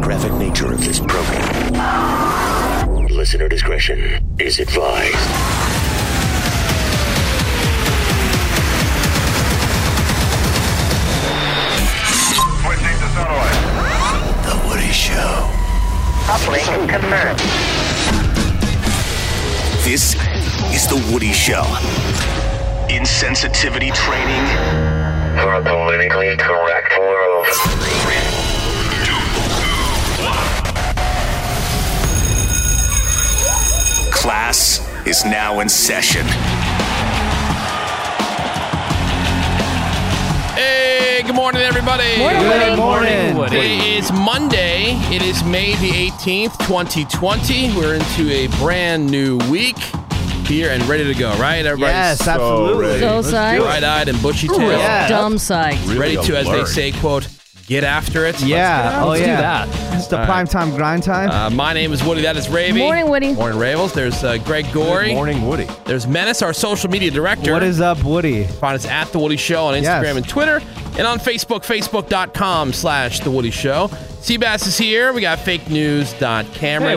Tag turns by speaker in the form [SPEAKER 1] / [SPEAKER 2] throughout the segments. [SPEAKER 1] graphic nature of this program. Listener discretion is advised.
[SPEAKER 2] Switching to satellite.
[SPEAKER 1] The Woody Show.
[SPEAKER 3] Coupling confirmed.
[SPEAKER 1] This is The Woody Show. Insensitivity training
[SPEAKER 2] For a politically correct world.
[SPEAKER 1] class is now in session.
[SPEAKER 4] Hey, good morning, everybody.
[SPEAKER 5] Good morning.
[SPEAKER 4] It is Monday. It is May the 18th, 2020. We're into a brand new week here and ready to go, right? Everybody's
[SPEAKER 5] Yes, absolutely.
[SPEAKER 6] So psyched.
[SPEAKER 4] bright eyed and bushy tailed.
[SPEAKER 5] Yeah.
[SPEAKER 6] Dumb psyched.
[SPEAKER 4] Ready to, as they say, quote, get after it.
[SPEAKER 5] Yeah. Oh,
[SPEAKER 7] Let's do
[SPEAKER 5] yeah.
[SPEAKER 7] that.
[SPEAKER 5] It's the prime time grind time.
[SPEAKER 4] Uh, my name is Woody. That is Ravy.
[SPEAKER 6] Morning, Woody.
[SPEAKER 4] Morning, Ravels. There's uh, Greg Gorey.
[SPEAKER 7] Morning, Woody.
[SPEAKER 4] There's Menace, our social media director.
[SPEAKER 5] what is up, Woody?
[SPEAKER 4] Find us at The Woody Show on Instagram
[SPEAKER 5] Yes.
[SPEAKER 4] and Twitter. And on Facebook, facebook.com slash The Woody Show. Seabass is here. We got fake news. Cameron.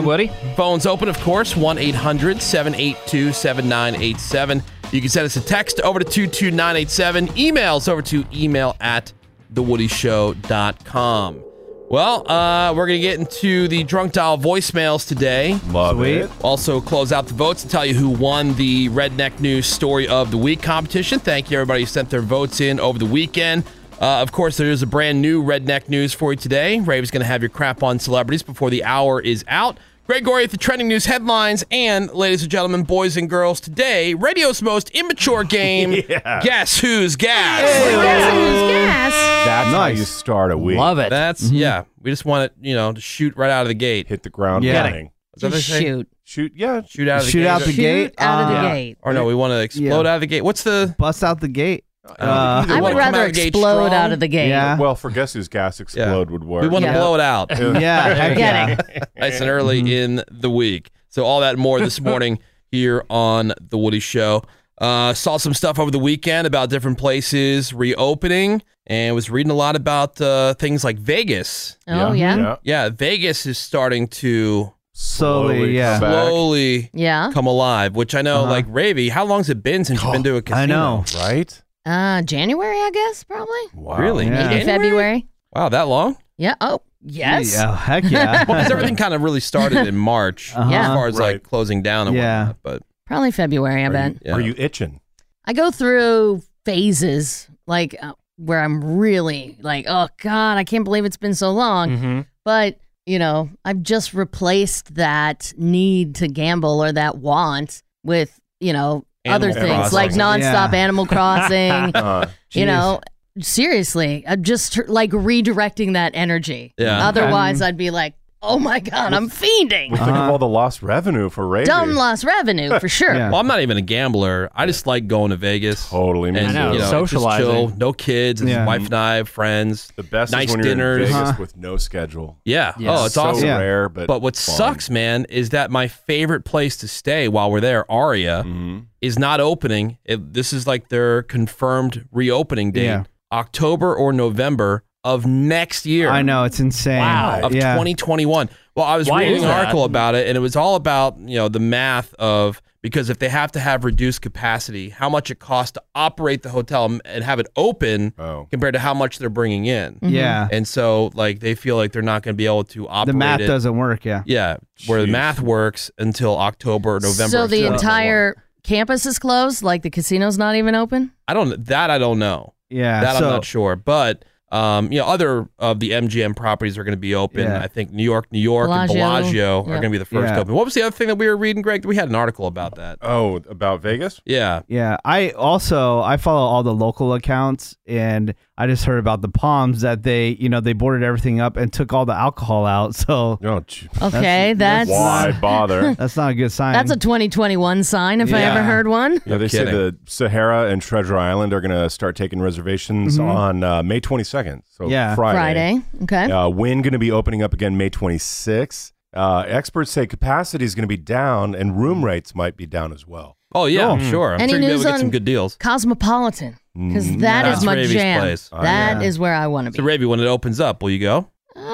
[SPEAKER 7] Hey, Woody.
[SPEAKER 4] Phones open, of course, 1 800 782 7987. You can send us a text over to 22987. Emails over to email at TheWoodyShow.com. Well, uh, we're going to get into the drunk dial voicemails today.
[SPEAKER 7] Love
[SPEAKER 5] Sweet.
[SPEAKER 7] it.
[SPEAKER 4] Also, close out the votes and tell you who won the Redneck News Story of the Week competition. Thank you, everybody who sent their votes in over the weekend. Uh, of course, there is a brand new Redneck News for you today. Rave's going to have your crap on celebrities before the hour is out. Greg Gorey with the trending news headlines. And, ladies and gentlemen, boys and girls, today, radio's most immature game Guess Who's Gas.
[SPEAKER 6] Guess who's gas?
[SPEAKER 7] That's
[SPEAKER 5] Nice.
[SPEAKER 7] how you start a week.
[SPEAKER 8] Love it.
[SPEAKER 4] That's, yeah, we just want it, you know, to shoot right out of the gate.
[SPEAKER 7] Hit the ground
[SPEAKER 5] Yeah.
[SPEAKER 7] running.
[SPEAKER 4] Is that what they say?
[SPEAKER 6] Shoot.
[SPEAKER 7] Shoot, yeah.
[SPEAKER 4] Shoot out of the
[SPEAKER 5] Shoot
[SPEAKER 4] gate.
[SPEAKER 5] out the
[SPEAKER 6] Shoot
[SPEAKER 5] gate.
[SPEAKER 6] out of the
[SPEAKER 5] uh,
[SPEAKER 6] gate.
[SPEAKER 4] or no, we want to explode out of the gate. What's the.
[SPEAKER 5] Bust out the gate. Uh,
[SPEAKER 4] Either
[SPEAKER 6] I
[SPEAKER 4] one,
[SPEAKER 6] would
[SPEAKER 4] come out
[SPEAKER 6] rather
[SPEAKER 4] of the gate
[SPEAKER 6] explode
[SPEAKER 4] strong.
[SPEAKER 6] out of the gate.
[SPEAKER 5] Yeah.
[SPEAKER 7] Well, for Guess Who's Gas Explode would work.
[SPEAKER 4] We want to
[SPEAKER 6] Yeah.
[SPEAKER 4] blow it out
[SPEAKER 5] yeah.
[SPEAKER 6] Get
[SPEAKER 5] Heck yeah.
[SPEAKER 4] nice and early
[SPEAKER 5] Mm-hmm.
[SPEAKER 4] in the week. So all that and more this morning here on the Woody Show. Uh, saw some stuff over the weekend about different places reopening, and was reading a lot about uh, things like Vegas.
[SPEAKER 6] Oh, yeah?
[SPEAKER 7] Yeah.
[SPEAKER 6] Yeah.
[SPEAKER 7] Yeah.
[SPEAKER 4] Yeah, Vegas is starting to
[SPEAKER 5] Slowly, yeah.
[SPEAKER 7] come back.
[SPEAKER 4] slowly come alive. Which I know,
[SPEAKER 5] Uh-huh.
[SPEAKER 4] like Ravy, how long's it been since you've been to a casino?
[SPEAKER 5] I know.
[SPEAKER 7] Right?
[SPEAKER 6] Uh, January, I guess, probably.
[SPEAKER 7] Wow.
[SPEAKER 4] Really?
[SPEAKER 5] Yeah.
[SPEAKER 6] Maybe
[SPEAKER 4] January?
[SPEAKER 6] February.
[SPEAKER 4] Wow, that long?
[SPEAKER 6] Yeah. Oh, yes.
[SPEAKER 5] Yeah. Heck yeah.
[SPEAKER 4] Well, because everything kind of really started in March,
[SPEAKER 5] Uh-huh.
[SPEAKER 4] as
[SPEAKER 6] Yeah.
[SPEAKER 4] far as like
[SPEAKER 7] Right.
[SPEAKER 4] closing down and
[SPEAKER 5] Yeah.
[SPEAKER 4] whatnot. But
[SPEAKER 6] Probably February, I bet.
[SPEAKER 4] yeah.
[SPEAKER 7] Are you itching?
[SPEAKER 6] I go through phases, like uh, where I'm really like, oh, God, I can't believe it's been so long.
[SPEAKER 4] Mm-hmm.
[SPEAKER 6] But, you know, I've just replaced that need to gamble or that want with, you know, other
[SPEAKER 4] Animal
[SPEAKER 6] things like
[SPEAKER 5] Crossing.
[SPEAKER 6] nonstop
[SPEAKER 5] Yeah. Oh,
[SPEAKER 6] Animal Crossing.
[SPEAKER 7] Uh,
[SPEAKER 6] you know seriously i'm just like redirecting that energy
[SPEAKER 4] Yeah.
[SPEAKER 6] otherwise i'd be like oh my god i'm
[SPEAKER 7] we
[SPEAKER 6] fiending
[SPEAKER 7] think of
[SPEAKER 5] Uh-huh.
[SPEAKER 7] all the lost revenue for Ravy.
[SPEAKER 6] dumb lost revenue for sure
[SPEAKER 5] Yeah.
[SPEAKER 4] Well, I'm not even a gambler. I just like going to Vegas.
[SPEAKER 7] Totally. me
[SPEAKER 4] And,
[SPEAKER 8] I know,
[SPEAKER 7] too.
[SPEAKER 4] you know,
[SPEAKER 8] socializing.
[SPEAKER 4] just chill, no kids, it's
[SPEAKER 5] Yeah.
[SPEAKER 4] wife and I, friends.
[SPEAKER 7] The best
[SPEAKER 4] Nice
[SPEAKER 7] is when you're
[SPEAKER 4] dinners.
[SPEAKER 7] in Vegas
[SPEAKER 5] Uh-huh.
[SPEAKER 7] with no schedule.
[SPEAKER 4] Yeah. Oh, it's
[SPEAKER 7] so
[SPEAKER 4] awesome.
[SPEAKER 5] Yeah.
[SPEAKER 7] rare, but
[SPEAKER 4] But what
[SPEAKER 7] fun.
[SPEAKER 4] sucks, man, is that my favorite place to stay while we're there, Aria,
[SPEAKER 7] Mhm.
[SPEAKER 4] is not opening. It, this is like their confirmed reopening date,
[SPEAKER 5] Yeah.
[SPEAKER 4] October or November of next year.
[SPEAKER 5] I know. It's insane.
[SPEAKER 8] Wow.
[SPEAKER 4] of
[SPEAKER 5] yeah.
[SPEAKER 4] 2021. Well, I was
[SPEAKER 8] Why
[SPEAKER 4] reading
[SPEAKER 8] is
[SPEAKER 4] an
[SPEAKER 8] that?
[SPEAKER 4] article about it, and it was all about you know the math of because if they have to have reduced capacity, how much it costs to operate the hotel m- and have it open
[SPEAKER 7] Oh.
[SPEAKER 4] compared to how much they're bringing in,
[SPEAKER 5] Yeah.
[SPEAKER 4] and so like they feel like they're not going to be able to operate.
[SPEAKER 5] The math
[SPEAKER 4] it.
[SPEAKER 5] doesn't work. Yeah.
[SPEAKER 4] Yeah, where the
[SPEAKER 7] Jeez.
[SPEAKER 4] math works until October or November.
[SPEAKER 6] so
[SPEAKER 4] of
[SPEAKER 6] the
[SPEAKER 4] 2021.
[SPEAKER 6] entire campus is closed like the casino's not even open
[SPEAKER 4] I don't that I don't know.
[SPEAKER 5] Yeah.
[SPEAKER 4] That
[SPEAKER 5] so,
[SPEAKER 4] I'm not sure, but um, you know, other of the MGM properties are going to be open.
[SPEAKER 5] Yeah.
[SPEAKER 4] I think New York, New York, and
[SPEAKER 6] Bellagio.
[SPEAKER 4] Bellagio are
[SPEAKER 6] Yep.
[SPEAKER 4] going to be the first
[SPEAKER 5] Yeah.
[SPEAKER 4] open. What was the other thing that we were reading, Greg? We had an article about that.
[SPEAKER 7] Oh, about Vegas?
[SPEAKER 4] Yeah,
[SPEAKER 5] Yeah, I also I follow all the local accounts, and I just heard about the Palms that they you know they boarded everything up and took all the alcohol out, so
[SPEAKER 4] Oh,
[SPEAKER 7] No, gee,
[SPEAKER 6] okay that's that's,
[SPEAKER 7] why bother?
[SPEAKER 5] that's not a good sign.
[SPEAKER 6] a 2021 sign if i
[SPEAKER 5] Yeah.
[SPEAKER 6] ever heard one
[SPEAKER 7] Yeah, they
[SPEAKER 4] kidding.
[SPEAKER 7] say the Sahara and Treasure Island are going to start taking reservations on uh, May 22nd. So
[SPEAKER 5] Mm-hmm. Yeah.
[SPEAKER 7] Friday.
[SPEAKER 6] friday okay
[SPEAKER 7] Uh, Wynn going to be opening up again May 26th. Uh, experts say capacity is going to be down and room rates might be down as well.
[SPEAKER 4] Oh yeah, sure. I'm
[SPEAKER 6] Hmm. Any
[SPEAKER 4] sure you'll be able
[SPEAKER 6] news
[SPEAKER 4] to get some
[SPEAKER 6] on-
[SPEAKER 4] good deals.
[SPEAKER 6] cosmopolitan because
[SPEAKER 7] Mm,
[SPEAKER 6] that
[SPEAKER 4] that's
[SPEAKER 6] is my
[SPEAKER 4] Ravi's
[SPEAKER 7] Oh,
[SPEAKER 6] jam
[SPEAKER 4] place. Oh,
[SPEAKER 6] That is where i want to be
[SPEAKER 4] So Ravi, when it opens up, will you go?
[SPEAKER 6] Um,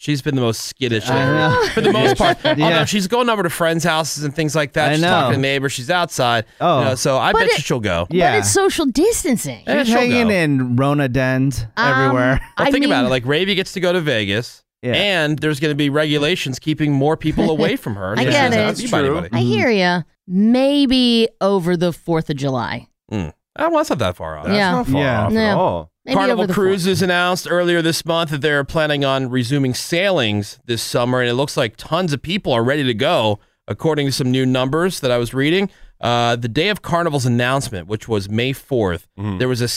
[SPEAKER 4] She's been the most skittish
[SPEAKER 5] I know.
[SPEAKER 4] for the most part. Although
[SPEAKER 5] Yeah.
[SPEAKER 4] she's going over to friends' houses and things like that.
[SPEAKER 5] I
[SPEAKER 4] she's
[SPEAKER 5] know.
[SPEAKER 4] talking to neighbors. She's outside.
[SPEAKER 5] Oh.
[SPEAKER 4] you know, so I
[SPEAKER 6] But
[SPEAKER 4] bet
[SPEAKER 6] it-
[SPEAKER 4] you she'll go.
[SPEAKER 5] Yeah.
[SPEAKER 6] But it's social distancing.
[SPEAKER 4] Yeah,
[SPEAKER 5] She's
[SPEAKER 4] she'll
[SPEAKER 5] hanging
[SPEAKER 4] go.
[SPEAKER 5] in Rona dens
[SPEAKER 6] Um,
[SPEAKER 5] everywhere.
[SPEAKER 4] Well,
[SPEAKER 6] I
[SPEAKER 4] think about
[SPEAKER 6] mean-
[SPEAKER 4] it. Like Ravy gets to go to Vegas,
[SPEAKER 5] Yeah.
[SPEAKER 4] and there's going to be regulations keeping more people away from her.
[SPEAKER 6] I
[SPEAKER 4] so she
[SPEAKER 6] get
[SPEAKER 4] doesn't
[SPEAKER 6] it.
[SPEAKER 4] have to
[SPEAKER 7] That's
[SPEAKER 4] be by
[SPEAKER 7] true. Mm-hmm.
[SPEAKER 4] anybody.
[SPEAKER 6] I hear you. Maybe over the 4th of July.
[SPEAKER 4] Oh, well, that's not that far off.
[SPEAKER 7] That's
[SPEAKER 6] Yeah.
[SPEAKER 7] not far
[SPEAKER 5] Yeah.
[SPEAKER 7] off
[SPEAKER 6] Yeah.
[SPEAKER 7] at all.
[SPEAKER 6] Maybe
[SPEAKER 4] Carnival
[SPEAKER 6] over the
[SPEAKER 4] Cruises announced earlier this month that they're planning on resuming sailings this summer, and it looks like tons of people are ready to go, according to some new numbers that I was reading. Uh, the day of Carnival's announcement, which was May 4th,
[SPEAKER 7] Mm-hmm.
[SPEAKER 4] there was a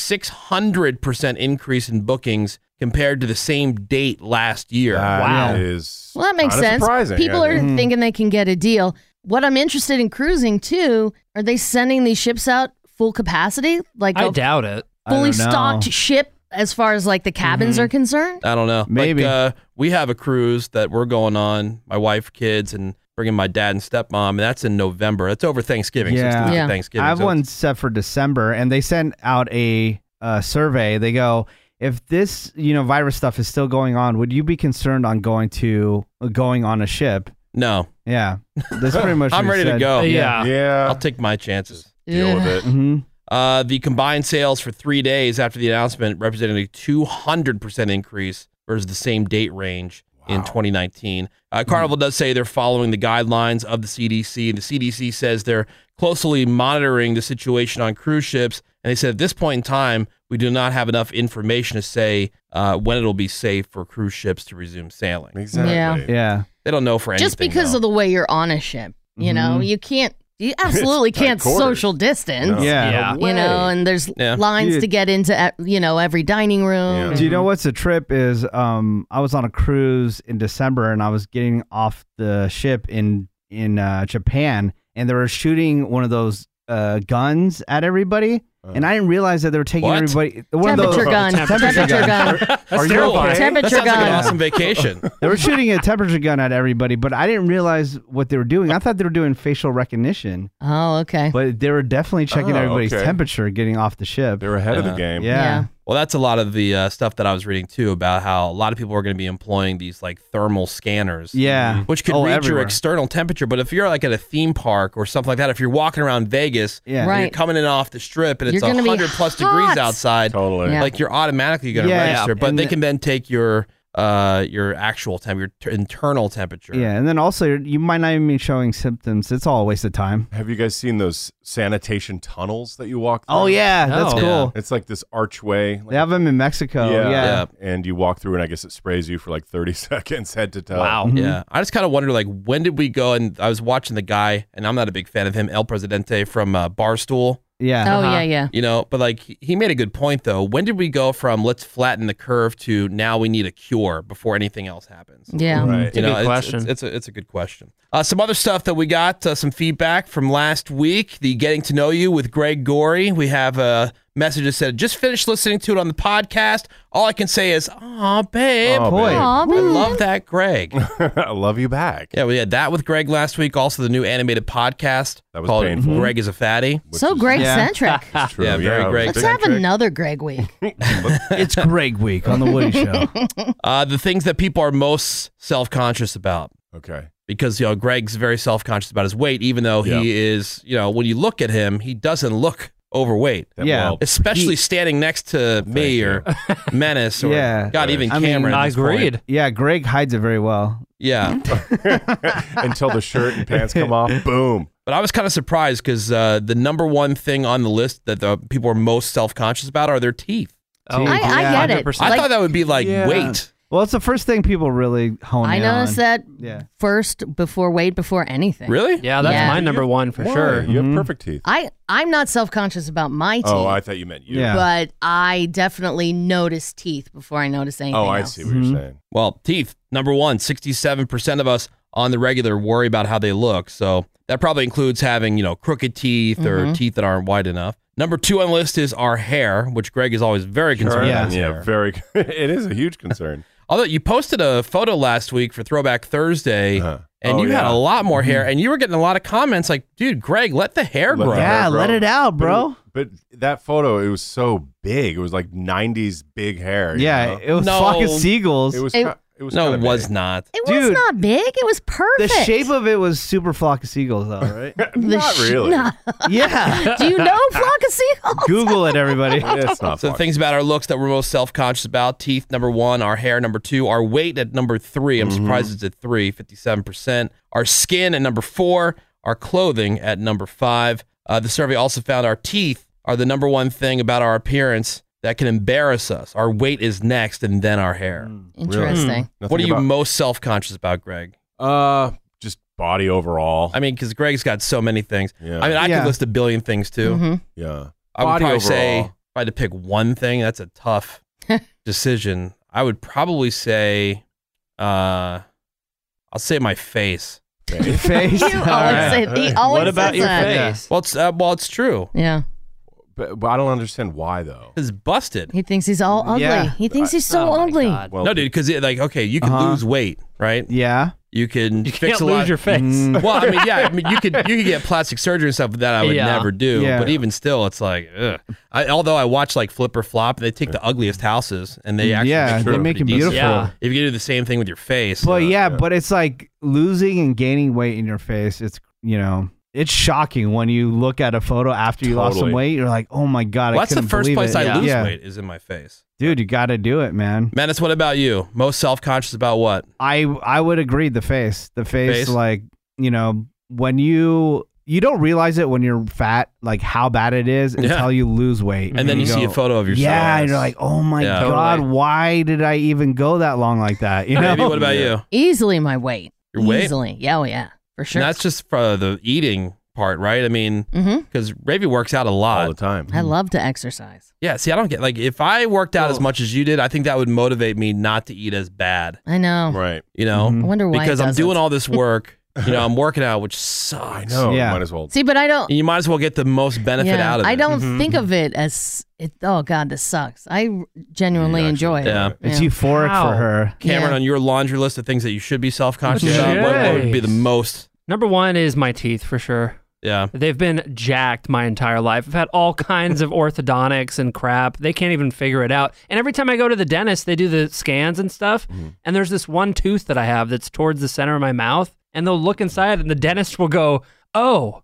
[SPEAKER 4] 600% increase in bookings compared to the same date last year.
[SPEAKER 7] That is
[SPEAKER 6] Well, that makes
[SPEAKER 7] kinda
[SPEAKER 6] sense.
[SPEAKER 7] surprising,
[SPEAKER 6] People
[SPEAKER 7] I
[SPEAKER 6] are
[SPEAKER 7] think.
[SPEAKER 6] thinking they can get a deal. What I'm interested in cruising too, are they sending these ships out full capacity? Like
[SPEAKER 8] I
[SPEAKER 6] a
[SPEAKER 8] doubt it.
[SPEAKER 5] I
[SPEAKER 6] fully
[SPEAKER 5] don't know.
[SPEAKER 6] stocked ship as far as like the cabins
[SPEAKER 7] Mm-hmm.
[SPEAKER 6] are concerned?
[SPEAKER 4] I don't know. Like,
[SPEAKER 5] Maybe.
[SPEAKER 4] uh, we have a cruise that we're going on, my wife, kids, and bringing my dad and stepmom, and that's in November. That's over Thanksgiving. so it's the
[SPEAKER 5] Yeah.
[SPEAKER 4] week of
[SPEAKER 6] Yeah.
[SPEAKER 4] Thanksgiving.
[SPEAKER 5] I have
[SPEAKER 4] so
[SPEAKER 5] one set for December, and they sent out a uh, survey. They go, if this you know virus stuff is still going on, would you be concerned on going to going on a ship?
[SPEAKER 4] No,
[SPEAKER 5] Yeah, that's pretty much.
[SPEAKER 4] I'm
[SPEAKER 5] what
[SPEAKER 4] ready
[SPEAKER 5] he
[SPEAKER 4] to
[SPEAKER 5] said.
[SPEAKER 4] go.
[SPEAKER 8] yeah.
[SPEAKER 7] Yeah.
[SPEAKER 4] I'll take my chances.
[SPEAKER 7] deal with
[SPEAKER 6] Ugh.
[SPEAKER 7] it.
[SPEAKER 5] Mhm.
[SPEAKER 4] Uh, the combined sales for three days after the announcement represented a 200% increase versus the same date range in 2019. Uh, Carnival does say they're following the guidelines of the CDC. The CDC says they're closely monitoring the situation on cruise ships. And they said at this point in time, we do not have enough information to say uh, when it'll be safe for cruise ships to resume sailing.
[SPEAKER 7] Exactly.
[SPEAKER 6] Yeah.
[SPEAKER 5] Yeah,
[SPEAKER 4] They don't know for anything.
[SPEAKER 6] Just because of the way you're on a ship, you know, you can't, you absolutely
[SPEAKER 7] tight
[SPEAKER 6] can't
[SPEAKER 7] Mm-hmm. quarters.
[SPEAKER 6] social distance.
[SPEAKER 7] No.
[SPEAKER 5] yeah.
[SPEAKER 8] Yeah.
[SPEAKER 6] You know, and there's
[SPEAKER 4] Yeah.
[SPEAKER 6] lines
[SPEAKER 5] Dude.
[SPEAKER 6] to get into, uh, you know, every dining room.
[SPEAKER 7] Yeah.
[SPEAKER 5] Do you
[SPEAKER 6] Mm-hmm.
[SPEAKER 5] know what's a trip is? Um, I was on a cruise in December, and I was getting off the ship in in uh, Japan, and they were shooting one of those uh, guns at everybody, and I didn't realize that they were taking
[SPEAKER 4] What?
[SPEAKER 5] everybody. One of
[SPEAKER 6] Temperature
[SPEAKER 5] those,
[SPEAKER 6] gun.
[SPEAKER 5] Temperature
[SPEAKER 6] Temperature gun.
[SPEAKER 4] Are
[SPEAKER 8] you okay?
[SPEAKER 4] That
[SPEAKER 6] Temperature
[SPEAKER 4] sounds like an
[SPEAKER 6] gun.
[SPEAKER 4] awesome vacation.
[SPEAKER 5] They were shooting a temperature gun at everybody, but I didn't realize what they were doing. I thought they were doing facial recognition,
[SPEAKER 6] Oh, okay.
[SPEAKER 5] but they were definitely checking
[SPEAKER 7] Oh,
[SPEAKER 5] everybody's
[SPEAKER 7] okay.
[SPEAKER 5] temperature getting off the ship.
[SPEAKER 7] They're ahead of the
[SPEAKER 4] Yeah.
[SPEAKER 7] game.
[SPEAKER 5] Yeah.
[SPEAKER 4] Well, that's a lot of the uh, stuff that I was reading too about how a lot of people are going to be employing these like thermal scanners.
[SPEAKER 5] Yeah.
[SPEAKER 4] Which could
[SPEAKER 5] Oh,
[SPEAKER 4] read your
[SPEAKER 5] everywhere.
[SPEAKER 4] external temperature. But if you're like at a theme park or something like that, if you're walking around Vegas,
[SPEAKER 5] Yeah.
[SPEAKER 4] and you're
[SPEAKER 6] Right.
[SPEAKER 4] coming in off the strip and it's
[SPEAKER 6] You're gonna be
[SPEAKER 4] 100 plus
[SPEAKER 6] hot.
[SPEAKER 4] degrees outside,
[SPEAKER 7] Totally.
[SPEAKER 6] Yeah.
[SPEAKER 4] like you're automatically going to
[SPEAKER 5] Yeah.
[SPEAKER 4] register. But
[SPEAKER 5] And
[SPEAKER 4] they
[SPEAKER 5] the-
[SPEAKER 4] can then take your uh your actual temp, your t- internal temperature.
[SPEAKER 5] Yeah, and then also you're- you might not even be showing symptoms. It's all a waste of time.
[SPEAKER 7] Have you guys seen those sanitation tunnels that you walk through?
[SPEAKER 5] Oh yeah, that's
[SPEAKER 8] Oh.
[SPEAKER 5] cool.
[SPEAKER 7] It's like this archway. like-
[SPEAKER 5] They have them in Mexico. Yeah,
[SPEAKER 4] Yeah.
[SPEAKER 7] And you walk through, and I guess it sprays you for like 30 seconds head to toe.
[SPEAKER 8] Wow.
[SPEAKER 6] Mm-hmm.
[SPEAKER 4] Yeah, I just kind of wonder, like, when did we go? And I was watching the guy, and I'm not a big fan of him, El Presidente from uh, Barstool.
[SPEAKER 5] yeah.
[SPEAKER 8] Uh-huh.
[SPEAKER 6] Oh, yeah, yeah.
[SPEAKER 4] You know, but like he- he made a good point though. When did we go from let's flatten the curve to now we need a cure before anything else happens?
[SPEAKER 6] Yeah. Mm-hmm.
[SPEAKER 7] Right.
[SPEAKER 8] It's a
[SPEAKER 4] You know,
[SPEAKER 8] good
[SPEAKER 4] it's,
[SPEAKER 8] question.
[SPEAKER 4] It's, it's a, it's a good question. Uh, some other stuff that we got, uh, some feedback from last week, the Getting to Know You with Greg Gorey. We have a message that said, just finished listening to it on the podcast. All I can say is, aw, babe.
[SPEAKER 7] Oh,
[SPEAKER 5] boy.
[SPEAKER 7] babe.
[SPEAKER 6] Aw,
[SPEAKER 4] I
[SPEAKER 6] man.
[SPEAKER 4] love that, Greg.
[SPEAKER 7] I love you back.
[SPEAKER 4] yeah, we had that with Greg last week. Also, the new animated podcast
[SPEAKER 7] That was
[SPEAKER 4] called
[SPEAKER 7] painful.
[SPEAKER 4] Greg is a Fatty.
[SPEAKER 7] Which
[SPEAKER 6] So
[SPEAKER 7] is
[SPEAKER 6] Greg
[SPEAKER 5] Yeah.
[SPEAKER 6] centric.
[SPEAKER 7] True.
[SPEAKER 4] Yeah, very Greg
[SPEAKER 6] Let's have another Greg week.
[SPEAKER 5] it's Greg Week on the Woody Show.
[SPEAKER 4] Uh, the things that people are most self conscious about.
[SPEAKER 7] Okay.
[SPEAKER 4] because you know Greg's very self-conscious about his weight, even though he
[SPEAKER 7] Yeah.
[SPEAKER 4] is you know when you look at him, he doesn't look overweight.
[SPEAKER 7] That
[SPEAKER 5] Yeah.
[SPEAKER 7] will-
[SPEAKER 4] Especially standing next to me
[SPEAKER 7] you.
[SPEAKER 4] or Menace or
[SPEAKER 5] Yeah.
[SPEAKER 4] God, even
[SPEAKER 5] I mean,
[SPEAKER 4] Cameron. at this point.
[SPEAKER 8] Agreed.
[SPEAKER 5] yeah, Greg hides it very well.
[SPEAKER 4] Yeah,
[SPEAKER 7] Until the shirt and pants come off. Boom.
[SPEAKER 4] but I was kind of surprised because uh, the number one thing on the list that the people are most self-conscious about are their teeth.
[SPEAKER 8] Oh,
[SPEAKER 5] Dude,
[SPEAKER 6] I, I
[SPEAKER 5] yeah.
[SPEAKER 6] get it.
[SPEAKER 8] 100%.
[SPEAKER 4] I
[SPEAKER 6] Like,
[SPEAKER 4] thought that would be like
[SPEAKER 7] Yeah.
[SPEAKER 4] weight.
[SPEAKER 5] Well, it's the first thing people really hone
[SPEAKER 6] I
[SPEAKER 5] in
[SPEAKER 6] noticed
[SPEAKER 5] on.
[SPEAKER 6] that
[SPEAKER 5] Yeah.
[SPEAKER 6] first before weight, before anything.
[SPEAKER 4] Really?
[SPEAKER 8] yeah, that's
[SPEAKER 6] Yeah. Mm-hmm.
[SPEAKER 8] my number one for
[SPEAKER 7] Why?
[SPEAKER 8] sure.
[SPEAKER 7] You have perfect teeth.
[SPEAKER 6] I, I'm not self conscious about my teeth,
[SPEAKER 7] Mm-hmm. Oh, I thought you meant you.
[SPEAKER 5] Yeah.
[SPEAKER 6] but I definitely notice teeth before I notice anything.
[SPEAKER 7] Oh, I
[SPEAKER 6] else.
[SPEAKER 7] see what
[SPEAKER 5] Mm-hmm.
[SPEAKER 7] you're saying.
[SPEAKER 4] Well, teeth, number one, 67% of us on the regular worry about how they look. So that probably includes having, you know, crooked teeth
[SPEAKER 5] Mm-hmm.
[SPEAKER 4] or teeth that aren't wide enough. Number two on the list is our hair, which Greg is always very concerned
[SPEAKER 5] Yeah.
[SPEAKER 4] about. his
[SPEAKER 7] Yeah,
[SPEAKER 4] hair.
[SPEAKER 7] very. it is a huge concern.
[SPEAKER 4] Although you posted a photo last week for Throwback Thursday
[SPEAKER 7] Uh-huh.
[SPEAKER 4] and
[SPEAKER 7] Oh,
[SPEAKER 4] you had
[SPEAKER 7] yeah.
[SPEAKER 4] a lot more hair and you were getting a lot of comments like, dude, Greg, let the hair
[SPEAKER 7] Let
[SPEAKER 4] grow.
[SPEAKER 7] the hair
[SPEAKER 5] Yeah,
[SPEAKER 7] bro.
[SPEAKER 5] let it out, bro.
[SPEAKER 7] But that photo, it was so big. It was like '90s big hair. you
[SPEAKER 5] Yeah,
[SPEAKER 7] know?
[SPEAKER 5] it was
[SPEAKER 4] No.
[SPEAKER 5] flock of seagulls.
[SPEAKER 7] it was.
[SPEAKER 6] It-
[SPEAKER 7] ki- it It was
[SPEAKER 4] No, it
[SPEAKER 7] kinda
[SPEAKER 4] was
[SPEAKER 7] big.
[SPEAKER 4] not.
[SPEAKER 6] It was
[SPEAKER 5] Dude.
[SPEAKER 6] not big. It was
[SPEAKER 5] The
[SPEAKER 6] perfect.
[SPEAKER 5] shape of it was super flock of seagulls, though, right?
[SPEAKER 6] The
[SPEAKER 7] not
[SPEAKER 6] sh-
[SPEAKER 7] really.
[SPEAKER 6] no.
[SPEAKER 5] yeah.
[SPEAKER 6] Do you know flock of seagulls?
[SPEAKER 5] Google it, everybody.
[SPEAKER 7] It's not.
[SPEAKER 4] So the
[SPEAKER 7] fun.
[SPEAKER 4] things about our looks that we're most self-conscious about: teeth, number one; our hair, number two; our weight at number three. I'm
[SPEAKER 7] Mm-hmm.
[SPEAKER 4] surprised it's at three, 57 percent. Our skin at number four; our clothing at number five. Uh, the survey also found our teeth are the number one thing about our appearance that can embarrass us. Our weight is next, and then our hair.
[SPEAKER 6] Interesting.
[SPEAKER 7] Hmm. Nothing
[SPEAKER 4] What are you
[SPEAKER 7] about-
[SPEAKER 4] most self-conscious about, Greg?
[SPEAKER 7] Uh, just body overall.
[SPEAKER 4] I mean, because Greg's got so many things.
[SPEAKER 7] yeah.
[SPEAKER 4] I mean, I
[SPEAKER 5] Yeah.
[SPEAKER 4] could list a billion things too.
[SPEAKER 6] Mhm.
[SPEAKER 7] yeah.
[SPEAKER 4] I would
[SPEAKER 7] Body
[SPEAKER 4] probably say if
[SPEAKER 7] overall.
[SPEAKER 4] I had to pick one thing, that's a tough decision. I would probably say, uh, I'll say my face.
[SPEAKER 5] Your face.
[SPEAKER 6] You
[SPEAKER 5] All
[SPEAKER 6] always
[SPEAKER 5] right.
[SPEAKER 6] say he always
[SPEAKER 8] what about
[SPEAKER 6] says
[SPEAKER 8] your
[SPEAKER 6] that.
[SPEAKER 8] face?
[SPEAKER 4] Well, it's uh, well, it's true.
[SPEAKER 6] Yeah,
[SPEAKER 7] But, but I don't understand why though.
[SPEAKER 4] It's busted.
[SPEAKER 6] he thinks he's all ugly.
[SPEAKER 5] Yeah.
[SPEAKER 6] He thinks he's so
[SPEAKER 8] Oh my
[SPEAKER 6] ugly.
[SPEAKER 8] God.
[SPEAKER 7] Well,
[SPEAKER 4] No, dude, because like, okay, you can
[SPEAKER 5] Uh-huh.
[SPEAKER 4] lose weight, right?
[SPEAKER 5] Yeah.
[SPEAKER 4] You can
[SPEAKER 8] You
[SPEAKER 4] fix
[SPEAKER 8] can't
[SPEAKER 4] a lot.
[SPEAKER 8] lose your face.
[SPEAKER 5] Mm.
[SPEAKER 4] well, I mean, yeah, I mean, you could you could get plastic surgery and stuff that I would
[SPEAKER 8] Yeah.
[SPEAKER 4] never do.
[SPEAKER 5] Yeah.
[SPEAKER 4] But even still, it's like, ugh. I, although I watch like Flip or Flop, they take the ugliest houses and they actually
[SPEAKER 5] Mm, Yeah,
[SPEAKER 4] make,
[SPEAKER 5] they make 'em
[SPEAKER 4] them
[SPEAKER 5] beautiful.
[SPEAKER 8] Yeah.
[SPEAKER 4] If you do the same thing with your face,
[SPEAKER 5] But
[SPEAKER 4] uh,
[SPEAKER 7] yeah.
[SPEAKER 5] yeah, but it's like losing and gaining weight in your face. It's you know, it's shocking when you look at a photo after you lost some
[SPEAKER 7] Totally.
[SPEAKER 5] weight. You're like, oh my god,
[SPEAKER 4] Well,
[SPEAKER 5] I
[SPEAKER 4] that's the
[SPEAKER 5] couldn't
[SPEAKER 4] first
[SPEAKER 5] believe
[SPEAKER 4] place
[SPEAKER 5] it.
[SPEAKER 4] I
[SPEAKER 8] Yeah.
[SPEAKER 4] lose
[SPEAKER 5] Yeah.
[SPEAKER 4] weight is in my face.
[SPEAKER 5] dude. You got to do it, man.
[SPEAKER 4] Menace, what about you? Most self conscious about what?
[SPEAKER 5] I I would agree. The face, the face,
[SPEAKER 4] Face?
[SPEAKER 5] like you know, when you you don't realize it when you're fat, like how bad it is
[SPEAKER 4] Yeah.
[SPEAKER 5] until you lose weight,
[SPEAKER 4] And then you see a
[SPEAKER 5] go,
[SPEAKER 4] photo of yourself.
[SPEAKER 5] Yeah, and you're like, oh my
[SPEAKER 4] Yeah.
[SPEAKER 5] god,
[SPEAKER 8] Totally.
[SPEAKER 5] why did I even go that long like that? You know,
[SPEAKER 4] Baby, what about you?
[SPEAKER 6] Easily my weight.
[SPEAKER 4] Your weight?
[SPEAKER 6] Easily. Yeah, oh yeah, for sure.
[SPEAKER 4] And that's just for the eating part, right? I mean,
[SPEAKER 6] hmm
[SPEAKER 4] because Ravy works out a lot.
[SPEAKER 7] all the time.
[SPEAKER 6] I love to exercise.
[SPEAKER 4] yeah, see, I don't get like if I worked out as
[SPEAKER 8] Well-
[SPEAKER 4] much as you did, I think that would motivate me not to eat as bad.
[SPEAKER 6] I know.
[SPEAKER 7] Right.
[SPEAKER 4] You know,
[SPEAKER 5] Mhm.
[SPEAKER 6] I wonder why.
[SPEAKER 4] because
[SPEAKER 6] it
[SPEAKER 4] I'm
[SPEAKER 6] doesn't.
[SPEAKER 4] doing all this work. you know, I'm working out, which
[SPEAKER 7] I
[SPEAKER 4] sucks.
[SPEAKER 7] know.
[SPEAKER 5] Yeah.
[SPEAKER 7] Might as well.
[SPEAKER 6] See, but I don't.
[SPEAKER 4] And you might as well get the most benefit
[SPEAKER 6] yeah,
[SPEAKER 4] out of it.
[SPEAKER 6] I don't
[SPEAKER 5] Mm-hmm,
[SPEAKER 8] Mhm.
[SPEAKER 6] think of it as it. Oh God, this sucks. I genuinely
[SPEAKER 7] You actually
[SPEAKER 6] enjoy it.
[SPEAKER 4] Yeah.
[SPEAKER 5] It's euphoric
[SPEAKER 8] How?
[SPEAKER 5] for her.
[SPEAKER 4] Cameron,
[SPEAKER 6] Yeah.
[SPEAKER 4] on your laundry list of things that you should be self conscious
[SPEAKER 8] Jeez.
[SPEAKER 4] about, what, what would be the most?
[SPEAKER 8] Number one is my teeth for sure.
[SPEAKER 4] Yeah.
[SPEAKER 8] They've been jacked my entire life. I've had all kinds of orthodontics and crap. They can't even figure it out. And every time I go to the dentist, they do the scans and stuff.
[SPEAKER 4] Mm-hmm.
[SPEAKER 8] And there's this one tooth that I have that's towards the center of my mouth. And they'll look inside, and the dentist will go, "Oh,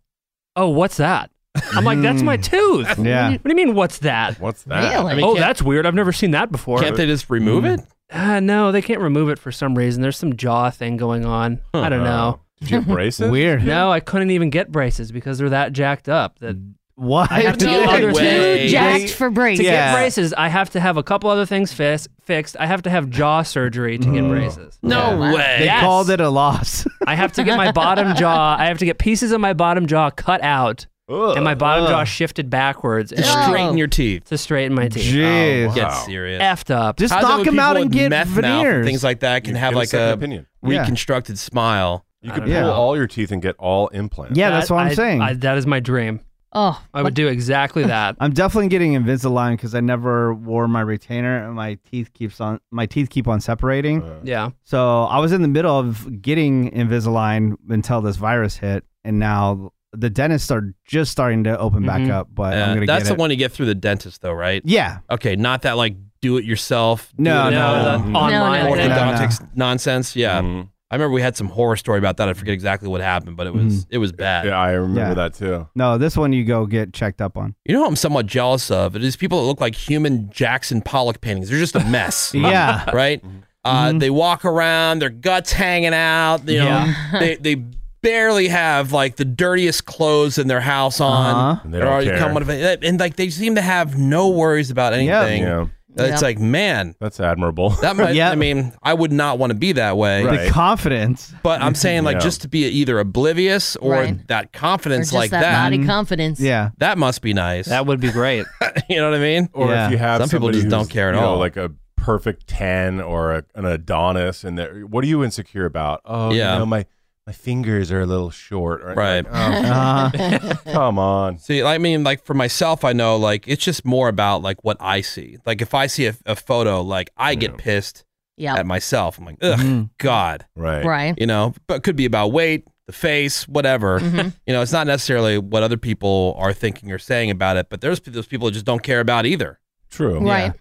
[SPEAKER 8] oh, what's that?" I'm like, "That's my tooth." What do you-
[SPEAKER 5] Yeah.
[SPEAKER 8] What do you mean, what's that?
[SPEAKER 7] What's that?
[SPEAKER 6] Really?
[SPEAKER 4] mean,
[SPEAKER 8] oh,
[SPEAKER 4] can't-
[SPEAKER 8] that's weird. I've never seen that before.
[SPEAKER 4] Can't they just remove it?
[SPEAKER 8] Uh, no, they can't remove it for some reason. There's some jaw thing going on. I
[SPEAKER 5] Uh-huh.
[SPEAKER 8] don't know.
[SPEAKER 7] Did you embrace it?
[SPEAKER 5] Weird.
[SPEAKER 8] No, I couldn't even get braces because they're that jacked up. That
[SPEAKER 5] What?
[SPEAKER 8] I have to
[SPEAKER 4] No
[SPEAKER 8] get other
[SPEAKER 4] way.
[SPEAKER 8] things.
[SPEAKER 6] Jacked for braces.
[SPEAKER 8] To
[SPEAKER 5] Yeah.
[SPEAKER 8] get braces, I have to have a couple other things fi- fixed. I have to have jaw surgery to get braces.
[SPEAKER 4] No
[SPEAKER 6] Yeah.
[SPEAKER 4] way.
[SPEAKER 5] Mm. They
[SPEAKER 8] Yes.
[SPEAKER 5] called it a loss.
[SPEAKER 8] I have to get my bottom jaw. I have to get pieces of my bottom jaw cut out, and my bottom jaw shifted backwards and
[SPEAKER 6] Just
[SPEAKER 8] re-
[SPEAKER 6] straight-
[SPEAKER 4] Straighten your teeth.
[SPEAKER 8] to straighten my teeth.
[SPEAKER 5] Jeez.
[SPEAKER 7] wow.
[SPEAKER 4] Get
[SPEAKER 7] Wow.
[SPEAKER 4] serious.
[SPEAKER 8] Effed up.
[SPEAKER 5] Oh, Just
[SPEAKER 4] How's it
[SPEAKER 5] knock
[SPEAKER 4] when
[SPEAKER 5] him out
[SPEAKER 4] people
[SPEAKER 5] and
[SPEAKER 4] with
[SPEAKER 5] get
[SPEAKER 4] meth mouth and
[SPEAKER 5] veneers.
[SPEAKER 4] things like that can
[SPEAKER 7] You
[SPEAKER 4] have
[SPEAKER 7] get
[SPEAKER 4] like
[SPEAKER 7] second
[SPEAKER 4] a
[SPEAKER 7] opinion.
[SPEAKER 5] Yeah.
[SPEAKER 4] reconstructed smile.
[SPEAKER 7] You
[SPEAKER 8] I
[SPEAKER 7] could
[SPEAKER 8] don't
[SPEAKER 7] pull
[SPEAKER 5] know.
[SPEAKER 7] all your teeth and get all implants.
[SPEAKER 5] yeah, that's
[SPEAKER 8] That-
[SPEAKER 5] what I'm
[SPEAKER 8] I-
[SPEAKER 5] saying.
[SPEAKER 8] I- that is my dream.
[SPEAKER 6] Oh,
[SPEAKER 8] I would do exactly that.
[SPEAKER 5] I'm definitely getting Invisalign because I never wore my retainer and my teeth keeps on my teeth keep on separating.
[SPEAKER 8] yeah.
[SPEAKER 5] so I was in the middle of getting Invisalign until this virus hit, and now the dentists are just starting to open back
[SPEAKER 8] Mhm.
[SPEAKER 5] up. But
[SPEAKER 4] Yeah.
[SPEAKER 5] I'm gonna
[SPEAKER 4] That's
[SPEAKER 5] get
[SPEAKER 4] the
[SPEAKER 5] it.
[SPEAKER 4] one you get through the dentist, though, right?
[SPEAKER 5] Yeah,
[SPEAKER 4] Okay, not that like do it yourself. do
[SPEAKER 5] No,
[SPEAKER 4] it
[SPEAKER 5] no,
[SPEAKER 4] all.
[SPEAKER 8] the
[SPEAKER 5] no,
[SPEAKER 6] no.
[SPEAKER 8] online
[SPEAKER 6] No, no,
[SPEAKER 8] thing.
[SPEAKER 5] no. Mm-hmm.
[SPEAKER 4] orthodontics nonsense. Yeah,
[SPEAKER 7] Mhm.
[SPEAKER 4] I remember we had some horror story about that. I forget exactly what happened, but it was it was bad.
[SPEAKER 7] Yeah, I remember
[SPEAKER 5] Mm-hmm. Yeah.
[SPEAKER 7] that too.
[SPEAKER 5] no, this one you go get checked up on.
[SPEAKER 4] You know, what I'm somewhat jealous of. It is people that look like human Jackson Pollock paintings. They're just a mess.
[SPEAKER 5] Yeah,
[SPEAKER 4] right? Uh, They walk around, their guts hanging out. You know, they they barely have like the dirtiest clothes in their house on.
[SPEAKER 5] Uh-huh.
[SPEAKER 7] And they don't
[SPEAKER 4] already
[SPEAKER 7] care.
[SPEAKER 4] come with it- and like they seem to have no worries about anything.
[SPEAKER 7] Yeah,
[SPEAKER 4] It's
[SPEAKER 6] Yeah.
[SPEAKER 4] like, man,
[SPEAKER 7] that's admirable.
[SPEAKER 4] that might.
[SPEAKER 5] Yeah.
[SPEAKER 4] I mean, I would not want to be that way.
[SPEAKER 7] Right.
[SPEAKER 5] the confidence.
[SPEAKER 4] But I'm saying, like,
[SPEAKER 7] Yeah.
[SPEAKER 4] just to be either oblivious or
[SPEAKER 6] Right.
[SPEAKER 4] that
[SPEAKER 6] or
[SPEAKER 4] confidence
[SPEAKER 6] just
[SPEAKER 4] like
[SPEAKER 6] that,
[SPEAKER 4] that,
[SPEAKER 6] body
[SPEAKER 7] Mm-hmm.
[SPEAKER 6] confidence.
[SPEAKER 5] Yeah,
[SPEAKER 4] that must be nice.
[SPEAKER 8] That would be great.
[SPEAKER 4] you know what I mean?
[SPEAKER 7] Or
[SPEAKER 5] Yeah.
[SPEAKER 7] if you have
[SPEAKER 4] Some people
[SPEAKER 7] somebody
[SPEAKER 4] just don't
[SPEAKER 7] who's,
[SPEAKER 4] care at
[SPEAKER 7] you know,
[SPEAKER 4] all.
[SPEAKER 7] like a perfect ten or a, an Adonis, and they're- what are you insecure about? Oh,
[SPEAKER 4] Yeah.
[SPEAKER 7] you know, my my fingers are a little short. Or,
[SPEAKER 4] Right.
[SPEAKER 7] Like,
[SPEAKER 5] uh,
[SPEAKER 8] Uh-huh.
[SPEAKER 7] oh, come on.
[SPEAKER 4] See, I mean, like for myself, I know like it's just more about like what I see. Like if I see a, a photo, like I get pissed
[SPEAKER 6] Yeah.
[SPEAKER 4] at myself. I'm like, ugh,
[SPEAKER 8] Mm-hmm.
[SPEAKER 5] Mhm.
[SPEAKER 4] God,
[SPEAKER 7] Right.
[SPEAKER 6] Right.
[SPEAKER 4] you know. But it could be about weight, the face, whatever.
[SPEAKER 6] Mm-hmm.
[SPEAKER 4] You know, it's not necessarily what other people are thinking or saying about it. But there's those people that just don't care about either.
[SPEAKER 7] True.
[SPEAKER 6] Right.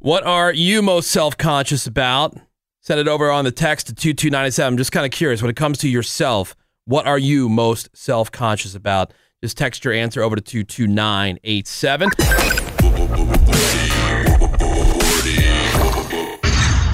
[SPEAKER 4] What are you most self conscious about? Send it over on the text to 22987. I'm just kind of curious when it comes to yourself, what are you most self conscious about? Just text your answer over to 22987.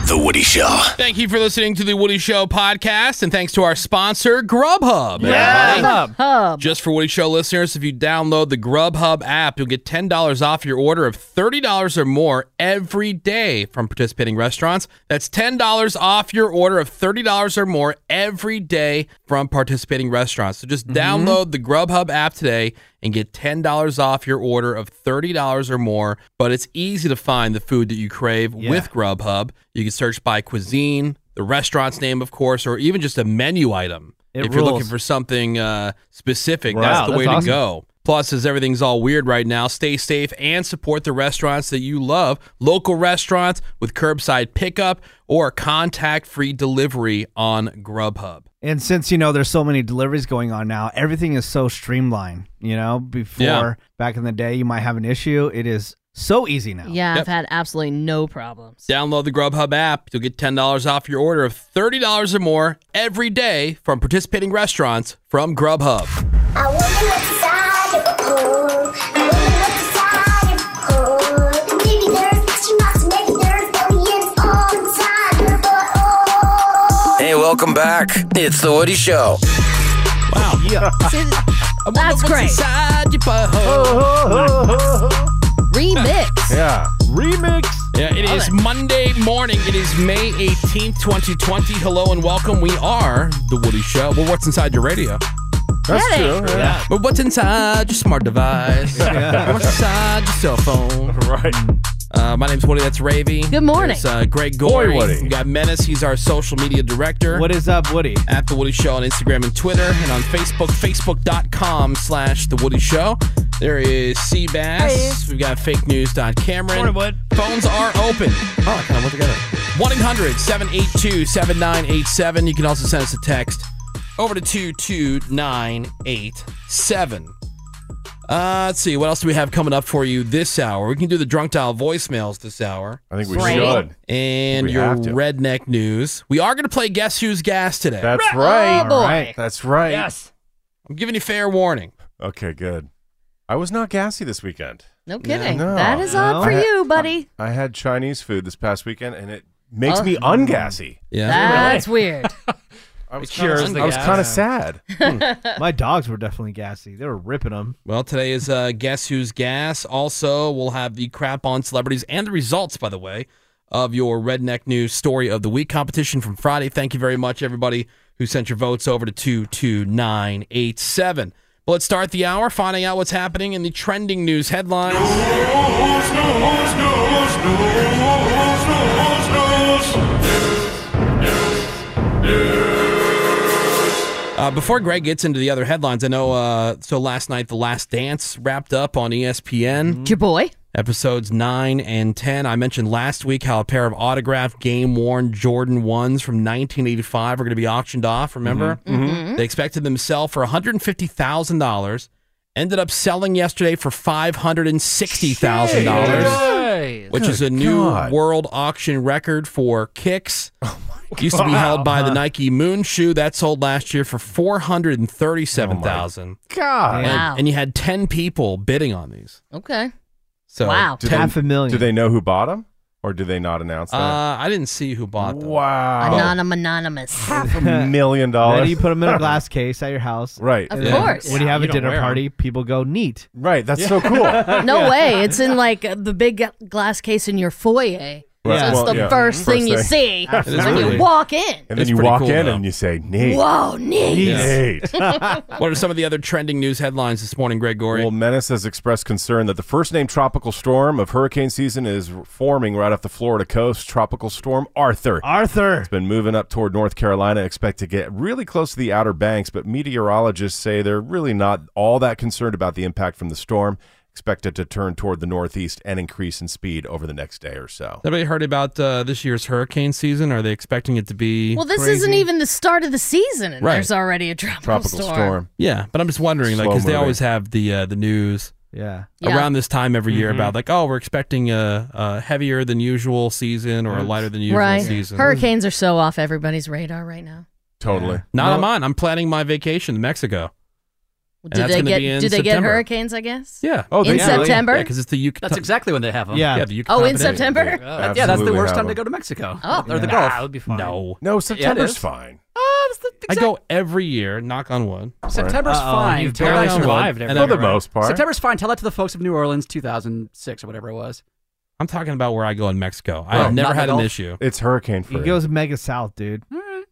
[SPEAKER 1] The Woody Show.
[SPEAKER 4] Thank you for listening to the Woody Show podcast, and thanks to our sponsor, Grubhub. everybody.
[SPEAKER 8] Hub.
[SPEAKER 6] Hub.
[SPEAKER 4] Just for Woody Show listeners, if you download the Grubhub app, you'll get $10 off your order of $30 or more every day from participating restaurants. That's $10 off your order of $30 or more every day from participating restaurants. So
[SPEAKER 5] Mm-hmm.
[SPEAKER 4] just download the Grubhub app today and get $10 off your order of $30 or more. But it's easy to find the food that you crave with Grubhub. You can search by cuisine, the restaurant's name, of course, or even just a menu item.
[SPEAKER 5] It
[SPEAKER 4] if you're looking
[SPEAKER 5] rules.
[SPEAKER 4] for something uh, specific,
[SPEAKER 8] Wow,
[SPEAKER 4] that's the
[SPEAKER 8] that's
[SPEAKER 4] way
[SPEAKER 8] awesome.
[SPEAKER 4] to go. Plus, as everything's all weird right now, stay safe and support the restaurants that you love. Local restaurants with curbside pickup or contact free delivery on Grubhub.
[SPEAKER 5] And since you know there's so many deliveries going on now, everything is so streamlined. You know, before
[SPEAKER 4] Yeah.
[SPEAKER 5] back in the day, you might have an issue. It is so easy now.
[SPEAKER 6] Yeah,
[SPEAKER 4] Yep.
[SPEAKER 6] I've had absolutely no problems.
[SPEAKER 4] Download the Grubhub app. You'll get $10 off your order of $30 or more every day from participating restaurants from Grubhub.
[SPEAKER 9] I wanna look inside your hole. I wanna look inside your hole. Maybe there's astronauts, maybe there's aliens all inside your hole.
[SPEAKER 10] Hey, welcome back. It's the Woody Show.
[SPEAKER 4] Wow.
[SPEAKER 6] That's great.
[SPEAKER 4] Inside your butthole.
[SPEAKER 6] Remix.
[SPEAKER 7] Yeah. Remix.
[SPEAKER 4] Yeah, it is Monday morning. It is May 18th, 2020. Hello and welcome. We are The Woody Show. Well, what's inside your radio?
[SPEAKER 7] That's
[SPEAKER 6] Yeah,
[SPEAKER 7] true. Yeah.
[SPEAKER 4] But what's inside your smart device? What's inside your cell phone?
[SPEAKER 7] Right.
[SPEAKER 4] Uh, my name's Woody. That's Ravy.
[SPEAKER 6] Good morning.
[SPEAKER 4] There's, uh, Greg Gorey.
[SPEAKER 7] Oi, Woody.
[SPEAKER 4] We got Menace. He's our social media director.
[SPEAKER 5] What is up, Woody?
[SPEAKER 4] at The Woody Show on Instagram and Twitter, and on Facebook, facebook.com slash The Woody Show. There is Seabass. We've got fake news. Cameron.
[SPEAKER 8] Morning, Wood.
[SPEAKER 4] Phones are open. Oh, I kind of went together. 1 800 782 7987. You can also send us a text over to 22987. Uh, let's see. What else do we have coming up for you this hour? We can do the drunk dial voicemails this hour
[SPEAKER 7] I think we
[SPEAKER 6] Great.
[SPEAKER 7] should.
[SPEAKER 4] and
[SPEAKER 7] We
[SPEAKER 4] your
[SPEAKER 7] have to.
[SPEAKER 4] redneck news. We are going to play Guess Who's Gas today.
[SPEAKER 7] That's
[SPEAKER 6] Oh,
[SPEAKER 7] right.
[SPEAKER 6] boy.
[SPEAKER 7] That's right.
[SPEAKER 8] Yes.
[SPEAKER 4] I'm giving you fair warning.
[SPEAKER 7] Okay, good. I was not gassy this weekend.
[SPEAKER 6] No kidding.
[SPEAKER 7] No.
[SPEAKER 6] that is on
[SPEAKER 5] No.
[SPEAKER 6] for
[SPEAKER 7] I-
[SPEAKER 6] you, buddy. Uh,
[SPEAKER 7] I had Chinese food this past weekend, and it makes me ungassy.
[SPEAKER 4] Yeah.
[SPEAKER 6] That's weird.
[SPEAKER 7] I was
[SPEAKER 8] It cures
[SPEAKER 7] kinda-
[SPEAKER 8] the
[SPEAKER 7] I was
[SPEAKER 8] gas.
[SPEAKER 7] kind of sad. Hmm.
[SPEAKER 5] My dogs were definitely gassy. They were ripping them.
[SPEAKER 4] well, today is uh, Guess Who's Gas. Also, we'll have the crap on celebrities and the results, by the way, of your Redneck News Story of the Week competition from Friday. Thank you very much, everybody who sent your votes over to 22987. But let's start the hour finding out what's happening in the trending news headlines. Uh, before Greg gets into the other headlines, I know, uh, so last night, The Last Dance wrapped up on E ESPN.
[SPEAKER 6] Your boy.
[SPEAKER 4] episodes 9 and 10. I mentioned last week how a pair of autographed game worn Jordan 1s from 1985 are going to be auctioned off. Remember? They expected them to sell for $150,000, ended up selling yesterday for $560,000.
[SPEAKER 8] Nice.
[SPEAKER 4] Which is a new
[SPEAKER 7] God.
[SPEAKER 4] world auction record for kicks. Used to be held by the Nike Moon shoe that sold last year for four hundred and thirty-seven thousand,
[SPEAKER 7] Oh God.
[SPEAKER 4] and,
[SPEAKER 6] Wow.
[SPEAKER 4] and you had ten people bidding on these.
[SPEAKER 6] Okay.
[SPEAKER 4] So
[SPEAKER 6] Wow.
[SPEAKER 7] Do
[SPEAKER 5] Half a million.
[SPEAKER 7] Do they know who bought them, or do they not announce that?
[SPEAKER 4] Uh, I didn't see who bought them.
[SPEAKER 7] wow.
[SPEAKER 6] Anonym anonymous.
[SPEAKER 7] Half a Oh, million
[SPEAKER 5] Then
[SPEAKER 7] dollars.
[SPEAKER 5] you put them in a glass case at your house.
[SPEAKER 7] right.
[SPEAKER 6] Of
[SPEAKER 5] And then
[SPEAKER 6] course.
[SPEAKER 5] When you have
[SPEAKER 4] You
[SPEAKER 5] a
[SPEAKER 4] don't
[SPEAKER 5] dinner
[SPEAKER 4] wear 'em.
[SPEAKER 5] party, people go neat.
[SPEAKER 7] Right. That's so cool. Right.
[SPEAKER 6] No way. It's in like the big glass case in your foyer. That's
[SPEAKER 7] Well,
[SPEAKER 6] the
[SPEAKER 7] yeah.
[SPEAKER 6] first, thing, you see when
[SPEAKER 4] Absolutely.
[SPEAKER 6] you walk in.
[SPEAKER 7] And then
[SPEAKER 4] It's
[SPEAKER 7] you
[SPEAKER 4] pretty
[SPEAKER 7] walk
[SPEAKER 4] cool,
[SPEAKER 7] in
[SPEAKER 4] though.
[SPEAKER 7] and you say, Nate.
[SPEAKER 6] Whoa, neat.
[SPEAKER 7] Nate.
[SPEAKER 4] What are some of the other trending news headlines this morning, Gregory?
[SPEAKER 7] Well, Menace has expressed concern that the first named tropical storm of hurricane season is forming right off the Florida coast. Tropical storm Arthur.
[SPEAKER 5] Arthur.
[SPEAKER 7] It's been moving up toward North Carolina. Expect to get really close to the Outer Banks, but meteorologists say they're really not all that concerned about the impact from the storm. Expect it to turn toward the northeast and increase in speed over the next day or so.
[SPEAKER 4] Anybody heard about uh, this year's hurricane season? Are they expecting it to be?
[SPEAKER 6] Well, this isn't even the start of the season, and
[SPEAKER 4] Right.
[SPEAKER 6] there's already a tropical,
[SPEAKER 7] Tropical storm.
[SPEAKER 4] yeah, but I'm just wondering, like,
[SPEAKER 7] Slow
[SPEAKER 4] because they
[SPEAKER 7] moving.
[SPEAKER 4] always have the uh, the news
[SPEAKER 5] Yeah.
[SPEAKER 6] Yeah.
[SPEAKER 4] around this time every year about like, oh, we're expecting a, a heavier than usual season or a lighter than usual
[SPEAKER 6] right.
[SPEAKER 4] season.
[SPEAKER 6] Hurricanes are so off everybody's radar right now.
[SPEAKER 7] Totally.
[SPEAKER 4] Not
[SPEAKER 7] No,
[SPEAKER 4] on mine. I'm planning my vacation to Mexico.
[SPEAKER 6] Well,
[SPEAKER 4] And
[SPEAKER 6] do
[SPEAKER 4] that's
[SPEAKER 6] they
[SPEAKER 4] gonna
[SPEAKER 6] get
[SPEAKER 4] be in
[SPEAKER 6] do they get
[SPEAKER 4] September.
[SPEAKER 6] hurricanes? I guess.
[SPEAKER 4] Yeah.
[SPEAKER 7] Oh,
[SPEAKER 6] in
[SPEAKER 7] they do.
[SPEAKER 6] September.
[SPEAKER 4] Yeah, because it's the Yukon.
[SPEAKER 11] That's exactly when they have them.
[SPEAKER 5] Yeah.
[SPEAKER 4] Yeah, the Yukon.
[SPEAKER 6] oh, in
[SPEAKER 4] Peninsula.
[SPEAKER 6] September.
[SPEAKER 11] Uh, yeah, that's the
[SPEAKER 7] Absolutely
[SPEAKER 11] worst
[SPEAKER 7] have
[SPEAKER 11] time to
[SPEAKER 7] them.
[SPEAKER 11] go to Mexico.
[SPEAKER 6] Oh.
[SPEAKER 11] or the
[SPEAKER 5] Yeah.
[SPEAKER 11] Gulf.
[SPEAKER 8] Nah, it would be fine.
[SPEAKER 4] No.
[SPEAKER 7] No, September's
[SPEAKER 11] is.
[SPEAKER 7] fine.
[SPEAKER 11] Oh, it's the
[SPEAKER 4] I
[SPEAKER 11] exact-
[SPEAKER 4] go every year, knock on wood.
[SPEAKER 11] September's
[SPEAKER 8] Uh-oh,
[SPEAKER 11] fine.
[SPEAKER 8] You've
[SPEAKER 11] Tell
[SPEAKER 8] barely
[SPEAKER 11] that-
[SPEAKER 4] Knock on wood.
[SPEAKER 8] survived
[SPEAKER 4] And
[SPEAKER 8] everything,
[SPEAKER 4] then-
[SPEAKER 7] For the
[SPEAKER 8] right?
[SPEAKER 7] most part.
[SPEAKER 11] September's fine. Tell that to the folks of New Orleans, 2006 or whatever it was.
[SPEAKER 4] I'm talking about where I go in Mexico. I
[SPEAKER 11] Right.
[SPEAKER 4] have never
[SPEAKER 11] Not
[SPEAKER 4] had
[SPEAKER 11] the
[SPEAKER 4] an
[SPEAKER 11] Gulf.
[SPEAKER 4] issue.
[SPEAKER 7] It's hurricane
[SPEAKER 5] He
[SPEAKER 7] free.
[SPEAKER 5] goes mega south, dude.
[SPEAKER 6] Mm,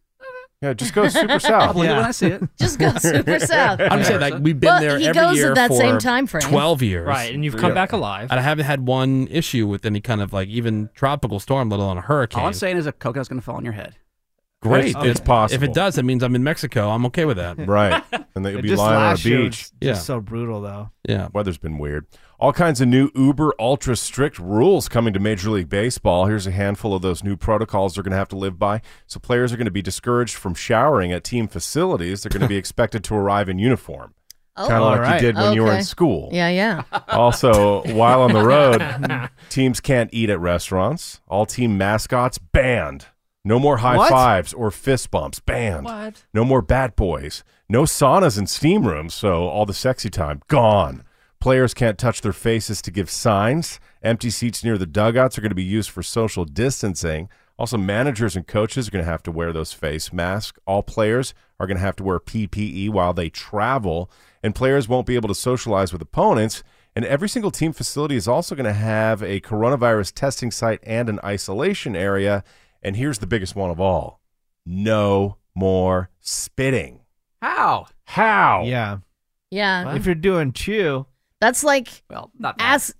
[SPEAKER 7] yeah, just go super
[SPEAKER 11] I'll
[SPEAKER 7] south.
[SPEAKER 11] believe it
[SPEAKER 5] Yeah.
[SPEAKER 11] when I see it.
[SPEAKER 6] Just go super south.
[SPEAKER 4] I'm saying
[SPEAKER 11] Yeah.
[SPEAKER 4] like we've been
[SPEAKER 6] Well,
[SPEAKER 4] there
[SPEAKER 6] he
[SPEAKER 4] every
[SPEAKER 6] goes at
[SPEAKER 4] year
[SPEAKER 6] that
[SPEAKER 4] for
[SPEAKER 6] same time frame.
[SPEAKER 4] twelve years,
[SPEAKER 8] Right, and you've come
[SPEAKER 7] Yeah.
[SPEAKER 8] back alive.
[SPEAKER 4] And I haven't had one issue with any kind of like even tropical storm, let alone a hurricane.
[SPEAKER 11] All I'm saying is a coconut's going to fall on your head.
[SPEAKER 7] Great.
[SPEAKER 4] If-
[SPEAKER 7] It's possible.
[SPEAKER 4] If it does, that means I'm in Mexico. I'm okay with that.
[SPEAKER 7] Right. And they'd
[SPEAKER 5] But
[SPEAKER 7] be
[SPEAKER 5] just
[SPEAKER 7] lying on a
[SPEAKER 5] last year was
[SPEAKER 7] beach.
[SPEAKER 5] Just
[SPEAKER 4] Yeah.
[SPEAKER 5] so brutal though.
[SPEAKER 4] Yeah.
[SPEAKER 7] Weather's been weird. All kinds of new uber ultra strict rules coming to Major League Baseball. Here's a handful of those new protocols they're going to have to live by. So players are going to be discouraged from showering at team facilities. They're going to be expected to arrive in uniform,
[SPEAKER 6] Oh,
[SPEAKER 7] kind of like
[SPEAKER 5] alright.
[SPEAKER 7] you did when you were in
[SPEAKER 6] Okay.
[SPEAKER 7] school.
[SPEAKER 6] Yeah, yeah.
[SPEAKER 7] Also, while on the road, teams can't eat at restaurants. All team mascots banned. No more high
[SPEAKER 5] What?
[SPEAKER 7] fives or fist bumps. Banned. No more bat boys. No saunas and steam rooms. So all the sexy time gone. Players can't touch their faces to give signs. Empty seats near the dugouts are going to be used for social distancing. Also, managers and coaches are going to have to wear those face masks. All players are going to have to wear PPE while they travel, and players won't be able to socialize with opponents. And every single team facility is also going to have a coronavirus testing site and an isolation area. And here's the biggest one of all no more spitting.
[SPEAKER 11] How?
[SPEAKER 7] How?
[SPEAKER 5] Yeah.
[SPEAKER 6] Yeah.
[SPEAKER 5] If you're doing chew,
[SPEAKER 6] That's like
[SPEAKER 11] Well, not that.
[SPEAKER 6] as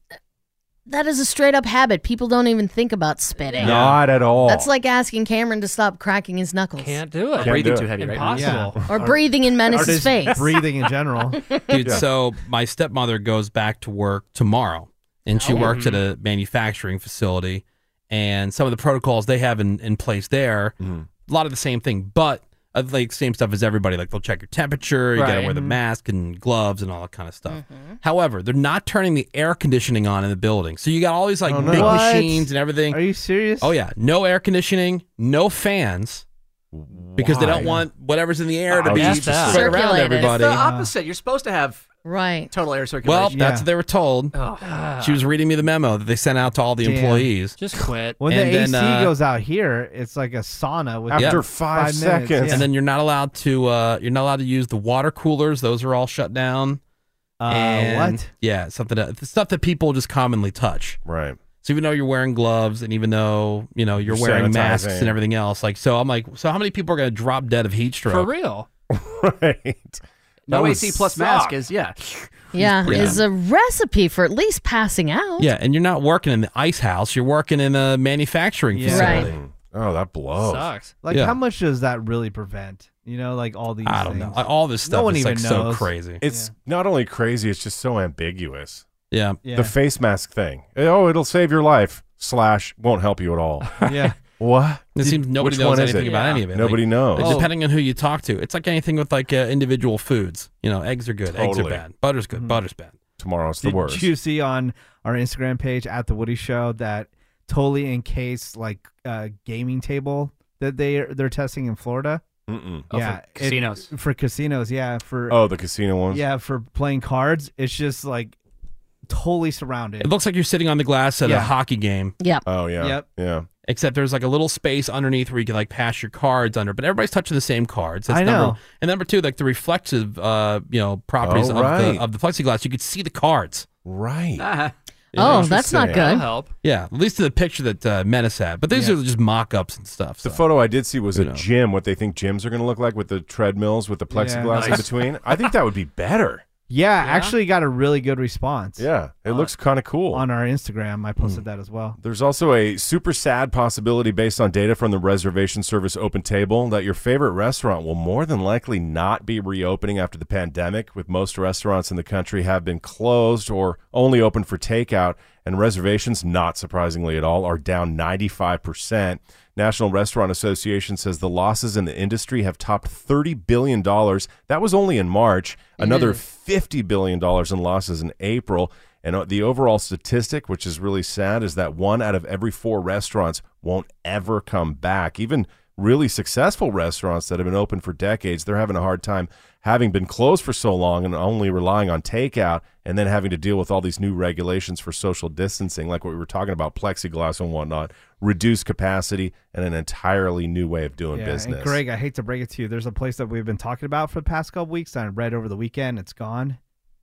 [SPEAKER 6] that is a straight up habit. People don't even think about spitting.
[SPEAKER 7] Not at all.
[SPEAKER 6] That's like asking Cameron to stop cracking his knuckles
[SPEAKER 8] Can't do it.
[SPEAKER 7] Can't
[SPEAKER 11] breathing
[SPEAKER 7] do it.
[SPEAKER 11] too heavy right now.
[SPEAKER 8] Impossible.
[SPEAKER 5] Yeah.
[SPEAKER 6] or breathing in
[SPEAKER 5] or
[SPEAKER 6] Menace's
[SPEAKER 5] just
[SPEAKER 6] face.
[SPEAKER 5] breathing in general.
[SPEAKER 4] Dude,
[SPEAKER 7] Yeah.
[SPEAKER 4] so my stepmother goes back to work tomorrow, and
[SPEAKER 5] Oh.
[SPEAKER 4] she works at
[SPEAKER 5] Mm-hmm.
[SPEAKER 4] a manufacturing facility, and some of the protocols they have in, in place there,
[SPEAKER 7] Mm-hmm.
[SPEAKER 4] a lot of the same thing, but uh, like same stuff as everybody. Like they'll check your temperature, you gotta
[SPEAKER 8] Right.
[SPEAKER 4] wear
[SPEAKER 5] Mm-hmm.
[SPEAKER 4] the mask and gloves and all that kind of stuff. However, they're not turning the air conditioning on in the building, so you got all these like
[SPEAKER 7] Oh, no.
[SPEAKER 4] big
[SPEAKER 5] What?
[SPEAKER 4] machines and everything.
[SPEAKER 5] Are you serious?
[SPEAKER 4] Oh yeah, no air conditioning, no fans, because they don't
[SPEAKER 7] Why?
[SPEAKER 4] want whatever's in the air to
[SPEAKER 7] Oh,
[SPEAKER 4] be
[SPEAKER 7] that's
[SPEAKER 4] spread
[SPEAKER 8] that.
[SPEAKER 4] around
[SPEAKER 6] Circulated.
[SPEAKER 11] It's
[SPEAKER 4] everybody.
[SPEAKER 11] the opposite. You're supposed to have
[SPEAKER 6] right.
[SPEAKER 11] total air
[SPEAKER 4] Well,
[SPEAKER 11] circulation.
[SPEAKER 4] that's
[SPEAKER 5] Yeah.
[SPEAKER 4] what they were told.
[SPEAKER 8] Oh,
[SPEAKER 4] She was reading me the memo that they sent out to all the
[SPEAKER 5] Damn.
[SPEAKER 4] employees.
[SPEAKER 8] Just quit.
[SPEAKER 5] When
[SPEAKER 4] And
[SPEAKER 5] the
[SPEAKER 4] then,
[SPEAKER 5] AC
[SPEAKER 4] uh,
[SPEAKER 5] goes out here, it's like a sauna with
[SPEAKER 7] After
[SPEAKER 4] Yeah.
[SPEAKER 7] five,
[SPEAKER 5] Five minutes,
[SPEAKER 7] seconds.
[SPEAKER 5] yeah.
[SPEAKER 4] And then you're not allowed to uh, you're not allowed to use the water coolers. Those are all shut down.
[SPEAKER 5] uh,
[SPEAKER 4] and
[SPEAKER 5] what?
[SPEAKER 4] Yeah, something that, the stuff that people just commonly touch.
[SPEAKER 7] Right.
[SPEAKER 4] So even though you're wearing gloves and even though, you know, you're,
[SPEAKER 7] You're
[SPEAKER 4] wearing masks
[SPEAKER 7] sanitizing.
[SPEAKER 4] and everything else, like so I'm like, so how many people are gonna drop dead of heat
[SPEAKER 8] For
[SPEAKER 4] stroke?
[SPEAKER 8] real.
[SPEAKER 7] Right. That
[SPEAKER 11] no
[SPEAKER 7] would
[SPEAKER 11] AC plus
[SPEAKER 7] suck.
[SPEAKER 11] mask is, yeah.
[SPEAKER 6] Yeah,
[SPEAKER 4] Yeah.
[SPEAKER 6] is a recipe for at least passing out.
[SPEAKER 4] Yeah, and you're not working in the ice house, you're working in a manufacturing
[SPEAKER 5] Yeah.
[SPEAKER 4] facility.
[SPEAKER 7] Mm. Oh, that blows.
[SPEAKER 8] Sucks.
[SPEAKER 5] Like,
[SPEAKER 4] Yeah.
[SPEAKER 5] how much does that really prevent? You know, like all these.
[SPEAKER 4] I don't know.
[SPEAKER 5] things.
[SPEAKER 4] Like, All this
[SPEAKER 5] No
[SPEAKER 4] stuff
[SPEAKER 5] one
[SPEAKER 4] is
[SPEAKER 5] even
[SPEAKER 4] like so
[SPEAKER 5] knows.
[SPEAKER 4] crazy.
[SPEAKER 7] It's not only crazy, it's just so ambiguous.
[SPEAKER 4] yeah.
[SPEAKER 5] Yeah.
[SPEAKER 7] The face mask thing. Oh, it'll save your life. Slash won't help you at all.
[SPEAKER 5] yeah.
[SPEAKER 7] what?
[SPEAKER 4] It seems nobody
[SPEAKER 7] Which
[SPEAKER 4] knows
[SPEAKER 7] one is
[SPEAKER 4] anything
[SPEAKER 7] it?
[SPEAKER 4] about
[SPEAKER 8] Yeah.
[SPEAKER 4] any of it.
[SPEAKER 7] Nobody
[SPEAKER 4] Like,
[SPEAKER 7] knows.
[SPEAKER 4] Like,
[SPEAKER 8] Oh.
[SPEAKER 4] Depending on who you talk to, it's like anything with like uh, individual foods. You know, eggs are good, eggs are
[SPEAKER 7] Totally.
[SPEAKER 4] bad, butter's good, butter's bad.
[SPEAKER 7] Tomorrow's the
[SPEAKER 5] Mm-hmm. Did
[SPEAKER 7] worst.
[SPEAKER 5] you see on our Instagram page at the Woody Show that totally encased like uh, gaming table that they they're testing in Florida?
[SPEAKER 7] Mm-mm.
[SPEAKER 11] Oh, for
[SPEAKER 5] yeah, it-
[SPEAKER 11] casinos.
[SPEAKER 5] for casinos, yeah. For
[SPEAKER 7] Oh, the casino ones.
[SPEAKER 5] yeah, for playing cards. It's just like totally surrounded.
[SPEAKER 4] It looks like you're sitting on the glass at a
[SPEAKER 5] Yeah.
[SPEAKER 4] hockey game,
[SPEAKER 6] Yep.
[SPEAKER 7] Oh yeah.
[SPEAKER 5] Yep.
[SPEAKER 7] Yeah.
[SPEAKER 4] except there's like a little space underneath where you can like pass your cards under, but everybody's touching the same cards.
[SPEAKER 5] I
[SPEAKER 4] number
[SPEAKER 5] know.
[SPEAKER 4] one. And number two, like the reflective, uh, you know, properties
[SPEAKER 7] Oh,
[SPEAKER 4] of
[SPEAKER 7] right.
[SPEAKER 4] the of the plexiglass, you could see the cards.
[SPEAKER 7] Right.
[SPEAKER 11] Ah,
[SPEAKER 6] oh, that's not
[SPEAKER 7] Interesting.
[SPEAKER 8] That'll
[SPEAKER 6] good.
[SPEAKER 8] help.
[SPEAKER 4] Yeah, at least to the picture that uh, Menace had. But these
[SPEAKER 5] Yeah.
[SPEAKER 4] are just mock-ups and stuff.
[SPEAKER 7] The
[SPEAKER 4] so.
[SPEAKER 7] photo I did see was
[SPEAKER 4] You
[SPEAKER 7] a
[SPEAKER 4] know.
[SPEAKER 7] gym. What they think gyms are going to look like with the treadmills with the
[SPEAKER 5] Yeah.
[SPEAKER 7] plexiglass in
[SPEAKER 11] Nice.
[SPEAKER 7] between. I think that would be better.
[SPEAKER 5] Yeah, actually got a really good response.
[SPEAKER 7] Yeah, it looks kind of cool. Hmm.
[SPEAKER 5] on our Instagram, I posted that as well.
[SPEAKER 7] There's also a super sad possibility based on data from the reservation service Open Table that your favorite restaurant will more than likely not be reopening after the pandemic, with most restaurants in the country have been closed or only open for takeout. and reservations, not surprisingly at all, are down 95%. National Restaurant Association says the losses in the industry have topped $30 billion. That was only in March. Another $50 billion in losses in April. And uh, the overall statistic, which is really sad, is that one out of every four restaurants won't ever come back. Even really successful restaurants that have been open for decades, they're having a hard time having been closed for so long and only relying on takeout and then having to deal with all these new regulations for social distancing, like what we were talking about, plexiglass and whatnot, reduced capacity, and an entirely new way of doing
[SPEAKER 5] Yeah,
[SPEAKER 7] business.
[SPEAKER 5] And Greg, I hate to break it to you. There's a place that we've been talking about for the past couple weeks. that I read over the weekend. It's gone.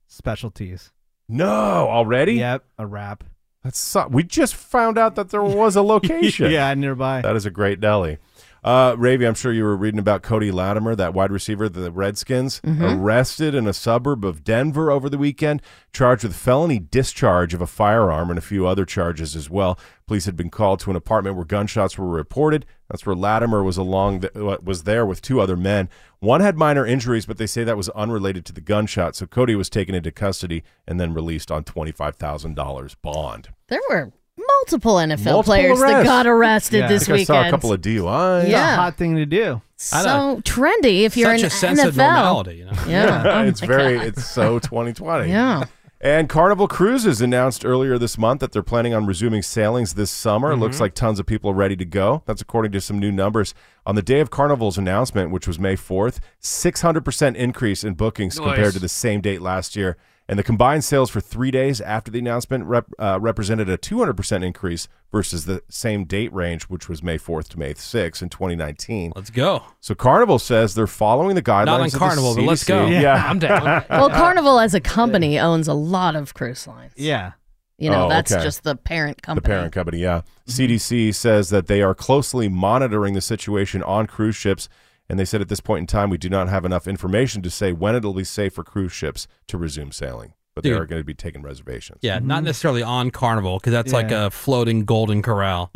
[SPEAKER 5] Specialties.
[SPEAKER 7] No, already?
[SPEAKER 5] Yep, a wrap.
[SPEAKER 7] That's so- we just found out that there was a location.
[SPEAKER 5] yeah, nearby.
[SPEAKER 7] That is a great deli. Uh, Ravi, I'm sure you were reading about Cody Latimer, that wide receiver of the Redskins,
[SPEAKER 5] Mhm.
[SPEAKER 7] arrested in a suburb of Denver over the weekend, charged with felony discharge of a firearm and a few other charges as well. Police had been called to an apartment where gunshots were reported. That's where Latimer was along the, uh, was there with two other men. One had minor injuries, but they say that was unrelated to the gunshot. So Cody was taken into custody and then released on twenty five thousand dollars bond.
[SPEAKER 6] There were multiple NFL
[SPEAKER 7] Multiple
[SPEAKER 6] players that
[SPEAKER 7] arrests.
[SPEAKER 6] got arrested
[SPEAKER 7] I
[SPEAKER 6] this
[SPEAKER 7] think I
[SPEAKER 6] weekend.
[SPEAKER 7] saw a couple of DUIs.
[SPEAKER 6] It's a Yeah. hot
[SPEAKER 5] thing to do.
[SPEAKER 6] so trendy if you're
[SPEAKER 7] Such
[SPEAKER 6] in
[SPEAKER 7] a sense
[SPEAKER 6] NFL.
[SPEAKER 7] of normality, you know?
[SPEAKER 6] Yeah. Oh
[SPEAKER 7] it's
[SPEAKER 6] my
[SPEAKER 7] very,
[SPEAKER 6] God.
[SPEAKER 7] it's so 2020.
[SPEAKER 6] Yeah.
[SPEAKER 7] And Carnival Cruises announced earlier this month that they're planning on resuming sailings this summer. It looks
[SPEAKER 4] Mhm.
[SPEAKER 7] like tons of people are ready to go. That's according to some new numbers. On the day of Carnival's announcement, which was May 4th, 600% increase in bookings compared
[SPEAKER 4] Nice.
[SPEAKER 7] to the same date last year. And the combined sales for three days after the announcement rep, uh, represented a 200% increase versus the same date range, which was May 4th to May 6th in 2019. Let's
[SPEAKER 12] go.
[SPEAKER 7] So Carnival says they're following the guidelines.
[SPEAKER 12] on
[SPEAKER 7] of the
[SPEAKER 12] Carnival, but let's
[SPEAKER 7] CDC.
[SPEAKER 12] go.
[SPEAKER 7] Yeah,
[SPEAKER 12] Yeah, I'm down.
[SPEAKER 6] well, Carnival as a company owns a lot of cruise lines.
[SPEAKER 5] Yeah.
[SPEAKER 6] You know,
[SPEAKER 7] Oh,
[SPEAKER 6] that's
[SPEAKER 7] okay.
[SPEAKER 6] just the parent company.
[SPEAKER 7] The parent company, yeah. CDC says that they are closely monitoring the situation on cruise ships, and they said at this point in time we do not have enough information to say when it'll be safe for cruise ships to resume sailing, but they
[SPEAKER 4] Dude.
[SPEAKER 7] are going to be taking reservations.
[SPEAKER 4] Yeah, not necessarily on Carnival because that's like
[SPEAKER 7] Mm-hmm. Yeah.
[SPEAKER 4] a floating Golden Corral.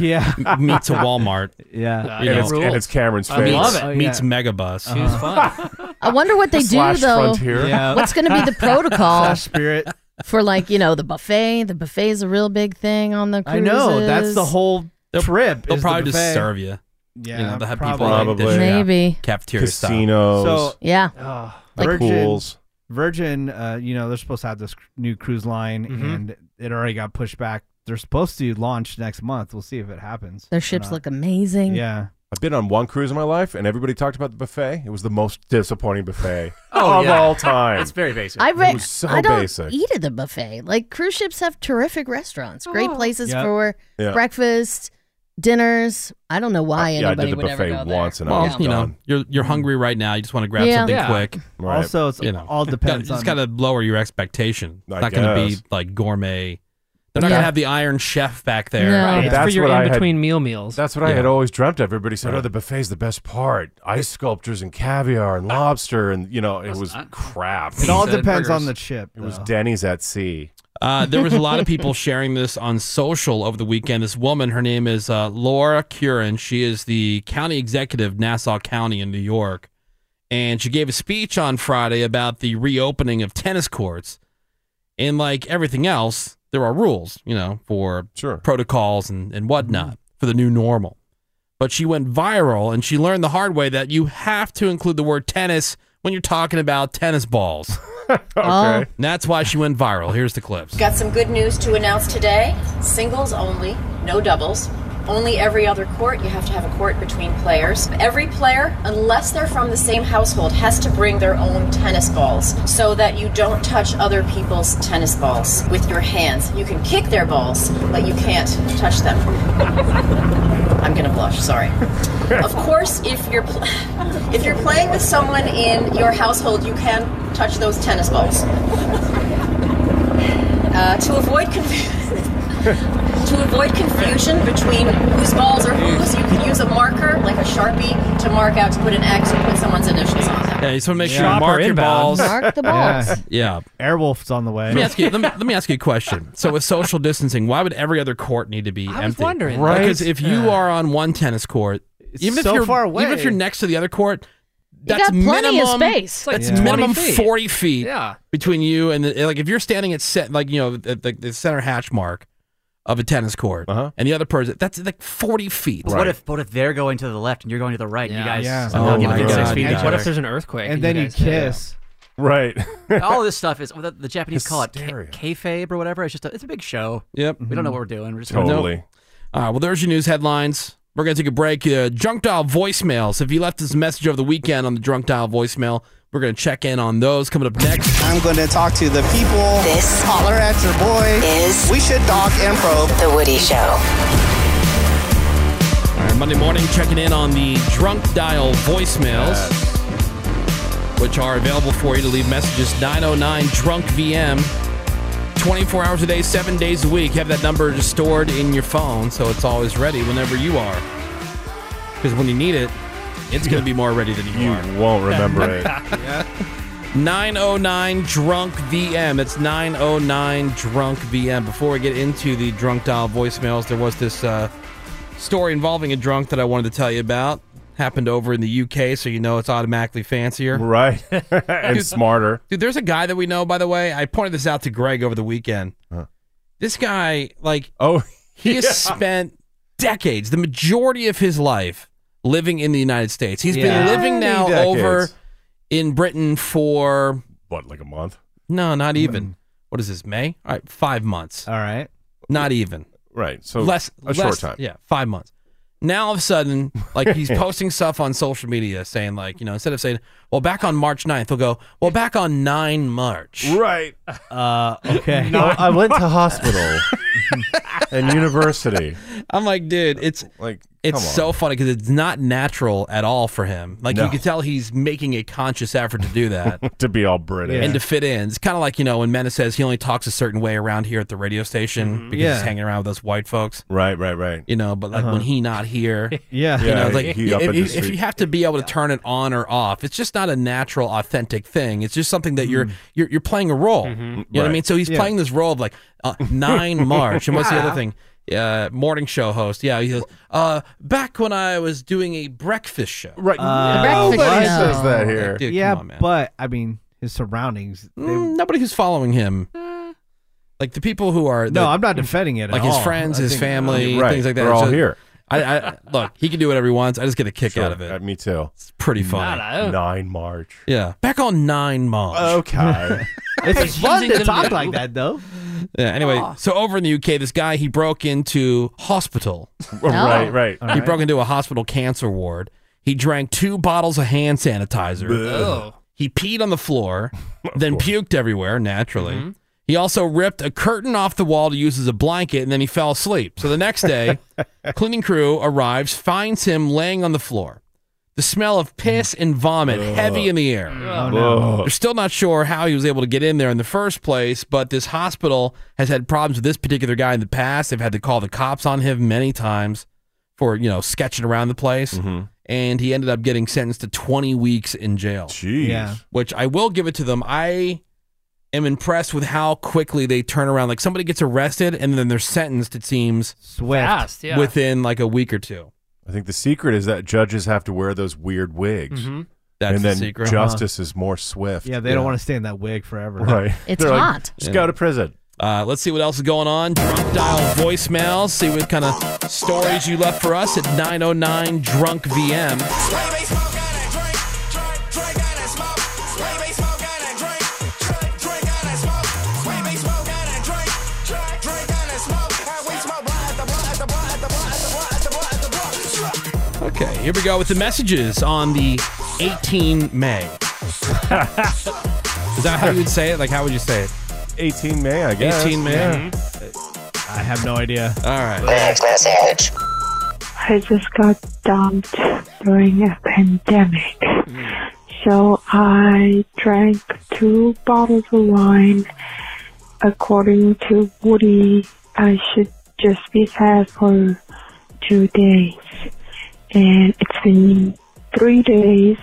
[SPEAKER 5] yeah,
[SPEAKER 4] meets a Walmart.
[SPEAKER 5] Yeah.
[SPEAKER 4] You
[SPEAKER 7] And
[SPEAKER 4] know.
[SPEAKER 7] it's- and it's Cameron's
[SPEAKER 4] I
[SPEAKER 7] face.
[SPEAKER 4] Meets,
[SPEAKER 7] love it.
[SPEAKER 4] Meets
[SPEAKER 7] Oh, yeah.
[SPEAKER 4] Megabus.
[SPEAKER 7] Uh-huh.
[SPEAKER 6] I wonder what they do though.
[SPEAKER 4] Slash Frontier. Yeah.
[SPEAKER 6] What's going to be the protocol
[SPEAKER 5] Slash Spirit.
[SPEAKER 6] for like you know the buffet? The buffet is a real big thing on the
[SPEAKER 5] I
[SPEAKER 6] cruises.
[SPEAKER 5] know, that's the whole trip.
[SPEAKER 4] They'll
[SPEAKER 5] is the
[SPEAKER 4] probably just
[SPEAKER 5] buffet.
[SPEAKER 4] serve you.
[SPEAKER 5] Yeah,
[SPEAKER 4] you know, they have people like
[SPEAKER 7] probably.
[SPEAKER 4] dish out
[SPEAKER 6] Maybe.
[SPEAKER 4] cafeteria style.
[SPEAKER 7] Casinos.
[SPEAKER 5] So uh,
[SPEAKER 6] Yeah.
[SPEAKER 7] Like-
[SPEAKER 5] Virgin,
[SPEAKER 7] Pools.
[SPEAKER 5] Virgin, uh, you know, they're supposed to have this cr- new cruise line,
[SPEAKER 4] Mm-hmm.
[SPEAKER 6] Mhm.
[SPEAKER 5] and it already got pushed back. They're supposed to launch next month. We'll see if it happens. Uh,
[SPEAKER 6] Their
[SPEAKER 5] or
[SPEAKER 6] ships
[SPEAKER 5] not.
[SPEAKER 6] look amazing.
[SPEAKER 5] Yeah.
[SPEAKER 7] I've been on one cruise in my life, and everybody talked about the buffet. It was the most disappointing buffet
[SPEAKER 4] Oh,
[SPEAKER 7] of
[SPEAKER 4] yeah.
[SPEAKER 7] all time.
[SPEAKER 4] It's very basic.
[SPEAKER 6] I
[SPEAKER 7] it
[SPEAKER 6] re-
[SPEAKER 7] was so
[SPEAKER 6] I don't
[SPEAKER 7] basic.
[SPEAKER 6] eat at the buffet. Like cruise ships have terrific restaurants, great places
[SPEAKER 7] Yep.
[SPEAKER 6] for
[SPEAKER 7] Yeah.
[SPEAKER 6] breakfast, dinners. I don't know why
[SPEAKER 4] yeah, I
[SPEAKER 6] anybody
[SPEAKER 4] did the
[SPEAKER 6] would ever
[SPEAKER 4] buffet
[SPEAKER 6] go
[SPEAKER 4] once
[SPEAKER 6] there.
[SPEAKER 4] and I was you know, you're you're hungry right now. You just want to grab
[SPEAKER 6] Yeah.
[SPEAKER 4] something
[SPEAKER 6] Yeah.
[SPEAKER 4] quick.
[SPEAKER 6] Right. Also,
[SPEAKER 5] it's- all depends
[SPEAKER 4] Got,
[SPEAKER 5] on-
[SPEAKER 4] it's got to lower your expectation. It's
[SPEAKER 7] I
[SPEAKER 4] not going to be
[SPEAKER 7] guess.
[SPEAKER 4] like gourmet. They're not
[SPEAKER 7] Yeah.
[SPEAKER 4] going to have the Iron Chef back there.
[SPEAKER 13] No. Right, it's for your
[SPEAKER 7] I had-
[SPEAKER 13] in-between meal meals.
[SPEAKER 7] That's what I
[SPEAKER 13] Yeah.
[SPEAKER 7] had always dreamt of. Everybody said,
[SPEAKER 13] Right.
[SPEAKER 7] "Oh, the buffet's the best part. Ice sculptures and caviar
[SPEAKER 4] Ah.
[SPEAKER 7] and lobster and you know, it was crap."
[SPEAKER 5] It all depends on the chip.
[SPEAKER 7] It was
[SPEAKER 5] though.
[SPEAKER 7] Denny's at sea.
[SPEAKER 4] Uh, there was a lot of people sharing this on social over the weekend. This woman, her name is uh, Laura Curran. She is the county executive, of Nassau County in New York. And she gave a speech on Friday about the reopening of tennis courts. And like everything else, there are rules, you know, for protocols and, and whatnot for the new normal. But she went viral and she learned the hard way that you have to include the word tennis when you're talking about tennis balls. okay.
[SPEAKER 14] Oh.
[SPEAKER 4] That's why she went viral. Here's the clips.
[SPEAKER 14] Got some good news to announce today. Singles only, no doubles. Only every other court. You have to have a court between players. Every player, unless they're from the same household, has to bring their own tennis balls so that you don't touch other people's tennis balls with your hands. You can kick their balls, but you can't touch them. I'm gonna blush. Sorry. of course, if you're pl- if you're playing with someone in your household, you can touch those tennis balls. Uh, to avoid confusion. To avoid confusion between whose balls are whose, you can use a marker, like a sharpie, to mark out to put an X or put someone's initials on them.
[SPEAKER 4] Yeah, you just want to make
[SPEAKER 5] Yeah.
[SPEAKER 4] sure you
[SPEAKER 5] Chopper
[SPEAKER 4] mark your
[SPEAKER 5] inbound.
[SPEAKER 4] balls.
[SPEAKER 5] Mark the balls.
[SPEAKER 4] Yeah. Yeah.
[SPEAKER 5] Airwolf's on the way.
[SPEAKER 4] Let me, ask you, let, me, let me ask you a question. So, with social distancing, why would every other court need to be
[SPEAKER 13] I was
[SPEAKER 4] empty?
[SPEAKER 13] wondering that.
[SPEAKER 4] Because if you
[SPEAKER 13] Yeah.
[SPEAKER 4] are on one tennis court, even if
[SPEAKER 13] so
[SPEAKER 4] you're
[SPEAKER 13] far
[SPEAKER 4] even
[SPEAKER 13] away.
[SPEAKER 4] if you're next to the other court, that's
[SPEAKER 6] got plenty of
[SPEAKER 4] minimum,
[SPEAKER 6] space. It's like
[SPEAKER 4] that's
[SPEAKER 6] 20
[SPEAKER 4] minimum
[SPEAKER 6] feet.
[SPEAKER 4] forty feet.
[SPEAKER 6] Yeah.
[SPEAKER 4] between you and the, like if you're standing at set like you know at the, the center hatch mark of a tennis court, and the other person that's like forty feet.
[SPEAKER 13] What if what if they're going to the left and you're going to the right? and You guys
[SPEAKER 4] Yeah.
[SPEAKER 13] somehow
[SPEAKER 4] Oh
[SPEAKER 13] get
[SPEAKER 4] my
[SPEAKER 13] within six
[SPEAKER 4] God.
[SPEAKER 13] feet. of
[SPEAKER 4] And
[SPEAKER 13] each
[SPEAKER 4] what
[SPEAKER 13] other?
[SPEAKER 4] if there's an
[SPEAKER 8] earthquake
[SPEAKER 5] And then you kiss.
[SPEAKER 7] Right.
[SPEAKER 13] All of this stuff is the, the Japanese call it ca-
[SPEAKER 7] Hysteria.
[SPEAKER 13] kayfabe or whatever. It's just a, it's a big show.
[SPEAKER 4] Yep.
[SPEAKER 13] We don't know what we're doing. We're just
[SPEAKER 4] Nope. All right. Well, there's your news headlines. We're going to take a break. Uh, drunk dial voicemails. If you left us a message over the weekend on the drunk dial voicemail, we're going to check in on those coming up next.
[SPEAKER 15] I'm going to talk to the people. This holler at your boy is we should talk and probe the Woody Show.
[SPEAKER 4] All right, Monday morning, checking in on the drunk dial voicemails, which are available for you to leave messages 909 drunk VM, 24 hours a day, seven days a week. Have that number just stored in your phone, so it's always ready whenever you are. Because when you need it, it's going to be more ready than you,
[SPEAKER 7] You
[SPEAKER 4] are.
[SPEAKER 7] won't remember it.
[SPEAKER 4] 909 Drunk VM. It's 909 Drunk VM. Before we get into the drunk dial voicemails, there was this uh, story involving a drunk that I wanted to tell you about. Happened over in the UK, so you know it's automatically fancier.
[SPEAKER 7] Right. and smarter.
[SPEAKER 4] Dude, there's a guy that we know, by the way. I pointed this out to Greg over the weekend. This guy, like,
[SPEAKER 7] oh,
[SPEAKER 4] he has
[SPEAKER 16] yeah.
[SPEAKER 4] spent decades, the majority of his life, living in the United States. He's
[SPEAKER 16] Yeah.
[SPEAKER 4] been living
[SPEAKER 16] Many
[SPEAKER 4] now
[SPEAKER 16] decades.
[SPEAKER 4] over in Britain for
[SPEAKER 7] what, like a month? Mm-hmm.
[SPEAKER 4] No, not even. What is this? May? All right, five months.
[SPEAKER 5] All right,
[SPEAKER 4] not even.
[SPEAKER 7] Right. So
[SPEAKER 4] less
[SPEAKER 7] a
[SPEAKER 4] less-
[SPEAKER 7] short time.
[SPEAKER 4] Yeah, five months. Now all of a sudden, like he's posting stuff on social media saying, like, you know, instead of saying, well, back on March 9th, he'll go, well, back on 9 March.
[SPEAKER 7] Right.
[SPEAKER 4] Uh, okay.
[SPEAKER 7] Well, I went to hospital and university.
[SPEAKER 4] I'm like, dude, it's
[SPEAKER 7] like
[SPEAKER 4] it's
[SPEAKER 7] come on.
[SPEAKER 4] so funny because it's not natural at all for him. Like
[SPEAKER 7] No.
[SPEAKER 4] you can tell he's making a conscious effort to do that
[SPEAKER 7] to be all British
[SPEAKER 4] and to fit in. It's kind of like you know when Mena says he only talks a certain way around here at the radio station because
[SPEAKER 7] Mm-hmm. Yeah.
[SPEAKER 4] he's hanging around with us white folks.
[SPEAKER 7] Right, right, right.
[SPEAKER 4] You know, but like
[SPEAKER 7] Uh-huh.
[SPEAKER 4] when he not here,
[SPEAKER 7] Yeah.
[SPEAKER 4] you
[SPEAKER 7] Yeah,
[SPEAKER 4] know, like
[SPEAKER 7] he up
[SPEAKER 4] if,
[SPEAKER 7] at the
[SPEAKER 4] if- if
[SPEAKER 7] street.
[SPEAKER 4] you have to be able to turn it on or off, it's just not a natural, authentic thing. It's just something that
[SPEAKER 7] Mm.
[SPEAKER 4] you're you're you're playing a role.
[SPEAKER 7] Mm-hmm.
[SPEAKER 4] You know what I
[SPEAKER 16] Right.
[SPEAKER 4] mean? So he's
[SPEAKER 16] Yeah.
[SPEAKER 4] playing this role of like uh, nine March, and what's the
[SPEAKER 16] Yeah.
[SPEAKER 4] other thing? Uh, morning show host. Yeah, he goes. Uh, back when I was doing a breakfast show.
[SPEAKER 7] Right.
[SPEAKER 5] Uh,
[SPEAKER 7] Nobody breakfast says show. that here.
[SPEAKER 4] Dude,
[SPEAKER 5] yeah,
[SPEAKER 4] come on, man.
[SPEAKER 5] but I mean his surroundings. They,
[SPEAKER 4] Mm, nobody who's following him.
[SPEAKER 6] Mm.
[SPEAKER 4] Like the people who are
[SPEAKER 5] No,
[SPEAKER 4] the-
[SPEAKER 5] I'm not defending it at
[SPEAKER 4] Like his
[SPEAKER 5] all.
[SPEAKER 4] friends,
[SPEAKER 5] I
[SPEAKER 4] his
[SPEAKER 5] think-
[SPEAKER 4] family,
[SPEAKER 7] Right.
[SPEAKER 4] things like that.
[SPEAKER 7] They're all
[SPEAKER 4] So-
[SPEAKER 7] here.
[SPEAKER 4] I, I look. He can do whatever he wants. I just get a kick
[SPEAKER 7] Sure. Uh,
[SPEAKER 4] out of it.
[SPEAKER 7] me too.
[SPEAKER 4] It's pretty funny.
[SPEAKER 7] Nine March.
[SPEAKER 4] Yeah. Back on nine March.
[SPEAKER 7] Okay.
[SPEAKER 5] it's fun to talk like that though.
[SPEAKER 4] Yeah, anyway, so over in the UK, this guy he broke into hospital.
[SPEAKER 16] Oh.
[SPEAKER 7] Right, right.
[SPEAKER 4] He broke into a hospital cancer ward. He drank two bottles of hand sanitizer.
[SPEAKER 16] Ugh.
[SPEAKER 4] He peed on the floor, then puked everywhere naturally.
[SPEAKER 16] Mm-hmm.
[SPEAKER 4] He also ripped a curtain off the wall to use as a blanket, and then he fell asleep. So the next day, cleaning crew arrives, finds him laying on the floor. The smell of piss and vomit heavy in the air.
[SPEAKER 16] Oh, no.
[SPEAKER 4] They're still not sure how he was able to get in there in the first place, but this hospital has had problems with this particular guy in the past. They've had to call the cops on him many times for, you know, sketching around the place.
[SPEAKER 8] Mm-hmm.
[SPEAKER 4] And he ended up getting sentenced to 20 weeks in jail.
[SPEAKER 7] Jeez. Yeah.
[SPEAKER 4] Which I will give it to them. I am impressed with how quickly they turn around. Like somebody gets arrested and then they're sentenced, it seems,
[SPEAKER 5] Swift.
[SPEAKER 8] Fast, yeah.
[SPEAKER 4] within like a week or two.
[SPEAKER 7] I think the secret is that judges have to wear those weird wigs.
[SPEAKER 13] Mm-hmm.
[SPEAKER 4] Mhm. That's
[SPEAKER 7] and
[SPEAKER 4] the
[SPEAKER 7] then
[SPEAKER 4] secret.
[SPEAKER 7] justice is more swift.
[SPEAKER 5] Yeah, they don't want to stay in that wig forever.
[SPEAKER 7] Right. They're like, Just go to prison.
[SPEAKER 4] Uh, let's see what else is going on. Drunk dial voicemails. See what kind of stories you left for us at 909 Drunk VM. Okay, here we go with the messages on the 18 May. is that how you would say it? Like, how would you say it?
[SPEAKER 7] 18 May, I guess.
[SPEAKER 4] 18 May.
[SPEAKER 7] Yeah.
[SPEAKER 5] Mm-hmm. I have no idea.
[SPEAKER 4] All right.
[SPEAKER 5] message.
[SPEAKER 12] I just got dumped during a pandemic. So I drank two bottles of wine. According to Woody, I should just be sad for two days. And it's been three days.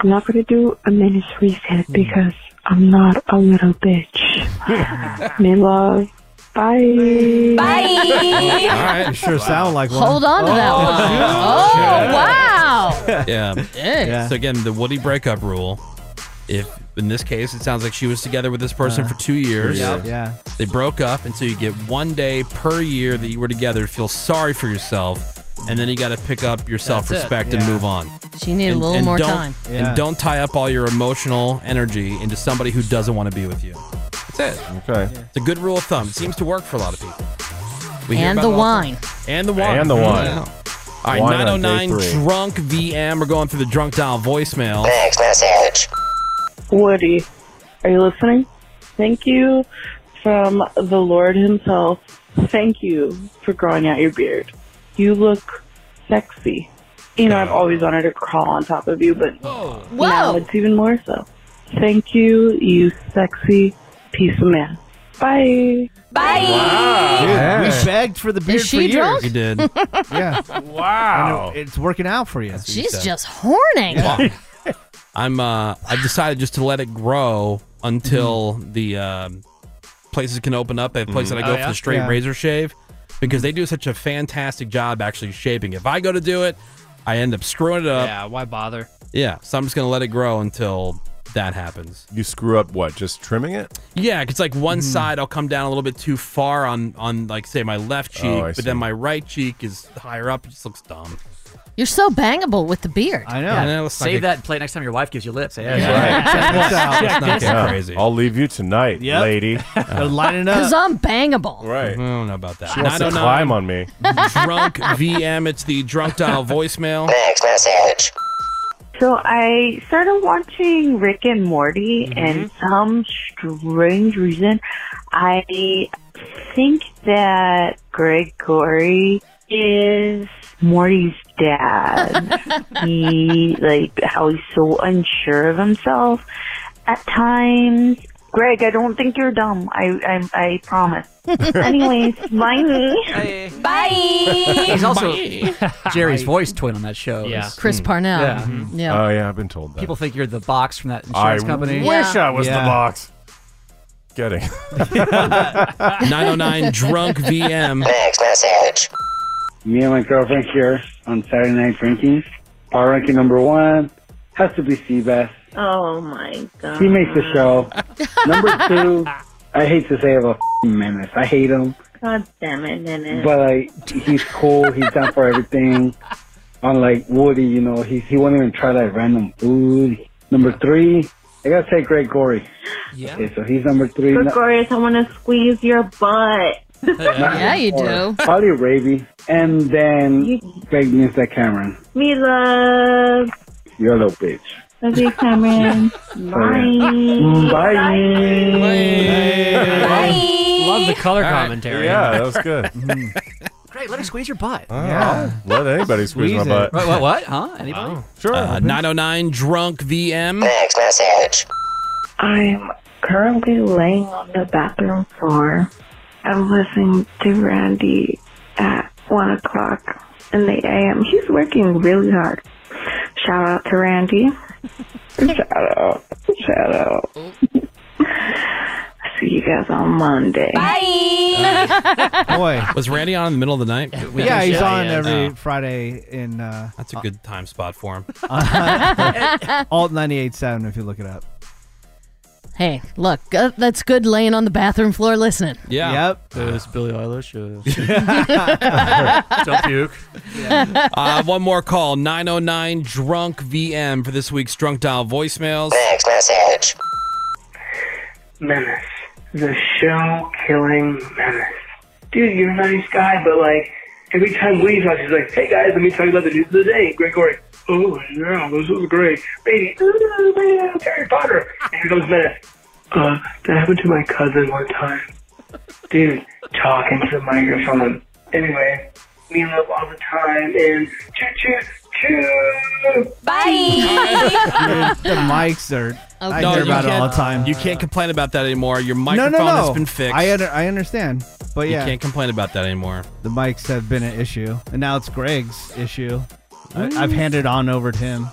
[SPEAKER 12] I'm not going to do a minute reset because I'm not a little bitch. May love. Bye.
[SPEAKER 6] Bye.
[SPEAKER 5] All right. You sure sound like one.
[SPEAKER 6] Hold on to that
[SPEAKER 5] Oh,
[SPEAKER 6] one.
[SPEAKER 5] shoot.
[SPEAKER 6] Oh, wow.
[SPEAKER 4] yeah.
[SPEAKER 6] Yeah.
[SPEAKER 4] So again, the Woody breakup rule. If in this case, it sounds like she was together with this person
[SPEAKER 5] Uh,
[SPEAKER 4] for two years.
[SPEAKER 5] yeah. Yeah.
[SPEAKER 4] They broke up, and so you get one day per year that you were together to feel sorry for yourself, and then you got to pick up your self respect and
[SPEAKER 6] Yeah.
[SPEAKER 4] move on.
[SPEAKER 6] She needed
[SPEAKER 4] and,
[SPEAKER 6] a little
[SPEAKER 4] and
[SPEAKER 6] more
[SPEAKER 4] don't-
[SPEAKER 6] time.
[SPEAKER 4] And don't tie up all your emotional energy into somebody who doesn't want to be with you. That's it.
[SPEAKER 7] Okay.
[SPEAKER 4] It's a good rule of thumb. It seems to work for a lot of people. We hear
[SPEAKER 6] and
[SPEAKER 4] about
[SPEAKER 6] the
[SPEAKER 4] it all time.
[SPEAKER 6] wine.
[SPEAKER 4] And the wine.
[SPEAKER 7] And the wine.
[SPEAKER 4] Yeah. All right,
[SPEAKER 7] Wine on day
[SPEAKER 4] 909
[SPEAKER 7] three.
[SPEAKER 4] Drunk VM. We're going through the drunk dial voicemail.
[SPEAKER 17] message.
[SPEAKER 18] Woody, are you listening? Thank you from the Lord Himself. Thank you for growing out your beard. You look sexy. You know, I've always wanted to crawl on top of you, but now it's even more so. Thank you, you sexy piece of man. Bye.
[SPEAKER 6] Bye.
[SPEAKER 5] Dude,
[SPEAKER 18] Yeah.
[SPEAKER 5] We begged for the beard
[SPEAKER 6] she
[SPEAKER 5] for years.
[SPEAKER 6] drunk? You
[SPEAKER 4] did.
[SPEAKER 5] yeah. Wow. it's working out for you.
[SPEAKER 4] what you
[SPEAKER 6] She's
[SPEAKER 4] said.
[SPEAKER 6] just horny.
[SPEAKER 4] I'm uh I've decided just to let it grow until
[SPEAKER 7] Mm-hmm.
[SPEAKER 4] the um, places can open up. They have a place
[SPEAKER 19] Mhm.
[SPEAKER 4] that I go
[SPEAKER 19] Oh,
[SPEAKER 4] for
[SPEAKER 19] yeah?
[SPEAKER 4] the straight
[SPEAKER 19] Yeah.
[SPEAKER 4] razor shave because they do such a fantastic job actually shaping. it. If I go to do it, I end up screwing it up.
[SPEAKER 8] Yeah, why bother?
[SPEAKER 4] Yeah, so I'm just gonna let it grow until that happens.
[SPEAKER 7] You screw up what? Just trimming it?
[SPEAKER 4] Yeah, it's like one
[SPEAKER 7] Mm-hmm.
[SPEAKER 4] side I'll come down a little bit too far on on like say my left cheek,
[SPEAKER 7] Oh, I
[SPEAKER 4] but
[SPEAKER 7] see.
[SPEAKER 4] then my right cheek is higher up. It just looks dumb.
[SPEAKER 6] You're so bangable with the beard. I
[SPEAKER 4] know. Yeah, that looks like
[SPEAKER 13] Save
[SPEAKER 4] a-
[SPEAKER 13] that plate next time your wife gives you lips. Yeah.
[SPEAKER 7] Right.
[SPEAKER 13] Check this out.
[SPEAKER 7] Let's not get crazy. I'll leave you tonight,
[SPEAKER 13] Oh, Yep.
[SPEAKER 7] lady.
[SPEAKER 5] lining
[SPEAKER 6] Because I'm bangable.
[SPEAKER 7] Right. I
[SPEAKER 4] don't know about that.
[SPEAKER 7] She wants to
[SPEAKER 4] 909.
[SPEAKER 7] climb on me.
[SPEAKER 4] drunk VM. It's the drunk dial voicemail.
[SPEAKER 12] So I started watching Rick and Morty, and some strange reason, I think that Gregory is Morty's dad. he like how he's so unsure of himself at times. Greg, I don't think you're dumb. I I, I promise. Anyways, bye. Bye.
[SPEAKER 13] He's also Jerry's
[SPEAKER 12] Bye.
[SPEAKER 13] voice twin on that show.
[SPEAKER 12] Yeah.
[SPEAKER 13] is-
[SPEAKER 6] Chris Parnell.
[SPEAKER 13] Yeah. Mm-hmm.
[SPEAKER 6] Mhm. Yeah.
[SPEAKER 7] Oh, yeah, I've been told that.
[SPEAKER 13] People think you're the box from that insurance
[SPEAKER 7] I
[SPEAKER 13] company.
[SPEAKER 7] wish I was
[SPEAKER 13] Yeah.
[SPEAKER 7] the box. Getting.
[SPEAKER 4] 909 drunk VM.
[SPEAKER 20] message. Me and my girlfriend here on Saturday night drinking. Our ranking number one has to be Seabass.
[SPEAKER 12] Oh my god.
[SPEAKER 20] He makes the show. number two, I hate to say it, but f***ing menace. I hate him,
[SPEAKER 12] God damn it, Dennis.
[SPEAKER 20] but like he's cool. He's down for everything. Unlike Woody, you know, he he won't even try that random food. Number three, I gotta say Greg Gory.
[SPEAKER 12] Yeah.
[SPEAKER 20] Okay, so he's number three. No-
[SPEAKER 12] Gregorius, I want to squeeze your butt.
[SPEAKER 20] Yeah, you do. Probably Raby. And then Greg means that Cameron.
[SPEAKER 12] Me love.
[SPEAKER 20] You're a little bitch.
[SPEAKER 12] Love you, Cameron. Bye.
[SPEAKER 20] Bye.
[SPEAKER 8] Love the color
[SPEAKER 7] All right.
[SPEAKER 8] commentary.
[SPEAKER 7] Yeah, that was good.
[SPEAKER 13] Great, let me squeeze your butt.
[SPEAKER 7] Yeah. Let anybody Oh. squeeze my
[SPEAKER 13] Squeeze it.
[SPEAKER 7] butt. Oh,
[SPEAKER 13] What- what- what? Huh? Anybody?
[SPEAKER 7] Sure.
[SPEAKER 4] Uh, 909 drunk VM.
[SPEAKER 12] Next message.
[SPEAKER 21] I'm currently laying on the bathroom floor. I'm listening to Randy at 1 o'clock in the AM. He's working really hard. Shout out to Randy. Shout out. Shout out. See you guys on Monday.
[SPEAKER 6] Bye.
[SPEAKER 5] Boy.
[SPEAKER 4] Was Randy on in the middle of the night?
[SPEAKER 5] yeah, he's on every
[SPEAKER 4] Oh,
[SPEAKER 5] Friday in uh,
[SPEAKER 4] that's a good time spot for him.
[SPEAKER 5] Alt 98.7 if you look it up.
[SPEAKER 6] Hey, look, uh, that's good laying on the bathroom floor listening.
[SPEAKER 4] Yeah.
[SPEAKER 5] Yep.
[SPEAKER 13] Those Billy Eilish.
[SPEAKER 6] Don't
[SPEAKER 13] puke.
[SPEAKER 4] uh, one more call 909 drunk VM for this week's drunk dial voicemails.
[SPEAKER 17] Next message.
[SPEAKER 22] Menace. The show killing Menace. Dude, you're a nice guy, but like, every time we talk, she's like, hey guys, let me tell you about the news of the day. Gregory. Oh, yeah, this is great. Baby, ooh, yeah, Harry Potter. And here comes Menace. Uh, that happened to my cousin one time. Dude, talking to the microphone. Anyway, me and love all the time, and choo choo choo.
[SPEAKER 5] Dude, the mics are. I hear about it all the time.
[SPEAKER 4] You can't complain about that anymore. Your microphone
[SPEAKER 5] no, no, no.
[SPEAKER 4] has been fixed.
[SPEAKER 5] I, under, I understand. But yeah.
[SPEAKER 4] You can't complain about that anymore.
[SPEAKER 5] The mics have been an issue, and now it's Greg's issue. I, I've handed on over to him.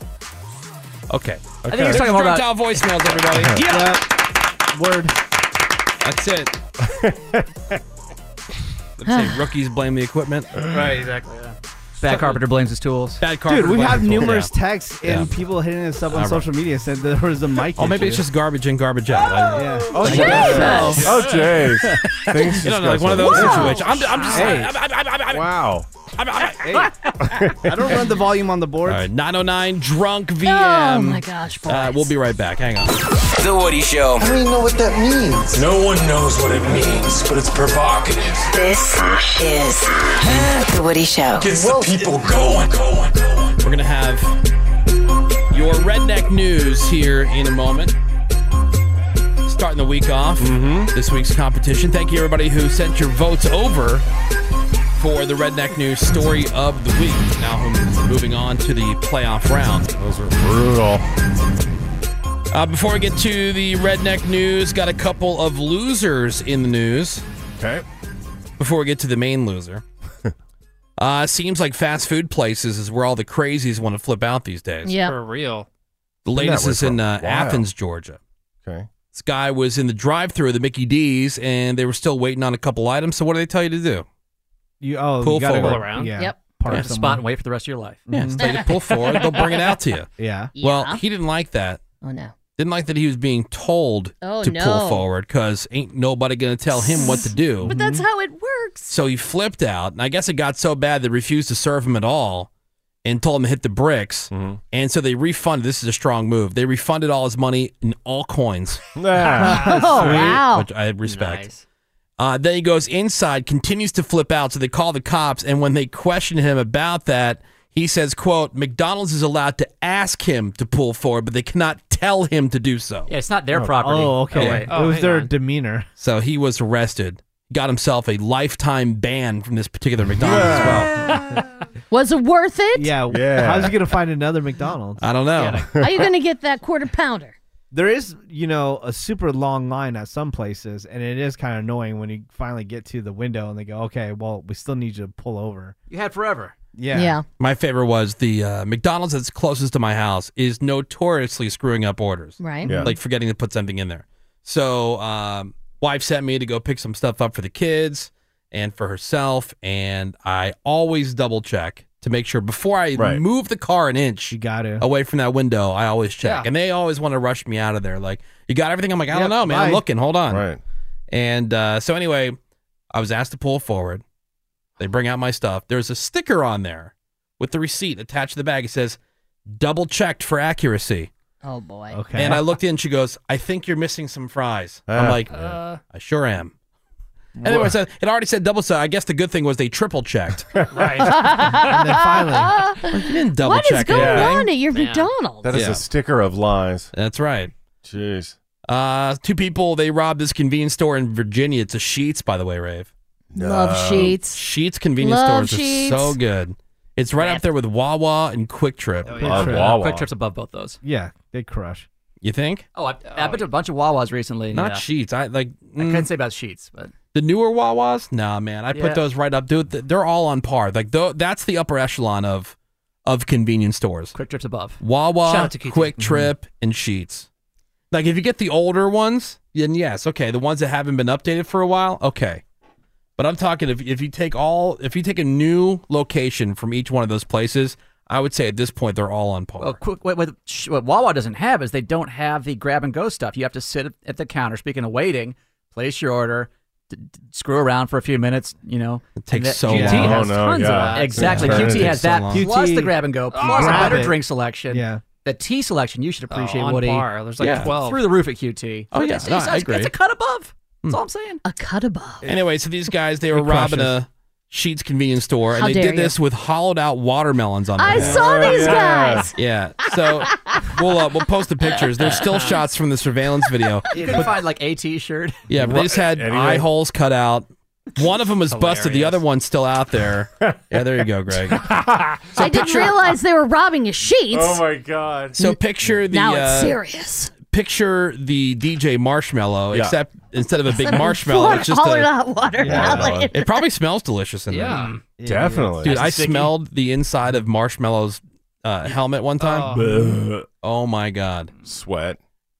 [SPEAKER 4] Okay.
[SPEAKER 5] I think he's talking more
[SPEAKER 4] Drunk
[SPEAKER 5] about-
[SPEAKER 4] dial voicemails, everybody.
[SPEAKER 5] Word.
[SPEAKER 4] That's it. Let's say rookies blame the equipment.
[SPEAKER 5] Right, exactly, yeah.
[SPEAKER 13] Bad Carpenter blames his tools.
[SPEAKER 4] Bad
[SPEAKER 5] Dude, we have numerous texts and people hitting us up on
[SPEAKER 4] Alright.
[SPEAKER 5] social media said there was a mic.
[SPEAKER 4] Oh, maybe
[SPEAKER 5] issue.
[SPEAKER 4] it's just garbage in, garbage out. I-
[SPEAKER 5] Yeah.
[SPEAKER 4] I
[SPEAKER 5] Oh,
[SPEAKER 4] guess
[SPEAKER 5] Jesus.
[SPEAKER 4] so.
[SPEAKER 5] Oh, jeez. Things
[SPEAKER 4] you know,
[SPEAKER 5] just
[SPEAKER 4] like
[SPEAKER 5] got
[SPEAKER 4] one of those
[SPEAKER 5] so-
[SPEAKER 4] situations. I'm, I'm just.
[SPEAKER 5] Hey.
[SPEAKER 4] I, I, I, I, I,
[SPEAKER 7] wow.
[SPEAKER 5] I don't run the volume on the board.
[SPEAKER 4] All right, 909 drunk VM.
[SPEAKER 5] Oh, my gosh,
[SPEAKER 4] Uh, we'll be right back. Hang on.
[SPEAKER 12] The Woody Show.
[SPEAKER 4] I don't
[SPEAKER 12] even know what that means. No one knows what it means, but it's provocative.
[SPEAKER 23] This is The Woody Show.
[SPEAKER 12] Gets the people going. going.
[SPEAKER 4] We're going to have your redneck news here in a moment. Starting the week off, this week's competition. Thank you, everybody who sent your votes over for the redneck news story of the week. Now, moving on to the playoff round. Those are
[SPEAKER 7] brutal.
[SPEAKER 4] Uh, before we get to the redneck news, got a couple of losers in the news.
[SPEAKER 7] Okay.
[SPEAKER 4] Before we get to the main loser, uh, seems like fast food places is where all the crazies want to flip out these days.
[SPEAKER 8] Yeah. For real.
[SPEAKER 4] The
[SPEAKER 8] Been that
[SPEAKER 4] latest
[SPEAKER 8] way
[SPEAKER 4] is
[SPEAKER 8] for
[SPEAKER 4] in
[SPEAKER 8] a
[SPEAKER 4] uh,
[SPEAKER 8] while.
[SPEAKER 4] Athens, Georgia.
[SPEAKER 7] Okay.
[SPEAKER 4] This guy was in the drive-through of the Mickey D's, and they were still waiting on a couple items. So what do they tell you to do?
[SPEAKER 5] You oh,
[SPEAKER 4] Pull
[SPEAKER 5] you gotta
[SPEAKER 4] forward.
[SPEAKER 5] go- Yeah.
[SPEAKER 13] Park
[SPEAKER 4] Yeah.
[SPEAKER 13] the spot and wait for the rest of your life. Mm-hmm.
[SPEAKER 4] Yeah, just tell you to pull forward. They'll bring it out to you.
[SPEAKER 5] Yeah.
[SPEAKER 4] Well, he didn't like that.
[SPEAKER 6] Oh no.
[SPEAKER 4] Didn't like that he was being told
[SPEAKER 6] Oh,
[SPEAKER 4] to
[SPEAKER 6] no.
[SPEAKER 4] pull forward because ain't nobody gonna tell him what to do.
[SPEAKER 6] But that's how it works.
[SPEAKER 4] So he flipped out, and I guess it got so bad they refused to serve him at all and told him to hit the bricks.
[SPEAKER 7] Mm-hmm.
[SPEAKER 4] And so they refunded. This is a strong move. They refunded all his money in all coins.
[SPEAKER 7] Ah, Oh, sweet. wow.
[SPEAKER 4] Which I respect. Uh, then he goes inside, continues to flip out. So they call the cops, and when they question him about that, he says, "quote McDonald's is allowed to ask him to pull forward, but they cannot tell him to do so."
[SPEAKER 13] Yeah, it's not their property.
[SPEAKER 5] Oh, okay.
[SPEAKER 13] No way.
[SPEAKER 5] it was their demeanor.
[SPEAKER 4] So he was arrested. Got himself a lifetime ban from this particular McDonald's as well.
[SPEAKER 6] Was it worth it?
[SPEAKER 5] Yeah.
[SPEAKER 4] Yeah.
[SPEAKER 5] How's he gonna find another McDonald's?
[SPEAKER 4] I don't know.
[SPEAKER 6] Are you gonna get that quarter pounder?
[SPEAKER 5] There is, you know, a super long line at some places, and it is kind of annoying when you finally get to the window and they go, "Okay, well, we still need you to pull over."
[SPEAKER 13] You had forever.
[SPEAKER 5] Yeah.
[SPEAKER 4] My favorite was the uh, McDonald's that's closest to my house is notoriously screwing up orders.
[SPEAKER 6] Right. Yeah.
[SPEAKER 4] Like forgetting to put something in there. So, um, wife sent me to go pick some stuff up for the kids and for herself. And I always double check to make sure before I
[SPEAKER 7] Right.
[SPEAKER 4] move the car an inch you
[SPEAKER 5] gotta.
[SPEAKER 4] away from that window. I always
[SPEAKER 7] Yeah.
[SPEAKER 4] check. And they always want to rush me out of there. Like, you got everything? I'm like, I don't
[SPEAKER 7] Yep,
[SPEAKER 4] know, man. I'm
[SPEAKER 7] bye.
[SPEAKER 4] looking. Hold on.
[SPEAKER 7] Right.
[SPEAKER 4] And uh, so, anyway, I was asked to pull forward. They bring out my stuff. There's a sticker on there with the receipt attached to the bag. It says, double checked for accuracy.
[SPEAKER 6] Oh boy.
[SPEAKER 4] Okay. And I looked in, she goes, I think you're missing some fries. I'm
[SPEAKER 7] Ah.
[SPEAKER 4] like,
[SPEAKER 6] Uh.
[SPEAKER 4] I sure am. And Anyway, so it already said double, so I guess the good thing was they triple checked.
[SPEAKER 5] and then finally,
[SPEAKER 4] you didn't double
[SPEAKER 6] What is
[SPEAKER 4] check
[SPEAKER 6] going
[SPEAKER 4] anything.
[SPEAKER 6] on at your
[SPEAKER 4] Man.
[SPEAKER 6] McDonald's?
[SPEAKER 7] That is
[SPEAKER 4] Yeah.
[SPEAKER 7] a sticker of lies.
[SPEAKER 4] That's right.
[SPEAKER 7] Jeez.
[SPEAKER 4] Uh, two people, they robbed this convenience store in Virginia. It's a Sheets, by the way, Rave.
[SPEAKER 6] Love Sheetz.
[SPEAKER 4] Sheets convenience
[SPEAKER 6] Love
[SPEAKER 4] stores
[SPEAKER 6] Sheetz.
[SPEAKER 4] are so good. It's right up there with Wawa and Quick Trip.
[SPEAKER 13] Oh, yeah. Love Quick Wawa. Quick Trip's above both those.
[SPEAKER 5] yeah, they crush.
[SPEAKER 4] You think?
[SPEAKER 13] Oh, I've, I've been to a bunch of Wawas recently.
[SPEAKER 4] Not
[SPEAKER 13] yeah.
[SPEAKER 4] Sheets. I like.
[SPEAKER 13] I couldn't say about Sheets, but
[SPEAKER 4] The newer Wawas? Nah, man. I
[SPEAKER 13] Yeah.
[SPEAKER 4] put those right up. Dude, th- they're all on par. Like tho- that's the upper echelon of of convenience stores.
[SPEAKER 13] Quick Trip's above.
[SPEAKER 4] Wawa,
[SPEAKER 13] Shout out to Mm-hmm. Keith.
[SPEAKER 4] Quick Trip, and Sheets. Like if you get the older ones, then yes, okay. The ones that haven't been updated for a while, okay. But I'm talking if if you take all if you take a new location from each one of those places, I would say at this point they're all on par.
[SPEAKER 13] Well, quick, what, what, sh- what Wawa doesn't have is they don't have the grab and go stuff. You have to sit at the counter. Speaking of waiting, place your order, d- d- screw around for a few minutes. You know, it
[SPEAKER 4] takes so
[SPEAKER 13] QT
[SPEAKER 4] long.
[SPEAKER 13] Has
[SPEAKER 4] Oh, no,
[SPEAKER 13] tons
[SPEAKER 4] yeah.
[SPEAKER 13] of
[SPEAKER 4] It's
[SPEAKER 13] that. Exactly.
[SPEAKER 4] eternity.
[SPEAKER 13] QT has
[SPEAKER 4] Takes so
[SPEAKER 13] that
[SPEAKER 4] long.
[SPEAKER 13] plus
[SPEAKER 4] QT
[SPEAKER 13] the grab and
[SPEAKER 8] Oh,
[SPEAKER 13] go plus a
[SPEAKER 4] grab
[SPEAKER 13] better
[SPEAKER 4] it.
[SPEAKER 13] drink selection.
[SPEAKER 4] Yeah.
[SPEAKER 13] The tea selection you should appreciate,
[SPEAKER 8] Oh, on
[SPEAKER 13] Woody.
[SPEAKER 8] par. There's like 12.
[SPEAKER 13] through the roof at QT.
[SPEAKER 4] Oh, yeah.
[SPEAKER 13] it's,
[SPEAKER 4] No,
[SPEAKER 13] it's,
[SPEAKER 4] I
[SPEAKER 13] it's
[SPEAKER 4] agree.
[SPEAKER 13] a cut above. That's all I'm saying.
[SPEAKER 6] A cut above.
[SPEAKER 4] Anyway, so these guys they were
[SPEAKER 13] It crushes.
[SPEAKER 4] robbing a Sheets convenience store, and
[SPEAKER 6] How
[SPEAKER 4] they
[SPEAKER 6] dare
[SPEAKER 4] did
[SPEAKER 6] you.
[SPEAKER 4] this with hollowed out watermelons on. their
[SPEAKER 6] I
[SPEAKER 4] hands.
[SPEAKER 6] saw these
[SPEAKER 4] Yeah.
[SPEAKER 6] guys.
[SPEAKER 4] Yeah. So we'll uh, we'll post the pictures. There's still shots from the surveillance video.
[SPEAKER 13] You can find like a T-shirt.
[SPEAKER 4] Yeah, but they just had eye holes cut out. One of them was busted. The other one's still out there. Yeah, there you go, Greg.
[SPEAKER 6] I didn't realize they were robbing a sheets.
[SPEAKER 13] Oh
[SPEAKER 4] Oh,
[SPEAKER 7] god.
[SPEAKER 4] So picture the
[SPEAKER 6] now it's
[SPEAKER 4] uh,
[SPEAKER 6] serious.
[SPEAKER 4] Picture the DJ marshmallow,
[SPEAKER 7] Yeah.
[SPEAKER 4] except instead of a big
[SPEAKER 6] Instead of
[SPEAKER 4] marshmallow, it's just
[SPEAKER 6] hollowed
[SPEAKER 4] a
[SPEAKER 6] out watermelon.
[SPEAKER 4] It probably smells delicious in
[SPEAKER 6] Yeah.
[SPEAKER 4] there.
[SPEAKER 7] Yeah, Definitely.
[SPEAKER 4] Dude,
[SPEAKER 7] Nice and
[SPEAKER 4] I
[SPEAKER 7] sticky.
[SPEAKER 4] smelled the inside of marshmallow's uh, helmet one time.
[SPEAKER 7] Oh.
[SPEAKER 4] Oh my god.
[SPEAKER 7] Sweat.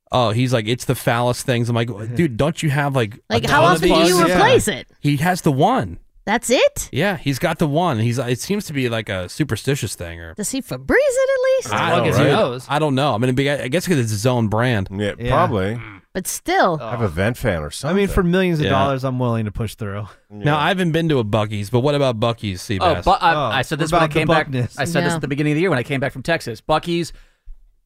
[SPEAKER 4] Oh, he's like, it's the foulest things. I'm like, dude, don't you have like a
[SPEAKER 6] Like, how
[SPEAKER 4] ton of
[SPEAKER 6] often do
[SPEAKER 4] these?
[SPEAKER 6] you replace it?
[SPEAKER 4] He has the one.
[SPEAKER 6] That's it?
[SPEAKER 4] Yeah, he's got the one. He's it seems to be like a superstitious thing or
[SPEAKER 6] Does he Febreze it at least?
[SPEAKER 4] I don't, right? I don't know. I mean, it'd be- I guess because it's his own brand.
[SPEAKER 7] Yeah, probably.
[SPEAKER 6] But still,
[SPEAKER 4] Oh.
[SPEAKER 7] Have a vent fan or something.
[SPEAKER 5] I mean, for millions of
[SPEAKER 4] Yeah.
[SPEAKER 5] dollars, I'm willing to push through.
[SPEAKER 4] Now I haven't been to a Bucky's, but what about Bucky's? Seabass?
[SPEAKER 13] Oh, but I, I said this when I came back. I said this
[SPEAKER 5] Yeah.
[SPEAKER 13] at the beginning of the year when I came back from Texas. Bucky's,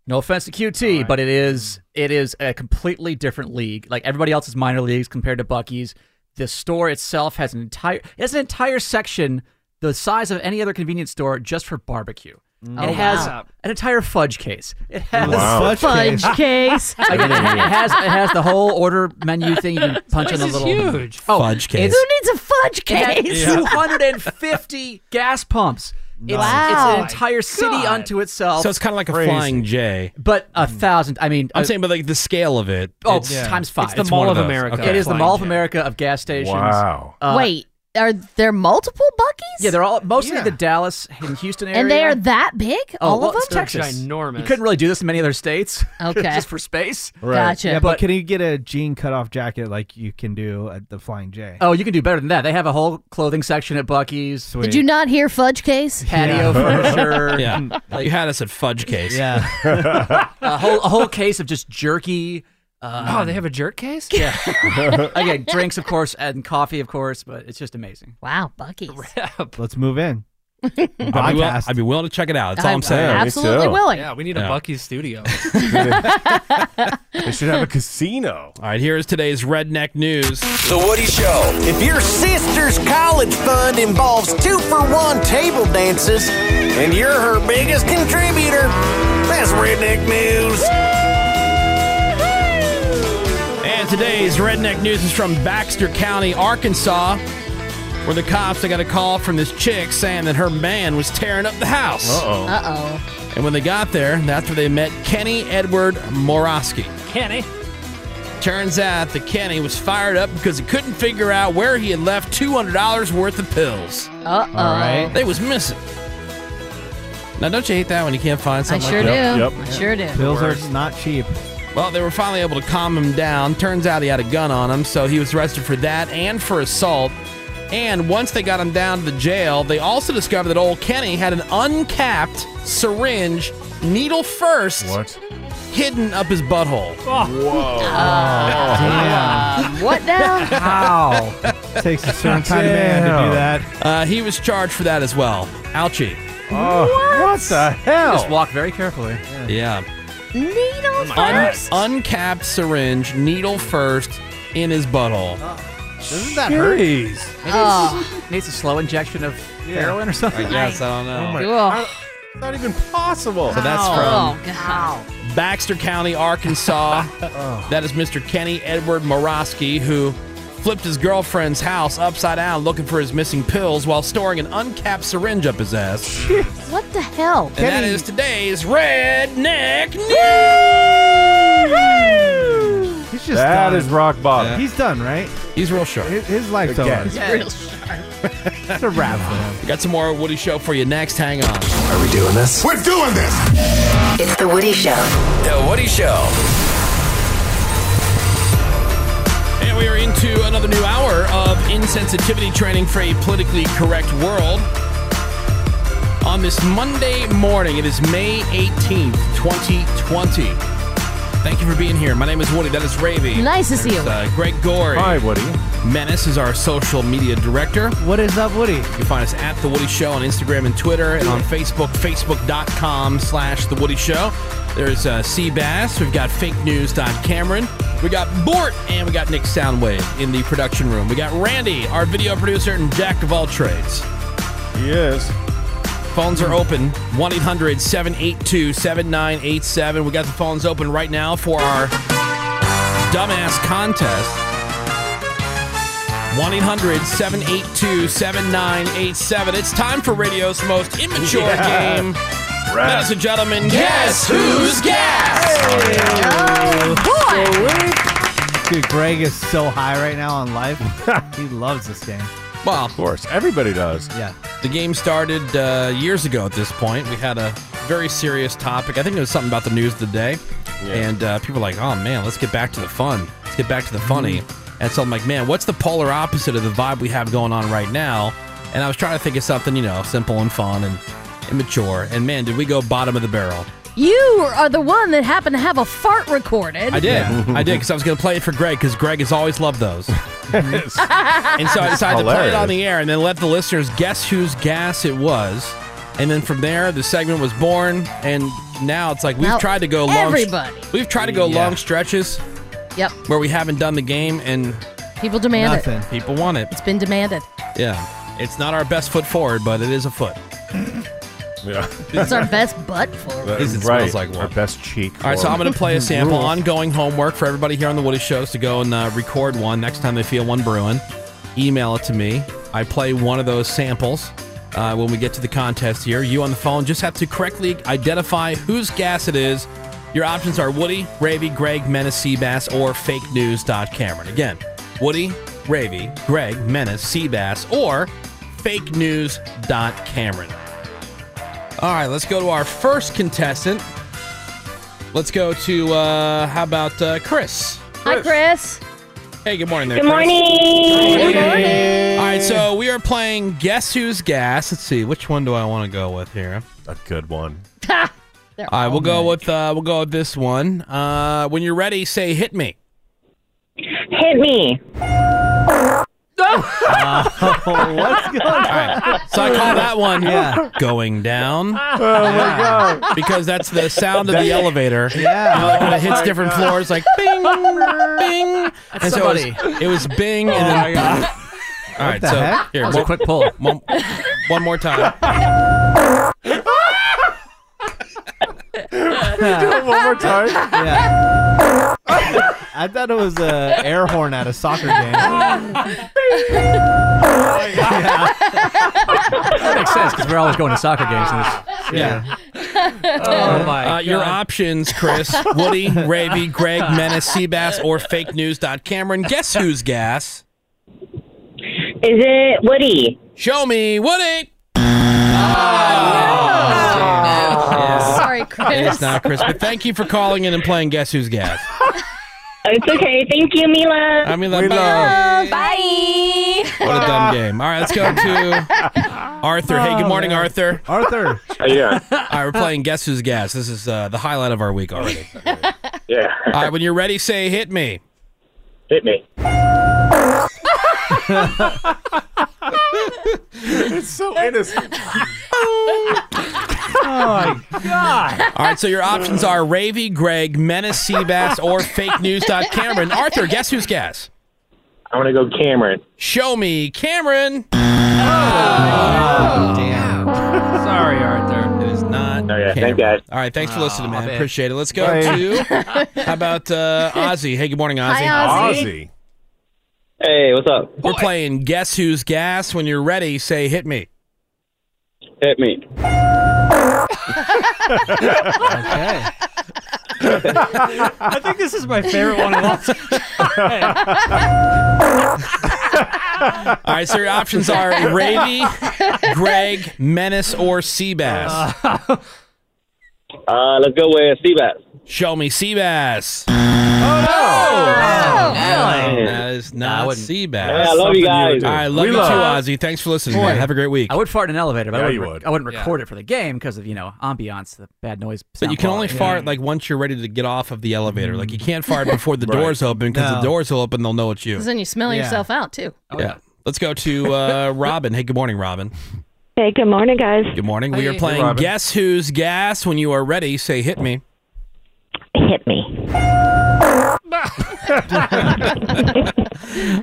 [SPEAKER 13] no offense to QT, but it is it is a completely different league. Like everybody else is minor leagues compared to Bucky's. The store itself has an entire it has an entire section the size of any other convenience store just for barbecue.
[SPEAKER 6] Oh,
[SPEAKER 13] it has
[SPEAKER 6] wow.
[SPEAKER 13] an entire fudge case. It has
[SPEAKER 6] Wow. Fudge Fudge case. case.
[SPEAKER 13] Like, it, has it has the whole order menu thing. You can punch in a
[SPEAKER 6] This is
[SPEAKER 13] little
[SPEAKER 6] huge.
[SPEAKER 13] Oh,
[SPEAKER 4] Fudge
[SPEAKER 6] who
[SPEAKER 13] it's-
[SPEAKER 6] needs a fudge
[SPEAKER 13] it had
[SPEAKER 6] case?
[SPEAKER 13] 250 gas pumps. It's,
[SPEAKER 6] Wow.
[SPEAKER 13] it's an entire city unto itself.
[SPEAKER 4] so it's kind of like a
[SPEAKER 13] Crazy.
[SPEAKER 4] flying J.
[SPEAKER 13] But a
[SPEAKER 5] Hmm.
[SPEAKER 13] thousand. I mean,
[SPEAKER 4] I'm
[SPEAKER 13] uh,
[SPEAKER 4] saying, but like the scale of it.
[SPEAKER 13] oh,
[SPEAKER 4] it's-
[SPEAKER 13] times five.
[SPEAKER 4] It's the Mall of, America.
[SPEAKER 13] It is the Mall of America of gas stations.
[SPEAKER 4] Wow.
[SPEAKER 13] Uh,
[SPEAKER 6] Wait, are there multiple Buckies?
[SPEAKER 13] Yeah, they're all mostly the Dallas and Houston area.
[SPEAKER 6] And they are that big?
[SPEAKER 13] Oh,
[SPEAKER 6] all
[SPEAKER 13] well,
[SPEAKER 6] of them?
[SPEAKER 13] it's Texas. You couldn't really do this in many other states.
[SPEAKER 6] Okay.
[SPEAKER 13] just for space.
[SPEAKER 5] Yeah,
[SPEAKER 13] but
[SPEAKER 5] but, can you get a jean cutoff jacket like you can do at the Flying J?
[SPEAKER 13] oh, you can do better than that. They have a whole clothing section at Bucky's.
[SPEAKER 6] Did you not hear fudge case?
[SPEAKER 13] patio furniture? Mm.
[SPEAKER 4] Yeah, you had us at fudge case.
[SPEAKER 5] Yeah.
[SPEAKER 13] a whole a whole case of just jerky. Uh,
[SPEAKER 8] oh, they have a jerk case?
[SPEAKER 13] Yeah. Again, drinks, of course, and coffee, of course, but it's just amazing.
[SPEAKER 6] Wow, Bucky's.
[SPEAKER 5] Let's move in.
[SPEAKER 4] I'd, be will- I'd be willing to check it out. That's all I'm
[SPEAKER 6] I'm
[SPEAKER 4] saying.
[SPEAKER 6] absolutely willing.
[SPEAKER 8] Yeah, we need a
[SPEAKER 4] Yeah.
[SPEAKER 8] Bucky's studio.
[SPEAKER 4] They should have a casino. All right, here is today's redneck news.
[SPEAKER 12] The Woody Show. If your sister's college fund involves two for one table dances and you're her biggest contributor, that's redneck news.
[SPEAKER 4] And today's redneck news is from Baxter County, Arkansas, where the cops they got a call from this chick saying that her man was tearing up the house.
[SPEAKER 6] Uh oh.
[SPEAKER 4] And when they got there, that's where they met Kenny Edward Morosky.
[SPEAKER 8] Kenny.
[SPEAKER 4] Turns out that Kenny was fired up because he couldn't figure out where he had left $200 worth of pills.
[SPEAKER 6] Uh oh.
[SPEAKER 4] They was missing. Now, don't you hate that when you can't find
[SPEAKER 6] I
[SPEAKER 4] something
[SPEAKER 6] sure do.
[SPEAKER 4] like that?
[SPEAKER 6] I sure do.
[SPEAKER 5] Pills are not cheap.
[SPEAKER 4] Well, they were finally able to calm him down. Turns out he had a gun on him, so he was arrested for that and for assault. And once they got him down to the jail, they also discovered that old Kenny had an uncapped syringe, needle first, what? hidden up his butthole.
[SPEAKER 24] Whoa.
[SPEAKER 6] what now?
[SPEAKER 5] Wow. Takes a certain kind of man to do that.
[SPEAKER 4] Uh, he was charged for that as well. Ouchie.
[SPEAKER 7] Oh, what? the hell?
[SPEAKER 13] Just walk very carefully.
[SPEAKER 4] Yeah.
[SPEAKER 6] Needle
[SPEAKER 4] Un-
[SPEAKER 6] first?
[SPEAKER 4] uncapped syringe, needle first, in his butthole.
[SPEAKER 7] Oh,
[SPEAKER 13] Doesn't that hurt?
[SPEAKER 4] Jeez.
[SPEAKER 13] Maybe
[SPEAKER 6] Oh.
[SPEAKER 13] it's- needs a slow injection of heroin or something.
[SPEAKER 4] I guess, I don't know.
[SPEAKER 13] Oh my-
[SPEAKER 7] Not even possible.
[SPEAKER 4] So that's from
[SPEAKER 6] God.
[SPEAKER 4] Baxter County, Arkansas. Oh. That is Mr. Kenny Edward Morosky, who flipped his girlfriend's house upside down looking for his missing pills while storing an uncapped syringe up his ass.
[SPEAKER 6] What the hell?
[SPEAKER 4] And that is today's Redneck
[SPEAKER 5] News! He's just
[SPEAKER 7] That
[SPEAKER 5] done.
[SPEAKER 7] is rock bottom.
[SPEAKER 5] He's done, right?
[SPEAKER 4] He's real sharp.
[SPEAKER 5] His, his life's
[SPEAKER 7] Again.
[SPEAKER 5] over.
[SPEAKER 6] Real
[SPEAKER 5] It's a wrap for him.
[SPEAKER 4] We got some more Woody Show for you next. Hang on.
[SPEAKER 25] Are we doing this? We're doing this.
[SPEAKER 26] It's The Woody Show.
[SPEAKER 25] The Woody Show.
[SPEAKER 4] And we are into another new hour of insensitivity training for a politically correct world. On this Monday morning, it is May 18th, 2020. Thank you for being here. My name is Woody. That is Ravy.
[SPEAKER 6] Nice to see you.
[SPEAKER 4] There's, Uh, Greg Gorey.
[SPEAKER 7] Hi, Woody.
[SPEAKER 4] Menace is our social media director.
[SPEAKER 5] What is up, Woody? You
[SPEAKER 4] can find us at The Woody Show on Instagram and Twitter and on Facebook, facebook.com slash The Woody Show. There's uh, Seabass. We've got fake news. Cameron. We got Bort and we got Nick Soundwave in the production room. We got Randy, our video producer and jack of all trades.
[SPEAKER 7] He is.
[SPEAKER 4] Phones are open 1 800 782 7987. We got the phones open right now for our dumbass contest. 1 800 782 7987. It's time for radio's most immature
[SPEAKER 24] Yeah.
[SPEAKER 4] game. Ladies and gentlemen, guess who's gas?
[SPEAKER 5] Dude, Greg is so high right now on life. he loves this game.
[SPEAKER 4] Well,
[SPEAKER 7] Of course. Everybody does.
[SPEAKER 5] Yeah.
[SPEAKER 4] The game started uh, years ago at this point. We had a very serious topic. I think it was something about the news of the day. And uh, people were like, oh man, let's get back to the fun. Let's get back to the funny. And so I'm like, man, what's the polar opposite of the vibe we have going on right now? And I was trying to think of something, you know, simple and fun and immature. And man, did we go bottom of the barrel?
[SPEAKER 6] You are the one that happened to have a fart recorded.
[SPEAKER 4] I did. I did because I was going to play it for Greg because Greg has always loved those. and so I decided to play it
[SPEAKER 6] Hilarious.
[SPEAKER 4] on the air and then let the listeners guess whose gas it was. And then from there, the segment was born. And now it's like we've
[SPEAKER 6] Now
[SPEAKER 4] tried to go long.
[SPEAKER 6] everybody.
[SPEAKER 4] We've tried to go
[SPEAKER 6] Yeah.
[SPEAKER 4] long stretches
[SPEAKER 6] Yep.
[SPEAKER 4] where we haven't done the game and
[SPEAKER 6] People demand it.
[SPEAKER 4] People want it.
[SPEAKER 6] It's been demanded.
[SPEAKER 4] Yeah. It's not our best foot forward, but it is a foot.
[SPEAKER 7] Yeah.
[SPEAKER 6] It's our best butt for
[SPEAKER 4] At least it smells like one.
[SPEAKER 7] Our best cheek.
[SPEAKER 4] All right, so I'm going to play a sample.
[SPEAKER 7] Rules.
[SPEAKER 4] Ongoing homework for everybody here on the Woody Shows to go and uh, record one next time they feel one brewing. Email it to me. I play one of those samples uh, when we get to the contest here. You on the phone just have to correctly identify whose gas it is. Your options are Woody, Ravy, Greg, Menace, Seabass, or fake news. Cameron. Again, Woody, Ravy, Greg, Menace, Seabass, or fake news. Cameron. All right, let's go to our first contestant. Let's go to uh, how about uh, Chris?
[SPEAKER 6] Hi, Chris.
[SPEAKER 4] Hey, good morning there.
[SPEAKER 6] Good
[SPEAKER 4] Chris.
[SPEAKER 6] morning. Good morning.
[SPEAKER 4] All right, so we are playing Guess Who's Gas. Let's see, which one do I want to go with here?
[SPEAKER 7] A good one.
[SPEAKER 4] All right, we'll go with uh, we'll go with this one. Uh, when you're ready, say hit me.
[SPEAKER 9] Hit me.
[SPEAKER 4] Uh, what's going on? So I call that one
[SPEAKER 9] Yeah.
[SPEAKER 4] going down.
[SPEAKER 9] Oh, my God.
[SPEAKER 4] Because that's the sound of
[SPEAKER 9] That-
[SPEAKER 4] the elevator.
[SPEAKER 9] Yeah.
[SPEAKER 4] You know, like when
[SPEAKER 9] Oh,
[SPEAKER 4] it hits
[SPEAKER 9] my
[SPEAKER 4] different
[SPEAKER 9] God.
[SPEAKER 4] floors, like bing, bing. And so it was, it was bing
[SPEAKER 13] Oh
[SPEAKER 4] and then. All right,
[SPEAKER 9] the
[SPEAKER 4] so
[SPEAKER 9] heck?
[SPEAKER 4] here,
[SPEAKER 9] That was a
[SPEAKER 4] quick pull. One, one more time.
[SPEAKER 5] one more time? Yeah. I thought it was an air horn at a soccer game.
[SPEAKER 13] That makes sense because we're always going to soccer games. And
[SPEAKER 4] Yeah.
[SPEAKER 13] Oh my
[SPEAKER 4] Uh, your
[SPEAKER 13] God.
[SPEAKER 4] options, Chris: Woody, Ravy, Greg, Menace, Seabass, or Fake News. Cameron. Guess who's gas?
[SPEAKER 9] Is it Woody?
[SPEAKER 4] Show me Woody.
[SPEAKER 13] Oh,
[SPEAKER 9] Sorry,
[SPEAKER 4] It's not Chris, but thank you for calling in and playing Guess Who's Gas.
[SPEAKER 9] It's okay. Thank you, Mila.
[SPEAKER 4] I mean, like, Mila.
[SPEAKER 9] Bye.
[SPEAKER 4] What a dumb game. All right, let's go to Arthur. Hey, good
[SPEAKER 9] Oh,
[SPEAKER 4] morning, Arthur.
[SPEAKER 5] Arthur.
[SPEAKER 4] Yeah. All right, we're playing Guess Who's Gas. This is uh, the highlight of our week already.
[SPEAKER 9] Yeah.
[SPEAKER 4] All right, when you're ready, say hit me.
[SPEAKER 9] Hit me.
[SPEAKER 7] it's so innocent.
[SPEAKER 9] oh my god.
[SPEAKER 4] All right, so your options are Ravy, Greg, Menace, Seabass, or Fake News. Cameron. Arthur, guess who's gas?
[SPEAKER 9] I'm gonna go Cameron.
[SPEAKER 4] Show me Cameron.
[SPEAKER 5] Oh,
[SPEAKER 8] Sorry, Arthur.
[SPEAKER 4] It is not.
[SPEAKER 9] Oh yeah,
[SPEAKER 4] Cameron.
[SPEAKER 9] thank God.
[SPEAKER 4] All right, thanks for listening, man.
[SPEAKER 9] man.
[SPEAKER 4] Appreciate it. Let's go
[SPEAKER 9] Oh, Bye.
[SPEAKER 4] to how about uh, Ozzy? Hey, good morning, Ozzy.
[SPEAKER 9] Hi, Ozzy.
[SPEAKER 4] Hey, what's up? We're playing Guess Who's Gas. When you're ready, say hit me.
[SPEAKER 9] Hit me. okay.
[SPEAKER 8] I think this is my favorite one of all
[SPEAKER 4] All right, so your options are Ravy, Greg, Menace, or Seabass.
[SPEAKER 9] Uh, let's go with Seabass.
[SPEAKER 4] Show me Seabass. Oh,
[SPEAKER 9] really?
[SPEAKER 4] That is not Seabass.
[SPEAKER 13] Yeah, I love you guys.
[SPEAKER 4] All right, love
[SPEAKER 13] We
[SPEAKER 4] you
[SPEAKER 13] love-
[SPEAKER 4] too, Ozzy. Thanks for listening, man. Have a great week.
[SPEAKER 13] I would fart in an elevator, but
[SPEAKER 4] Yeah,
[SPEAKER 13] I,
[SPEAKER 4] you
[SPEAKER 13] wouldn't
[SPEAKER 4] would.
[SPEAKER 13] I wouldn't
[SPEAKER 4] Yeah.
[SPEAKER 13] record it for the game because of, you know, ambiance, the bad noise.
[SPEAKER 4] But you
[SPEAKER 13] sound
[SPEAKER 4] can only
[SPEAKER 13] quality.
[SPEAKER 4] fart like once you're ready to get off of the elevator. Like you can't fart before the
[SPEAKER 13] Right.
[SPEAKER 4] doors open because
[SPEAKER 13] No.
[SPEAKER 4] the doors will open, they'll know it's you.
[SPEAKER 6] Because then you smell
[SPEAKER 4] Yeah.
[SPEAKER 6] yourself out too.
[SPEAKER 27] Oh,
[SPEAKER 4] yeah. Let's go to uh, Robin. Hey, good morning, Robin.
[SPEAKER 27] Hey, good morning, guys.
[SPEAKER 4] Good morning. We are
[SPEAKER 27] Hey,
[SPEAKER 4] playing
[SPEAKER 27] Robin.
[SPEAKER 4] Guess Who's Gas. When you are ready, say hit me.
[SPEAKER 27] Hit me.
[SPEAKER 4] All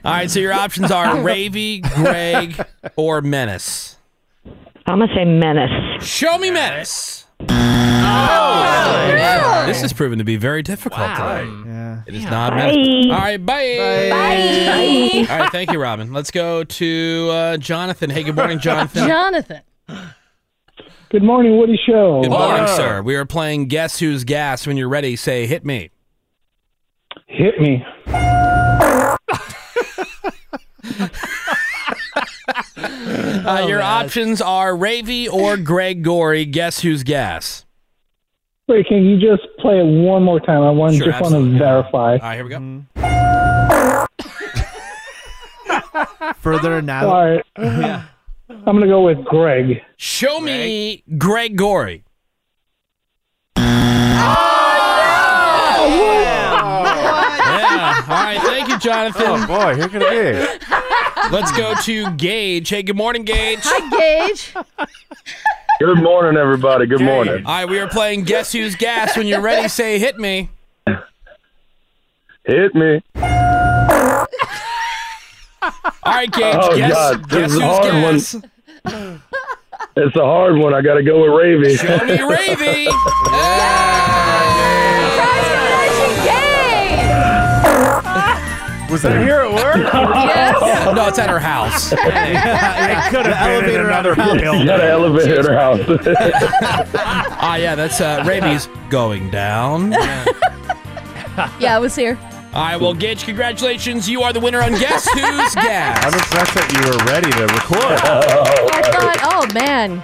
[SPEAKER 4] right, so your options are Ravy, Greg, or Menace.
[SPEAKER 27] I'm gonna say menace.
[SPEAKER 4] Show me menace.
[SPEAKER 27] Oh,
[SPEAKER 4] Oh, This is proven to be very difficult today. It is not
[SPEAKER 27] Bye.
[SPEAKER 4] menace. All right, bye.
[SPEAKER 6] Bye.
[SPEAKER 4] All right, thank you, Robin. Let's go to uh, Jonathan. Hey, good morning, Jonathan.
[SPEAKER 6] Jonathan.
[SPEAKER 28] Good morning, Woody Show.
[SPEAKER 4] Good morning, sir. We are playing Guess Who's Gas. When you're ready, say hit me.
[SPEAKER 28] Hit me.
[SPEAKER 4] Uh, your options are Ravy or Greg Gory. Guess Who's Gas?
[SPEAKER 28] Wait, can you just play it one more time? I want
[SPEAKER 4] Sure,
[SPEAKER 5] Mm-hmm.
[SPEAKER 28] just want to verify.
[SPEAKER 4] All right, here we go.
[SPEAKER 5] further analysis.
[SPEAKER 29] All right. I'm going to go with Greg.
[SPEAKER 4] Show me Greg Gory. Yeah. All right. Thank you, Jonathan. Oh
[SPEAKER 7] boy, here could it
[SPEAKER 4] be. Let's go to Gage. Hey, good morning, Gage.
[SPEAKER 6] Hi, Gage.
[SPEAKER 12] Good morning, everybody. Good morning.
[SPEAKER 4] All right, we are playing Guess Who's Gas. When you're ready, say hit me.
[SPEAKER 12] Hit me.
[SPEAKER 4] All right, Gage.
[SPEAKER 12] oh
[SPEAKER 4] guess
[SPEAKER 12] God,
[SPEAKER 4] guess
[SPEAKER 12] this is
[SPEAKER 4] who's
[SPEAKER 12] a hard
[SPEAKER 4] gas?
[SPEAKER 12] one. It's a hard one. I got to go with Ravy.
[SPEAKER 4] Show me Ravy.
[SPEAKER 7] Was that here at work?
[SPEAKER 30] Yes.
[SPEAKER 4] No, it's at her house.
[SPEAKER 7] it could have been in another
[SPEAKER 12] You
[SPEAKER 7] building.
[SPEAKER 12] got an elevator in her house.
[SPEAKER 4] Ah, yeah, that's uh, Ravy's going down.
[SPEAKER 13] Oh.
[SPEAKER 6] yeah, I was here.
[SPEAKER 4] All right, well, Gage, congratulations. You are the winner on Guess Who's Gas.
[SPEAKER 7] I'm impressed that you were ready to record.
[SPEAKER 6] I thought, oh man,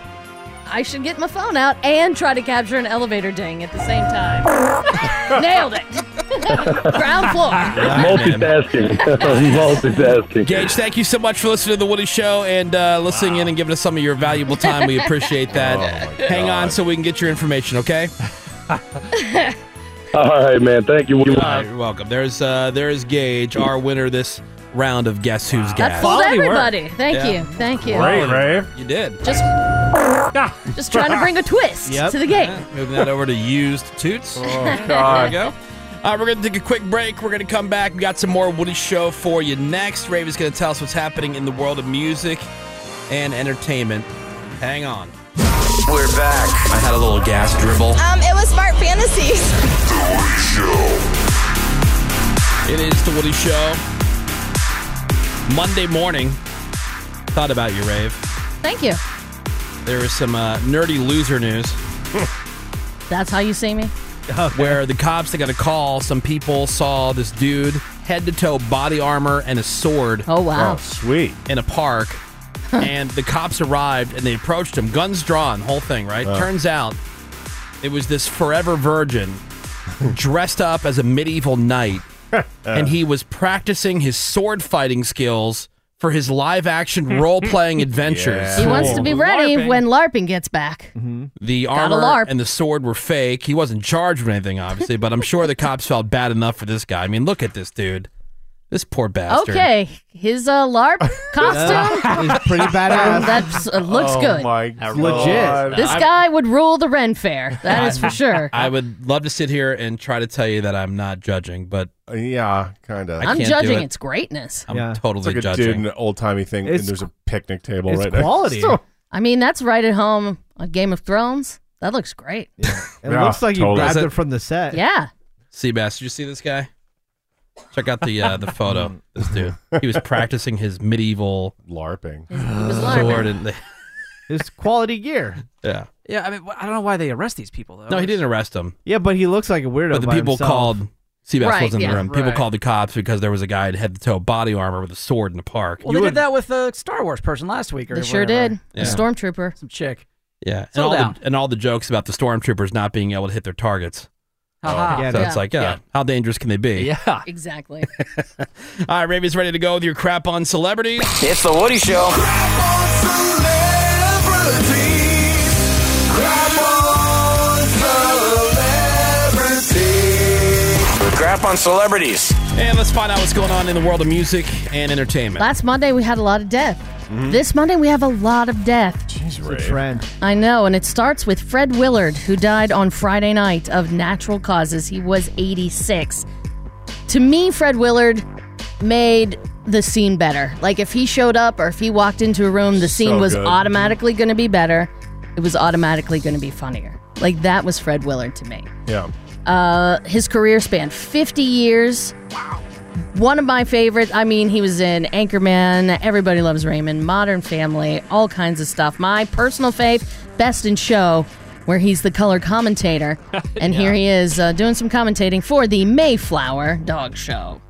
[SPEAKER 6] I should get my phone out and try to capture an elevator ding at the same time. Nailed it. Ground floor.
[SPEAKER 12] Multitasking. Multitasking.
[SPEAKER 4] Gage, thank you so much for listening to The Woody Show and uh, listening in and giving us some of your valuable time. We appreciate that.
[SPEAKER 6] Oh,
[SPEAKER 4] Hang on so we can get your information, okay?
[SPEAKER 12] All right, man. Thank you.
[SPEAKER 4] Uh, you're welcome. There's uh, there's Gage, our winner this round of Guess Who's
[SPEAKER 6] That
[SPEAKER 4] Gas.
[SPEAKER 6] fooled everybody. Thank
[SPEAKER 4] Yeah.
[SPEAKER 6] you. Thank you.
[SPEAKER 4] Rave. You did.
[SPEAKER 6] Just, just trying to bring a twist
[SPEAKER 4] Yep.
[SPEAKER 6] to the game.
[SPEAKER 4] Moving that over to used toots.
[SPEAKER 6] Oh,
[SPEAKER 4] There
[SPEAKER 6] God.
[SPEAKER 4] we go. Uh, we're going to take a quick break. We're going to come back. We got some more Woody Show for you next. Rave is going to tell us what's happening in the world of music and entertainment. Hang on. We're back. I had a little gas dribble.
[SPEAKER 14] Um, it was Smart Fantasies.
[SPEAKER 4] It is the Woody Show. Monday morning. Thought about you, Rave.
[SPEAKER 6] Thank you.
[SPEAKER 4] There is some uh, nerdy loser news
[SPEAKER 6] That's how you see me.
[SPEAKER 4] where the cops that got a call, some people saw this dude head to toe body armor and a sword.
[SPEAKER 6] Oh wow. Oh,
[SPEAKER 7] sweet.
[SPEAKER 4] In a park. and the cops arrived and they approached him, guns drawn, whole thing, right?
[SPEAKER 7] Wow.
[SPEAKER 4] Turns out it was this forever virgin dressed up as a medieval knight and he was practicing his sword fighting skills for his live action role playing adventures.
[SPEAKER 6] He wants to be ready when LARPing gets back.
[SPEAKER 4] The
[SPEAKER 6] Gotta
[SPEAKER 4] armor
[SPEAKER 6] LARP.
[SPEAKER 4] and the sword were fake. He wasn't charged with anything, obviously, but I'm sure the cops felt bad enough for this guy. I mean, look at this dude. This poor bastard.
[SPEAKER 6] Okay, his uh, LARP costume.
[SPEAKER 4] He's pretty badass.
[SPEAKER 6] That's uh, looks
[SPEAKER 4] Oh
[SPEAKER 6] good.
[SPEAKER 4] my
[SPEAKER 6] That's
[SPEAKER 4] God.
[SPEAKER 6] This
[SPEAKER 4] I-
[SPEAKER 6] guy would rule the Ren Fair. That is for sure.
[SPEAKER 4] I would love to sit here and try to tell you that I'm not judging, but
[SPEAKER 5] Uh,
[SPEAKER 4] yeah, kind of.
[SPEAKER 6] I'm judging its greatness.
[SPEAKER 4] I'm totally
[SPEAKER 7] it's like a
[SPEAKER 4] judging.
[SPEAKER 7] dude in an old timey thing, and there's a picnic table
[SPEAKER 4] it's
[SPEAKER 7] right next-
[SPEAKER 4] quality.
[SPEAKER 6] I mean, that's right at home on Game of Thrones. That looks great.
[SPEAKER 5] It looks like you
[SPEAKER 4] totally.
[SPEAKER 5] grabbed
[SPEAKER 4] Is it-
[SPEAKER 5] it from the set.
[SPEAKER 6] Yeah.
[SPEAKER 4] Seabass, did you see this guy? Check out the uh, the photo. this dude. He was practicing his medieval
[SPEAKER 7] larping.
[SPEAKER 5] was LARPing.
[SPEAKER 4] Sword and
[SPEAKER 5] It's quality gear.
[SPEAKER 4] yeah.
[SPEAKER 13] Yeah, I mean, wh- I don't know why they arrest these people though.
[SPEAKER 4] No, he didn't arrest him.
[SPEAKER 5] Yeah, but he looks like a weirdo.
[SPEAKER 4] But the
[SPEAKER 5] by
[SPEAKER 4] people
[SPEAKER 5] himself.
[SPEAKER 4] called. Seabass
[SPEAKER 13] Right,
[SPEAKER 4] wasn't in
[SPEAKER 13] yeah.
[SPEAKER 4] the room. People
[SPEAKER 13] Right.
[SPEAKER 4] called the cops because there was a guy in head to toe body armor with a sword in the park.
[SPEAKER 13] Well, they did that with the Star Wars person last week. Or
[SPEAKER 6] They sure
[SPEAKER 13] whatever.
[SPEAKER 6] did.
[SPEAKER 4] Yeah.
[SPEAKER 6] A stormtrooper.
[SPEAKER 13] Some chick.
[SPEAKER 4] Yeah, and
[SPEAKER 13] Sold
[SPEAKER 4] all,
[SPEAKER 13] out.
[SPEAKER 4] the, and all the jokes about the stormtroopers not being able to hit their targets.
[SPEAKER 13] Ha ha.
[SPEAKER 4] So it's like, yeah, how dangerous can they be?
[SPEAKER 13] Yeah.
[SPEAKER 6] Exactly.
[SPEAKER 4] All right, Ravi's ready to go with your crap on celebrities.
[SPEAKER 31] It's The Woody Show. Crap on celebrities.
[SPEAKER 4] And let's find out what's going on in the world of music and entertainment.
[SPEAKER 6] Last Monday we had a lot of death.
[SPEAKER 4] Mhm.
[SPEAKER 6] This Monday we have a lot of death.
[SPEAKER 5] Trend.
[SPEAKER 6] I know, and it starts with Fred Willard, who died on Friday night of natural causes. He was 86. To me, Fred Willard made the scene better. Like, if he showed up or if he walked into a room, the scene
[SPEAKER 14] So
[SPEAKER 6] was
[SPEAKER 14] good.
[SPEAKER 6] automatically going to be better. It was automatically going to be funnier. Like, that was Fred Willard to me.
[SPEAKER 7] Yeah.
[SPEAKER 6] Uh, his career spanned 50 years. One of my favorites. I mean, he was in Anchorman, Everybody Loves Raymond, Modern Family, all kinds of stuff. My personal fave, Best in Show, where he's the color commentator. And here he is uh, doing some commentating for the Mayflower Dog Show.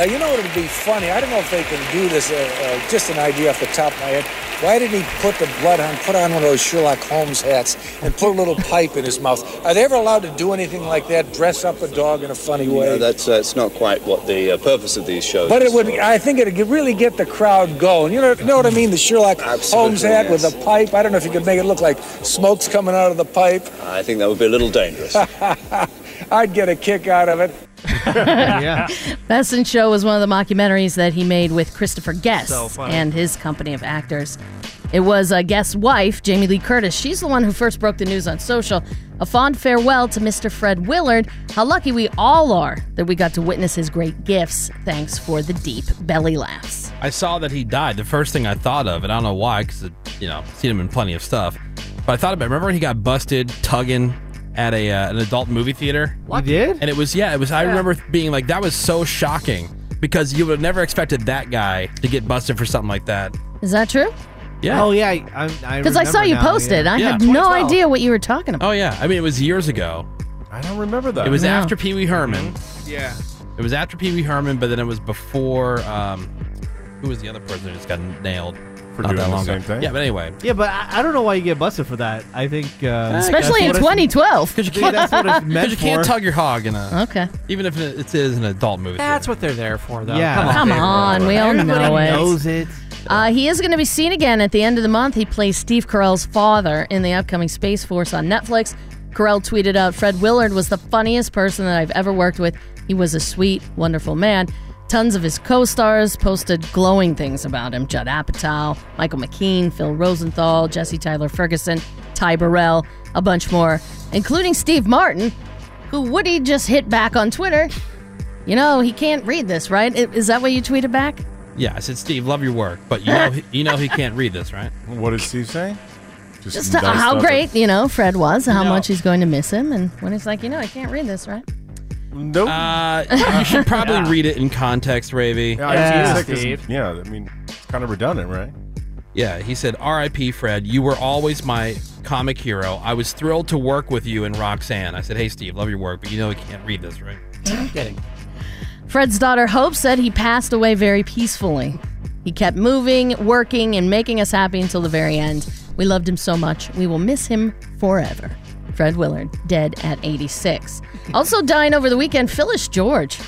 [SPEAKER 11] Uh, you know what would be funny? I don't know if they can do this, uh, uh, just an idea off the top of my head. Why didn't he put the bloodhound, put on one of those Sherlock Holmes hats and put a little pipe in his mouth? Are they ever allowed to do anything like that? Dress up a dog in a funny way?
[SPEAKER 32] No, that's, that's not quite what the uh, purpose of these shows
[SPEAKER 11] But
[SPEAKER 32] is
[SPEAKER 11] it would.
[SPEAKER 32] for.
[SPEAKER 11] I think it would really get the crowd going. You know, you know what I mean? The Sherlock Holmes
[SPEAKER 32] Absolutely,
[SPEAKER 11] hat
[SPEAKER 32] yes.
[SPEAKER 11] with the pipe. I don't know if you could make it look like smoke's coming out of the pipe.
[SPEAKER 32] I think that would be a little dangerous.
[SPEAKER 11] I'd get a kick out of it.
[SPEAKER 6] yeah. Benson Show was one of the mockumentaries that he made with Christopher Guest
[SPEAKER 11] So funny.
[SPEAKER 6] and his company of actors. It was uh, Guest's wife, Jamie Lee Curtis. She's the one who first broke the news on social. A fond farewell to Mr. Fred Willard. How lucky we all are that we got to witness his great gifts. Thanks for the deep belly laughs.
[SPEAKER 4] I saw that he died. The first thing I thought of, and I don't know why, because you know, seen him in plenty of stuff. But I thought about remember when he got busted tugging at a uh, an adult movie theater.
[SPEAKER 5] What did?
[SPEAKER 4] And it was yeah, it was. I remember being like, that was so shocking because you would have never expected that guy to get busted for something like that.
[SPEAKER 6] Is that true?
[SPEAKER 4] Yeah.
[SPEAKER 5] Oh yeah, because I,
[SPEAKER 6] Because I, saw you post it. I
[SPEAKER 4] Yeah.
[SPEAKER 6] had no idea what you were talking about.
[SPEAKER 4] Oh yeah, I mean it was years ago.
[SPEAKER 7] I don't remember that.
[SPEAKER 4] It was
[SPEAKER 6] No.
[SPEAKER 4] after Pee Wee Herman.
[SPEAKER 5] Yeah.
[SPEAKER 4] It was after Pee Wee Herman, but then it was before. Um, who was the other person that just got nailed?
[SPEAKER 7] For
[SPEAKER 4] Not
[SPEAKER 7] doing
[SPEAKER 4] that
[SPEAKER 7] the
[SPEAKER 4] long
[SPEAKER 7] same
[SPEAKER 4] ago.
[SPEAKER 7] thing?
[SPEAKER 4] Yeah, but anyway.
[SPEAKER 5] Yeah, but I, I don't know why you get busted for that. I think uh,
[SPEAKER 6] Especially in
[SPEAKER 5] that's what it's-
[SPEAKER 6] 2012.
[SPEAKER 5] Because you can't- that's what it's meant
[SPEAKER 4] Because you can't
[SPEAKER 5] for.
[SPEAKER 4] tug your hog in a.
[SPEAKER 6] Okay.
[SPEAKER 4] Even if it it is an adult movie.
[SPEAKER 6] That's
[SPEAKER 4] what they're there for,
[SPEAKER 6] though. Yeah. Come on, we all know it. knows it. Uh, he is going to be seen again at the end of the month. He plays Steve Carell's father in the upcoming Space Force on Netflix. Carell tweeted out Fred Willard was the funniest person that I've ever worked with. He was a sweet, wonderful man. Tons of his co stars posted glowing things about him Judd Apatow, Michael McKean, Phil Rosenthal, Jesse Tyler Ferguson, Ty Burrell, a bunch more, including Steve Martin, who Woody just hit back on Twitter. You know, he can't read this, right? I- Is that what you tweeted back?
[SPEAKER 4] Yeah, I said, Steve, love your work, but you know, he- you know he can't read this, right?
[SPEAKER 7] What did Steve say?
[SPEAKER 6] Just to- how great, you know, Fred was, how
[SPEAKER 4] No.
[SPEAKER 6] much he's going to miss him. And when he's like, you know, I can't read this, right?
[SPEAKER 7] Nope.
[SPEAKER 4] Uh, you should probably read it in context, Ravy.
[SPEAKER 7] Yeah, I was gonna say, 'cause- yeah, I mean, it's kind of redundant, right?
[SPEAKER 4] Yeah, he said, R.I.P. Fred, you were always my comic hero. I was thrilled to work with you and Roxanne. I said, hey, Steve, love your work, but you know he can't read this, right?
[SPEAKER 33] Kidding.
[SPEAKER 6] Fred's daughter Hope said he passed away very peacefully. He kept moving, working, and making us happy until the very end. We loved him so much. We will miss him forever. Fred Willard, dead at 86. Also dying over the weekend, Phyllis George.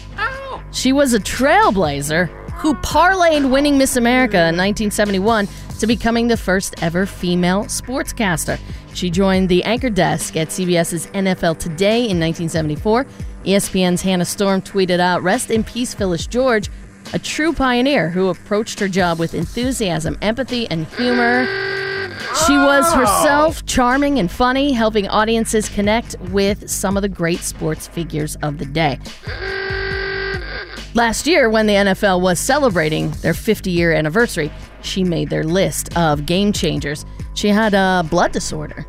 [SPEAKER 6] She was a trailblazer who parlayed winning Miss America in 1971 to becoming the first ever female sportscaster. She joined the anchor desk at CBS's NFL Today in E 1974. ESPN's Hannah Storm tweeted out, Rest in peace, Phyllis George, a true pioneer who approached her job with enthusiasm, empathy, and humor. She was herself charming and funny, helping audiences connect with some of the great sports figures of the day. Last year, when the NFL was celebrating their 50 year anniversary, she made their list of game changers. She had a blood disorder,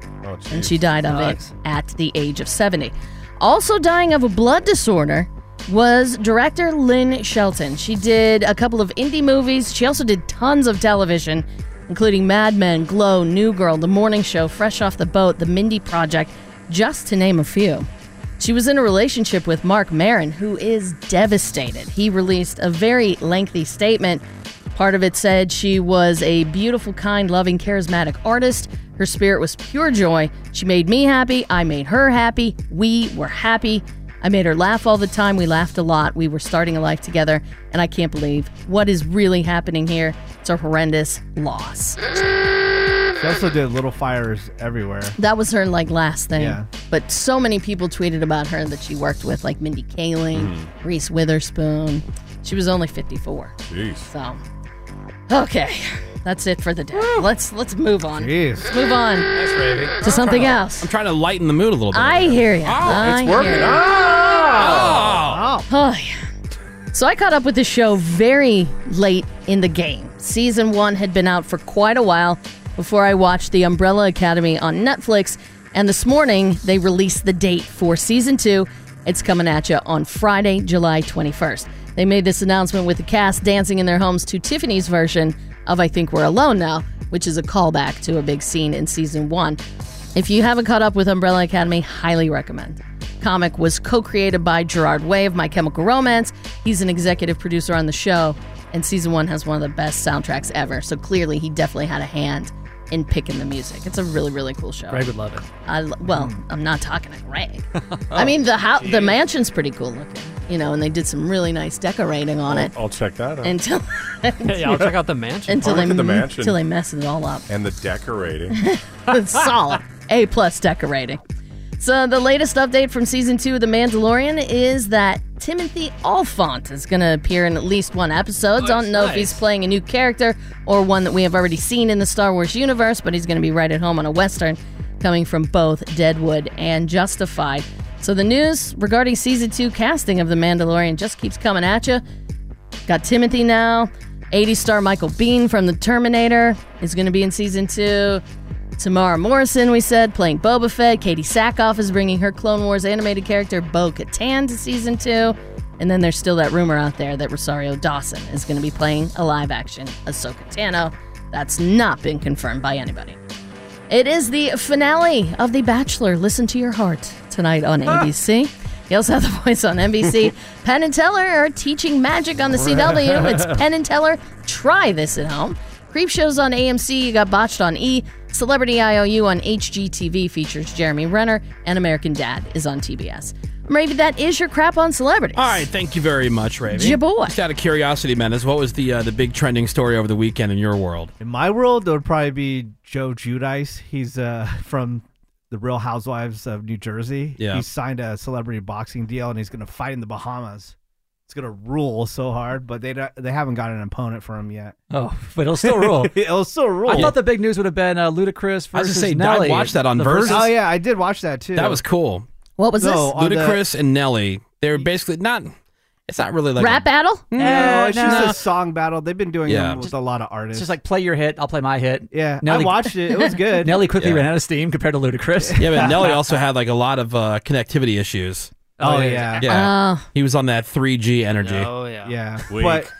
[SPEAKER 6] and she died of
[SPEAKER 34] Sucks.
[SPEAKER 6] it at the age of 70. Also, dying of a blood disorder was director Lynn Shelton. She did a couple of indie movies, she also did tons of television. Including Mad Men, Glow, New Girl, The Morning Show, Fresh Off the Boat, The Mindy Project, just to name a few. She was in a relationship with Mark Marin, who is devastated. He released a very lengthy statement. Part of it said she was a beautiful, kind, loving, charismatic artist. Her spirit was pure joy. She made me happy. I made her happy. We were happy. I made her laugh all the time. We laughed a lot. We were starting a life together, and I can't believe what is really happening here. It's a horrendous loss.
[SPEAKER 5] She also did little fires everywhere.
[SPEAKER 6] That was her like last thing.
[SPEAKER 5] Yeah.
[SPEAKER 6] But so many people tweeted about her that she worked with, like Mindy Kaling,
[SPEAKER 5] Mhm.
[SPEAKER 6] Reese Witherspoon. She was only 54.
[SPEAKER 7] Jeez.
[SPEAKER 6] So, okay, that's it for the day. Let's let's move on.
[SPEAKER 5] Jeez.
[SPEAKER 6] Let's move on
[SPEAKER 4] Ravy.
[SPEAKER 6] to something else.
[SPEAKER 4] I'm trying to lighten the mood a little bit.
[SPEAKER 6] I hear you.
[SPEAKER 4] it's working. Ah!
[SPEAKER 6] Oh. yeah. So I caught up with the show very late in the game. Season one had been out for quite a while before I watched The Umbrella Academy on Netflix. And this morning, they released the date for season two. It's coming at you on Friday, July 21st. They made this announcement with the cast dancing in their homes to Tiffany's version of I Think We're Alone Now, which is a callback to a big scene in season one. If you haven't caught up with Umbrella Academy, highly recommend. Comic was co created by Gerard Way of My Chemical Romance. He's an executive producer on the show, And season one has one of the best soundtracks ever. So clearly, he definitely had a hand in picking the music. It's a really, really cool show.
[SPEAKER 8] Greg would love it.
[SPEAKER 6] I lo- well, I'm not talking to Greg. I mean, the house, the mansion's pretty cool looking, you know, and they did some really nice decorating
[SPEAKER 35] Oh,
[SPEAKER 6] on it.
[SPEAKER 7] I'll check that out.
[SPEAKER 6] Until,
[SPEAKER 35] Hey, I'll check out the mansion.
[SPEAKER 6] Until
[SPEAKER 7] Oh,
[SPEAKER 6] they
[SPEAKER 7] look at the
[SPEAKER 6] m-
[SPEAKER 7] mansion.
[SPEAKER 6] Until they mess it all up.
[SPEAKER 7] and the decorating.
[SPEAKER 6] It's solid. A plus decorating. So the latest update from season two of The Mandalorian is that Timothy Alfont is going to appear in at least one episode. Don't know if he's playing a new character or one that we have already seen in the Star Wars universe, but he's going to be right at home on a western coming from both Deadwood and Justified. So the news regarding season two casting of The Mandalorian just keeps coming at you. Got Timothy now. 80 star Michael Bean from The Terminator is going to be in season two. Tamara Morrison, we said, playing Boba Fett. Katie Sackhoff is bringing her Clone Wars animated character Bo Katan to season two. And then there's still that rumor out there that Rosario Dawson is going to be playing a live action Ahsoka Tano. That's not been confirmed by anybody. It is the finale of The Bachelor. Listen to your heart tonight on ABC. You also have The Voice on NBC. Penn and Teller are teaching magic on the CW. It's Penn and Teller. Try this at home. Creep shows on AMC. You got botched on E. Celebrity IOU on HGTV features Jeremy Renner, and American Dad is on TBS. Maybe that is your crap on celebrities.
[SPEAKER 4] All right, thank you very much, Ravi.
[SPEAKER 6] Ya boy.
[SPEAKER 4] Just out of curiosity, Menace, what was the uh, the big trending story over the weekend in your world?
[SPEAKER 5] In my world, it would probably be Joe Judice. He's uh, from the Real Housewives of New Jersey.
[SPEAKER 4] Yeah.
[SPEAKER 5] He signed a celebrity boxing deal, and he's going to fight in the Bahamas. It's going to rule so hard, but they don't, they haven't got an opponent for him yet.
[SPEAKER 8] Oh, but it'll still rule.
[SPEAKER 5] it'll still rule.
[SPEAKER 8] I thought the big news would have been uh, Ludacris versus
[SPEAKER 4] I was just saying, I
[SPEAKER 8] Nelly.
[SPEAKER 4] watched that on
[SPEAKER 8] The
[SPEAKER 4] Versus.
[SPEAKER 5] Oh yeah, I did watch that too.
[SPEAKER 4] That was cool.
[SPEAKER 6] What was
[SPEAKER 5] No, on the-
[SPEAKER 4] Ludacris and Nelly. They were basically not. It's not really like
[SPEAKER 6] Rap battle?
[SPEAKER 5] No, Oh, it's just a song battle. They've been doing
[SPEAKER 4] Yeah.
[SPEAKER 5] them with
[SPEAKER 4] Just-
[SPEAKER 5] a lot of
[SPEAKER 8] It's
[SPEAKER 5] artists.
[SPEAKER 8] just like play your hit, I'll play my hit.
[SPEAKER 5] Yeah, I watched it. It was good.
[SPEAKER 8] Nelly quickly
[SPEAKER 4] Yeah.
[SPEAKER 8] ran out of steam compared to Ludacris.
[SPEAKER 4] A, yeah, but Nelly also had like a lot of uh, connectivity issues.
[SPEAKER 8] Oh, yeah.
[SPEAKER 4] yeah.
[SPEAKER 6] Oh.
[SPEAKER 4] He was on that 3G energy.
[SPEAKER 5] Oh, yeah, yeah.
[SPEAKER 4] Weak.
[SPEAKER 5] But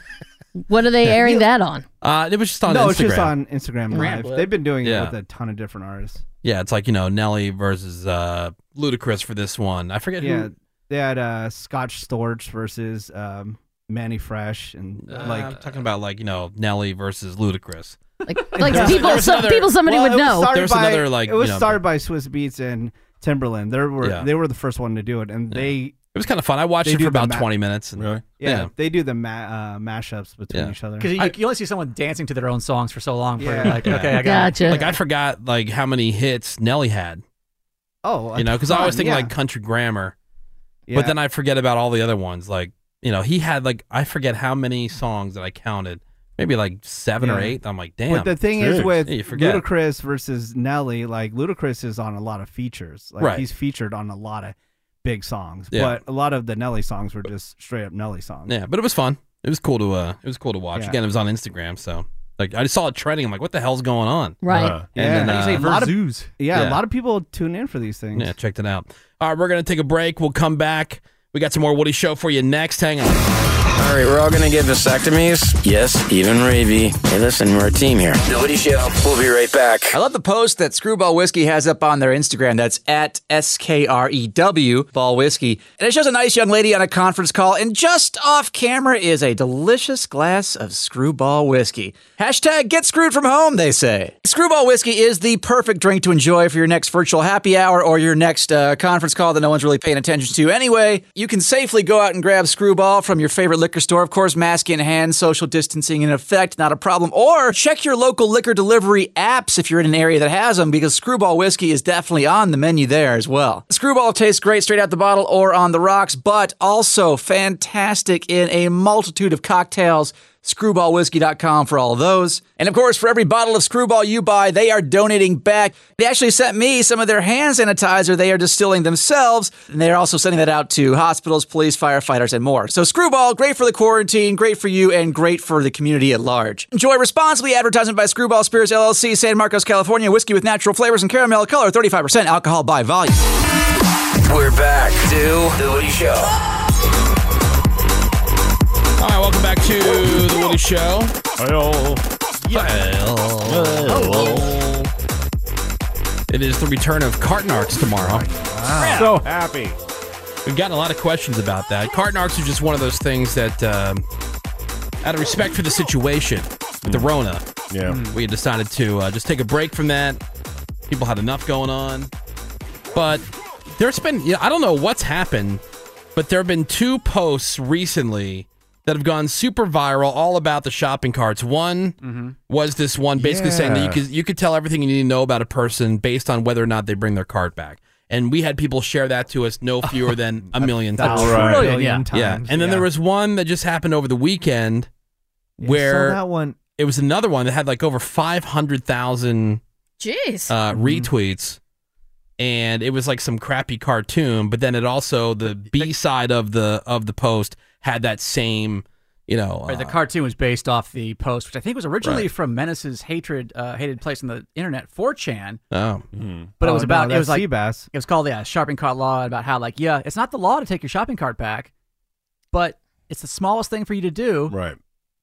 [SPEAKER 6] What are they airing that on?
[SPEAKER 4] Uh, it was just on
[SPEAKER 5] no,
[SPEAKER 4] Instagram.
[SPEAKER 5] it's just on Instagram Live.
[SPEAKER 6] Ramble.
[SPEAKER 5] They've been doing
[SPEAKER 4] Yeah.
[SPEAKER 5] it with a ton of different artists.
[SPEAKER 4] Yeah, it's like you know Nelly versus uh, Ludacris for this one. I forget
[SPEAKER 5] yeah,
[SPEAKER 4] who.
[SPEAKER 5] they had uh, Scotch Storage versus um, Manny Fresh, and
[SPEAKER 4] Uh,
[SPEAKER 5] like
[SPEAKER 4] I'm talking about like you know Nelly versus Ludacris.
[SPEAKER 6] Like, like people, some people, somebody
[SPEAKER 5] Well, it
[SPEAKER 6] would
[SPEAKER 5] was
[SPEAKER 6] know.
[SPEAKER 5] started
[SPEAKER 4] There's
[SPEAKER 5] by-
[SPEAKER 4] another, like,
[SPEAKER 5] it was
[SPEAKER 4] you know,
[SPEAKER 5] started by Swiss Beats and Timberland. There were
[SPEAKER 4] Yeah.
[SPEAKER 5] they were the first one to do it, and they
[SPEAKER 4] It was kind of fun. I watched
[SPEAKER 5] They
[SPEAKER 4] it
[SPEAKER 5] do
[SPEAKER 4] for
[SPEAKER 5] the
[SPEAKER 4] about
[SPEAKER 5] ma-
[SPEAKER 4] 20 minutes. And, really?
[SPEAKER 5] yeah, they do the ma- uh, mashups between
[SPEAKER 4] Yeah.
[SPEAKER 5] each other.
[SPEAKER 8] Because you, you only see someone dancing to their own songs for so long. Yeah. You're like,
[SPEAKER 4] Yeah.
[SPEAKER 8] okay, I got it.
[SPEAKER 4] Like I forgot like how many hits Nelly had.
[SPEAKER 5] oh, a
[SPEAKER 4] You know, because I always
[SPEAKER 5] ton,
[SPEAKER 4] think
[SPEAKER 5] yeah.
[SPEAKER 4] like country grammar,
[SPEAKER 5] Yeah.
[SPEAKER 4] but then I forget about all the other ones. Like you know, he had like I forget how many songs that I counted. Maybe like seven or
[SPEAKER 5] Yeah.
[SPEAKER 4] eight. I'm like, damn.
[SPEAKER 5] But the thing is
[SPEAKER 4] Dude.
[SPEAKER 5] with
[SPEAKER 4] Yeah, you forget.
[SPEAKER 5] Ludacris versus Nelly, like Ludacris is on a lot of features. Like
[SPEAKER 4] Right.
[SPEAKER 5] he's featured on a lot of big songs,
[SPEAKER 4] Yeah.
[SPEAKER 5] but a lot of the Nelly songs were just straight up Nelly songs.
[SPEAKER 4] Yeah, but it was fun. It was cool to uh, it was cool to watch.
[SPEAKER 5] Yeah.
[SPEAKER 4] Again, it was on Instagram, so like I just saw it trending. I'm like, what the hell's going on?
[SPEAKER 6] Right.
[SPEAKER 5] Yeah.
[SPEAKER 4] And then,
[SPEAKER 5] How do you say
[SPEAKER 4] uh,
[SPEAKER 5] lot of- Yeah, a lot of people tune in for these things.
[SPEAKER 4] Yeah, checked it out. All right, we're gonna take a break. We'll come back. We got some more Woody show for you next. Hang on.
[SPEAKER 12] All right, we're all gonna get vasectomies. Yes, even Ravy. Hey, listen, we're a team here. Nobody show. We'll be right back.
[SPEAKER 13] I love the post that Screwball Whiskey has up on their Instagram. That's at S K R E W Ball Whiskey. And it shows a nice young lady on a conference call, and just off camera is a delicious glass of Screwball Whiskey. Hashtag get screwed from home, they say. Screwball Whiskey is the perfect drink to enjoy for your next virtual happy hour or your next uh, conference call that no one's really paying attention to anyway. You can safely go out and grab Screwball from your favorite liquor store. Of course, mask in hand, social distancing in effect, not a problem. Or check your local liquor delivery apps if you're in an area that has them, because Screwball Whiskey is definitely on the menu there as well. Screwball tastes great straight out the bottle or on the rocks, but also fantastic in a multitude of cocktails. Screwballwhiskey.com for all those. And of course, for every bottle of Screwball you buy, they are donating back. They actually sent me some of their hand sanitizer they are distilling themselves, and they're also sending that out to hospitals, police, firefighters, and more. So, Screwball, great for the quarantine, great for you, and great for the community at large. Enjoy responsibly advertisement by Screwball Spirits LLC, San Marcos, California. Whiskey with natural flavors and caramel color, 35% alcohol by volume.
[SPEAKER 12] We're back to the Woody Show.
[SPEAKER 4] All right, welcome back to the Woody Show. Hello.
[SPEAKER 5] Oh,
[SPEAKER 4] It is the return of Carton Arts tomorrow.
[SPEAKER 7] Oh So happy.
[SPEAKER 4] We've gotten a lot of questions about that. Carton Arts is just one of those things that um, out of respect for the situation with the Rona,
[SPEAKER 7] Mm.
[SPEAKER 4] Mm.
[SPEAKER 7] yeah,
[SPEAKER 4] we had decided to uh, just take a break from that. People had enough going on, but there's been you know, I don't know what's happened, but there have been two posts recently that have gone super viral all about the shopping carts. One
[SPEAKER 7] Mm-hmm.
[SPEAKER 4] was this one basically saying that you
[SPEAKER 16] Yeah.
[SPEAKER 4] could you could tell everything you need to know about a person based on whether or not they bring their cart back. And we had people share that to us no fewer than a million
[SPEAKER 16] That's
[SPEAKER 4] times.
[SPEAKER 16] right. Trillion
[SPEAKER 4] yeah.
[SPEAKER 16] times,
[SPEAKER 4] And then there was one that just happened over the weekend where
[SPEAKER 5] saw that one.
[SPEAKER 4] it was another one that had like over 500,000
[SPEAKER 6] Jeez.
[SPEAKER 4] uh,
[SPEAKER 13] Mm-hmm.
[SPEAKER 4] retweets, and it was like some crappy cartoon. But then it also the B side of the of the post had that same, you know,
[SPEAKER 13] Right, the
[SPEAKER 4] uh,
[SPEAKER 13] cartoon was based off the post, which I think was originally
[SPEAKER 4] Right.
[SPEAKER 13] from Menace's hatred, uh, hated place on the internet, 4chan.
[SPEAKER 4] oh,
[SPEAKER 13] But it
[SPEAKER 5] Oh,
[SPEAKER 13] was
[SPEAKER 5] no,
[SPEAKER 13] about it
[SPEAKER 5] that's
[SPEAKER 13] was like
[SPEAKER 5] Seabass.
[SPEAKER 13] it was called yeah shopping cart law about how like yeah it's not the law to take your shopping cart back, but it's the smallest thing for you to do.
[SPEAKER 7] Right.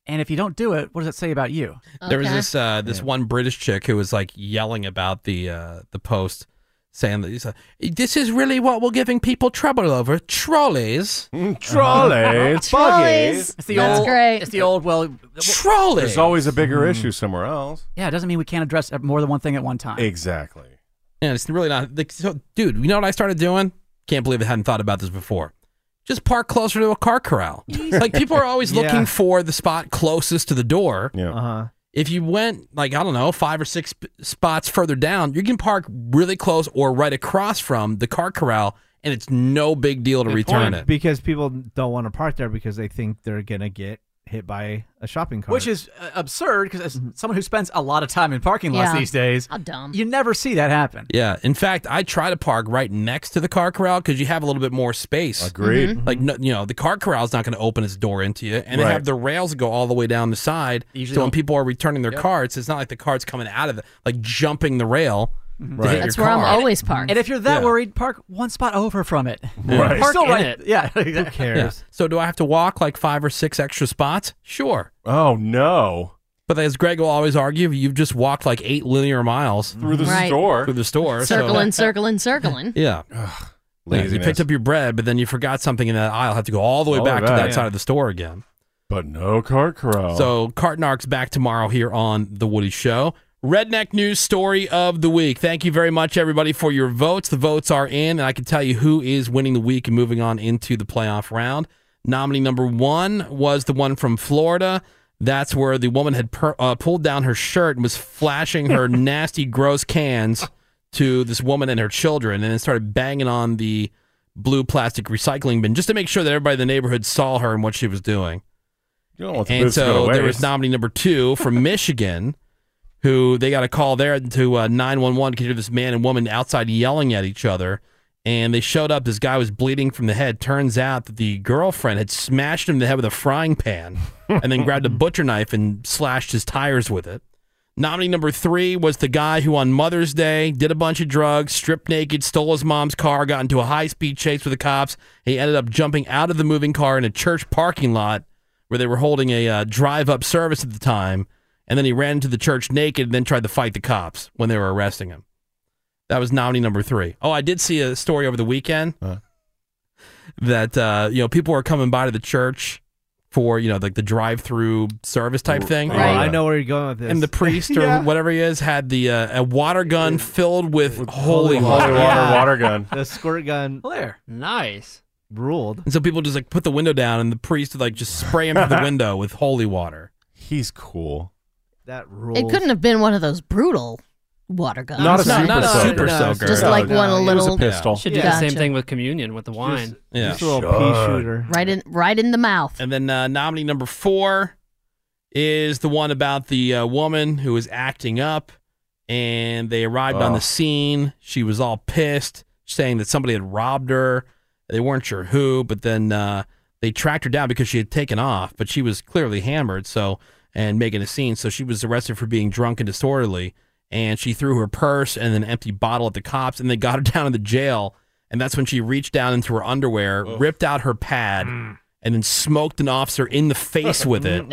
[SPEAKER 13] And if you don't do it, what does it say about you?
[SPEAKER 4] There was this uh, this one British chick who was like yelling about the uh, the post, saying that he's like, this is really what we're giving people trouble over trolleys,
[SPEAKER 7] Trolleys, Trolleys.
[SPEAKER 13] It's the old. It's the old. Well,
[SPEAKER 4] trolleys.
[SPEAKER 7] There's always a bigger issue somewhere else.
[SPEAKER 13] Yeah, it doesn't mean we can't address more than one thing at one time.
[SPEAKER 7] Exactly.
[SPEAKER 4] and it's really not. Like, so, dude, you know what I started doing? Can't believe I hadn't thought about this before. Just park closer to a car corral. like people are always
[SPEAKER 16] Yeah.
[SPEAKER 4] looking for the spot closest to the door.
[SPEAKER 7] Yeah.
[SPEAKER 5] Uh-huh.
[SPEAKER 4] If you went like I don't know five or six p- spots further down, you can park really close or right across from the car corral, and it's no big deal to return it.
[SPEAKER 5] because people don't want to park there because they think they're gonna get hit by a shopping cart.
[SPEAKER 13] Which is uh, absurd because as someone who spends a lot of time in parking lots
[SPEAKER 5] Yeah.
[SPEAKER 13] these days,
[SPEAKER 6] how dumb.
[SPEAKER 13] You never see that happen.
[SPEAKER 4] Yeah. In fact, I try to park right next to the car corral because you have a little bit more space.
[SPEAKER 7] Agreed. Mhm.
[SPEAKER 4] Like, no, you know, the car corral is not going to open its door into you, and they
[SPEAKER 7] Right.
[SPEAKER 4] have the rails that go all the way down the side.
[SPEAKER 7] Usually
[SPEAKER 4] so when
[SPEAKER 7] don't-
[SPEAKER 4] people are returning their
[SPEAKER 7] Yep.
[SPEAKER 4] carts, it's not like the cart's coming out of the like jumping the rail. to
[SPEAKER 7] Right.
[SPEAKER 4] hit
[SPEAKER 6] That's
[SPEAKER 4] your
[SPEAKER 6] where
[SPEAKER 4] car.
[SPEAKER 6] I'm always parked.
[SPEAKER 13] And if you're that
[SPEAKER 4] Yeah.
[SPEAKER 13] worried, park one spot over from it.
[SPEAKER 4] Yeah. Right.
[SPEAKER 13] Park
[SPEAKER 4] Park in
[SPEAKER 13] right-
[SPEAKER 4] it.
[SPEAKER 13] Yeah. Who
[SPEAKER 4] Yeah. So do I have to walk like five or six extra spots? Sure.
[SPEAKER 7] Oh no.
[SPEAKER 4] But as Greg will always argue, you've just walked like eight linear miles through
[SPEAKER 6] the Right. store.
[SPEAKER 4] Through the store. so-
[SPEAKER 6] circling, circling, circling.
[SPEAKER 4] Yeah. Yeah, you
[SPEAKER 7] Laziness.
[SPEAKER 4] picked up your bread, but then you forgot something in that aisle. Have to go all the way
[SPEAKER 7] All
[SPEAKER 4] back to
[SPEAKER 7] right.
[SPEAKER 4] that
[SPEAKER 7] Yeah.
[SPEAKER 4] side of the store again.
[SPEAKER 7] But no cart corral.
[SPEAKER 4] So Cartnark's back tomorrow here on The Woody Show. Redneck News Story of the Week. Thank you very much, everybody, for your votes. The votes are in, and I can tell you who is winning the week and moving on into the playoff round. Nominee number one was the one from Florida. That's where the woman had per, uh, pulled down her shirt and was flashing her nasty, gross cans to this woman and her children, and then started banging on the blue plastic recycling bin just to make sure that everybody in the neighborhood saw her and what she was doing
[SPEAKER 7] you don't want the
[SPEAKER 4] and
[SPEAKER 7] boots to go
[SPEAKER 4] so
[SPEAKER 7] to
[SPEAKER 4] there
[SPEAKER 7] waste.
[SPEAKER 4] was nominee number two from Michigan, who they got a call there to uh, nine one one because this man and woman outside yelling at each other, and they showed up. This guy was bleeding from the head. Turns out that the girlfriend had smashed him in the head with a frying pan, and then grabbed a butcher knife and slashed his tires with it. Nominee number three was the guy who on Mother's Day did a bunch of drugs, stripped naked, stole his mom's car, got into a high speed chase with the cops. He ended up jumping out of the moving car in a church parking lot where they were holding a uh, drive up service at the time. And then he ran into the church naked and then tried to fight the cops when they were arresting him. That was nominee number three. Oh, I did see a story over the weekend that uh, you know people were coming by to the church for you know like the drive through service type thing.
[SPEAKER 5] Oh, I know where you're going with this.
[SPEAKER 4] And the priest or
[SPEAKER 5] Yeah.
[SPEAKER 4] whatever he is had the uh, a water gun filled with, holy, water.
[SPEAKER 5] Yeah.
[SPEAKER 7] gun.
[SPEAKER 5] The squirt gun.
[SPEAKER 13] There.
[SPEAKER 8] Nice.
[SPEAKER 5] Ruled.
[SPEAKER 4] And so people just like put the window down, and the priest would like just spray him through the window with holy water.
[SPEAKER 7] He's cool.
[SPEAKER 5] That
[SPEAKER 6] It couldn't have been one of those brutal water guns.
[SPEAKER 4] Not a No, super not a soaker. super soaker.
[SPEAKER 6] Just
[SPEAKER 4] No,
[SPEAKER 6] like
[SPEAKER 4] no,
[SPEAKER 6] one
[SPEAKER 4] it
[SPEAKER 6] a
[SPEAKER 4] was a
[SPEAKER 6] little
[SPEAKER 4] pistol.
[SPEAKER 8] Should do
[SPEAKER 6] Gotcha.
[SPEAKER 8] the same thing with communion with the wine.
[SPEAKER 4] Yeah.
[SPEAKER 5] Just a little pea shooter.
[SPEAKER 6] Right in, right in the mouth.
[SPEAKER 4] And then uh, nominee number four is the one about the uh, woman who was acting up, and they arrived on
[SPEAKER 16] Oh.
[SPEAKER 4] the scene. She was all pissed, saying that somebody had robbed her. They weren't sure who, but then uh, they tracked her down because she had taken off, but she was clearly hammered. So and making a scene, so she was arrested for being drunk and disorderly. And she threw her purse and an empty bottle at the cops, and they got her down in the jail. And that's when she reached down into her underwear, ripped out her pad, and then smoked an officer in the face with it.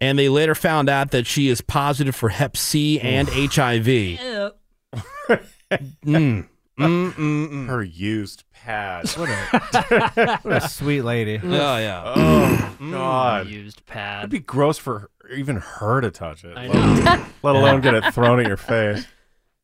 [SPEAKER 4] and they later found out that she is positive for Hep C and HIV. Mm.
[SPEAKER 7] Her used pads. What
[SPEAKER 5] a, what a sweet lady. Mm,
[SPEAKER 7] Oh, yeah. Oh, God.
[SPEAKER 8] Used pad.
[SPEAKER 7] It'd be gross for her, even her to touch it. let alone- Let alone get it thrown at your face.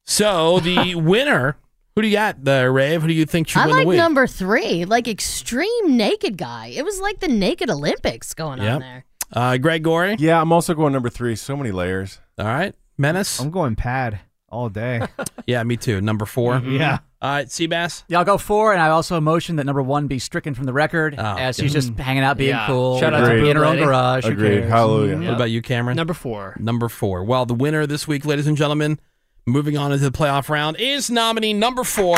[SPEAKER 4] So the winner, who do you got there, Rave? Who do you think should
[SPEAKER 6] I
[SPEAKER 4] win
[SPEAKER 6] like
[SPEAKER 4] the week?
[SPEAKER 6] number three, like extreme naked guy. It was like the naked Olympics going on there.
[SPEAKER 4] Uh, Greg Gory.
[SPEAKER 7] Yeah, I'm also going number three. So many layers.
[SPEAKER 4] All right. Menace.
[SPEAKER 5] I'm going pad all day.
[SPEAKER 4] yeah, me too. Number 4
[SPEAKER 13] Mm-hmm.
[SPEAKER 5] Yeah.
[SPEAKER 4] All right, Uh, Seabass.
[SPEAKER 13] Yeah, I'll go four, and I also motion that number one be stricken from the record
[SPEAKER 4] Oh,
[SPEAKER 13] as she's just hanging out being cool. in her own garage. who cares? Mm-hmm.
[SPEAKER 4] What about you, Cameron? Number
[SPEAKER 8] four.
[SPEAKER 4] Number four. Well, the winner this week, ladies and gentlemen, moving on into the playoff round, is nominee number four.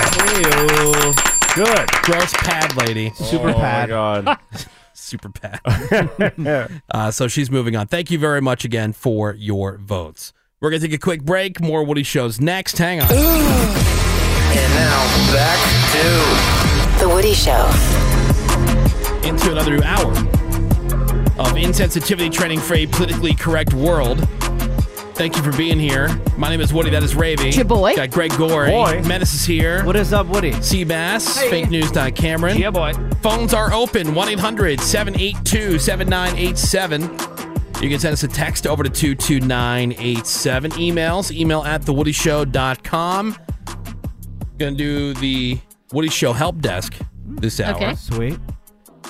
[SPEAKER 4] Oh.
[SPEAKER 7] Good.
[SPEAKER 4] Gross pad lady.
[SPEAKER 7] Super Oh, my pad. God.
[SPEAKER 4] Super pad. uh, so she's moving on. Thank you very much again for your votes. We're going to take a quick break. More Woody shows next. Hang on.
[SPEAKER 3] And now back to The Woody Show.
[SPEAKER 4] into another hour of insensitivity training for a politically correct world. Thank you for being here. My name is Woody. That is Ravy.
[SPEAKER 6] Your boy.
[SPEAKER 4] Got Greg Gorey.
[SPEAKER 6] Boy.
[SPEAKER 4] Menace is here. What
[SPEAKER 5] is up, Woody?
[SPEAKER 4] Seabass.
[SPEAKER 6] Hey.
[SPEAKER 4] Fake News. uh, Cameron. Yeah,
[SPEAKER 8] boy.
[SPEAKER 4] Phones are open 1 800 782 7987. You can send us a text over to 22987. Emails, email at thewoodyshow.com. Going to do the Woody Show help desk this hour.
[SPEAKER 5] Okay. Sweet.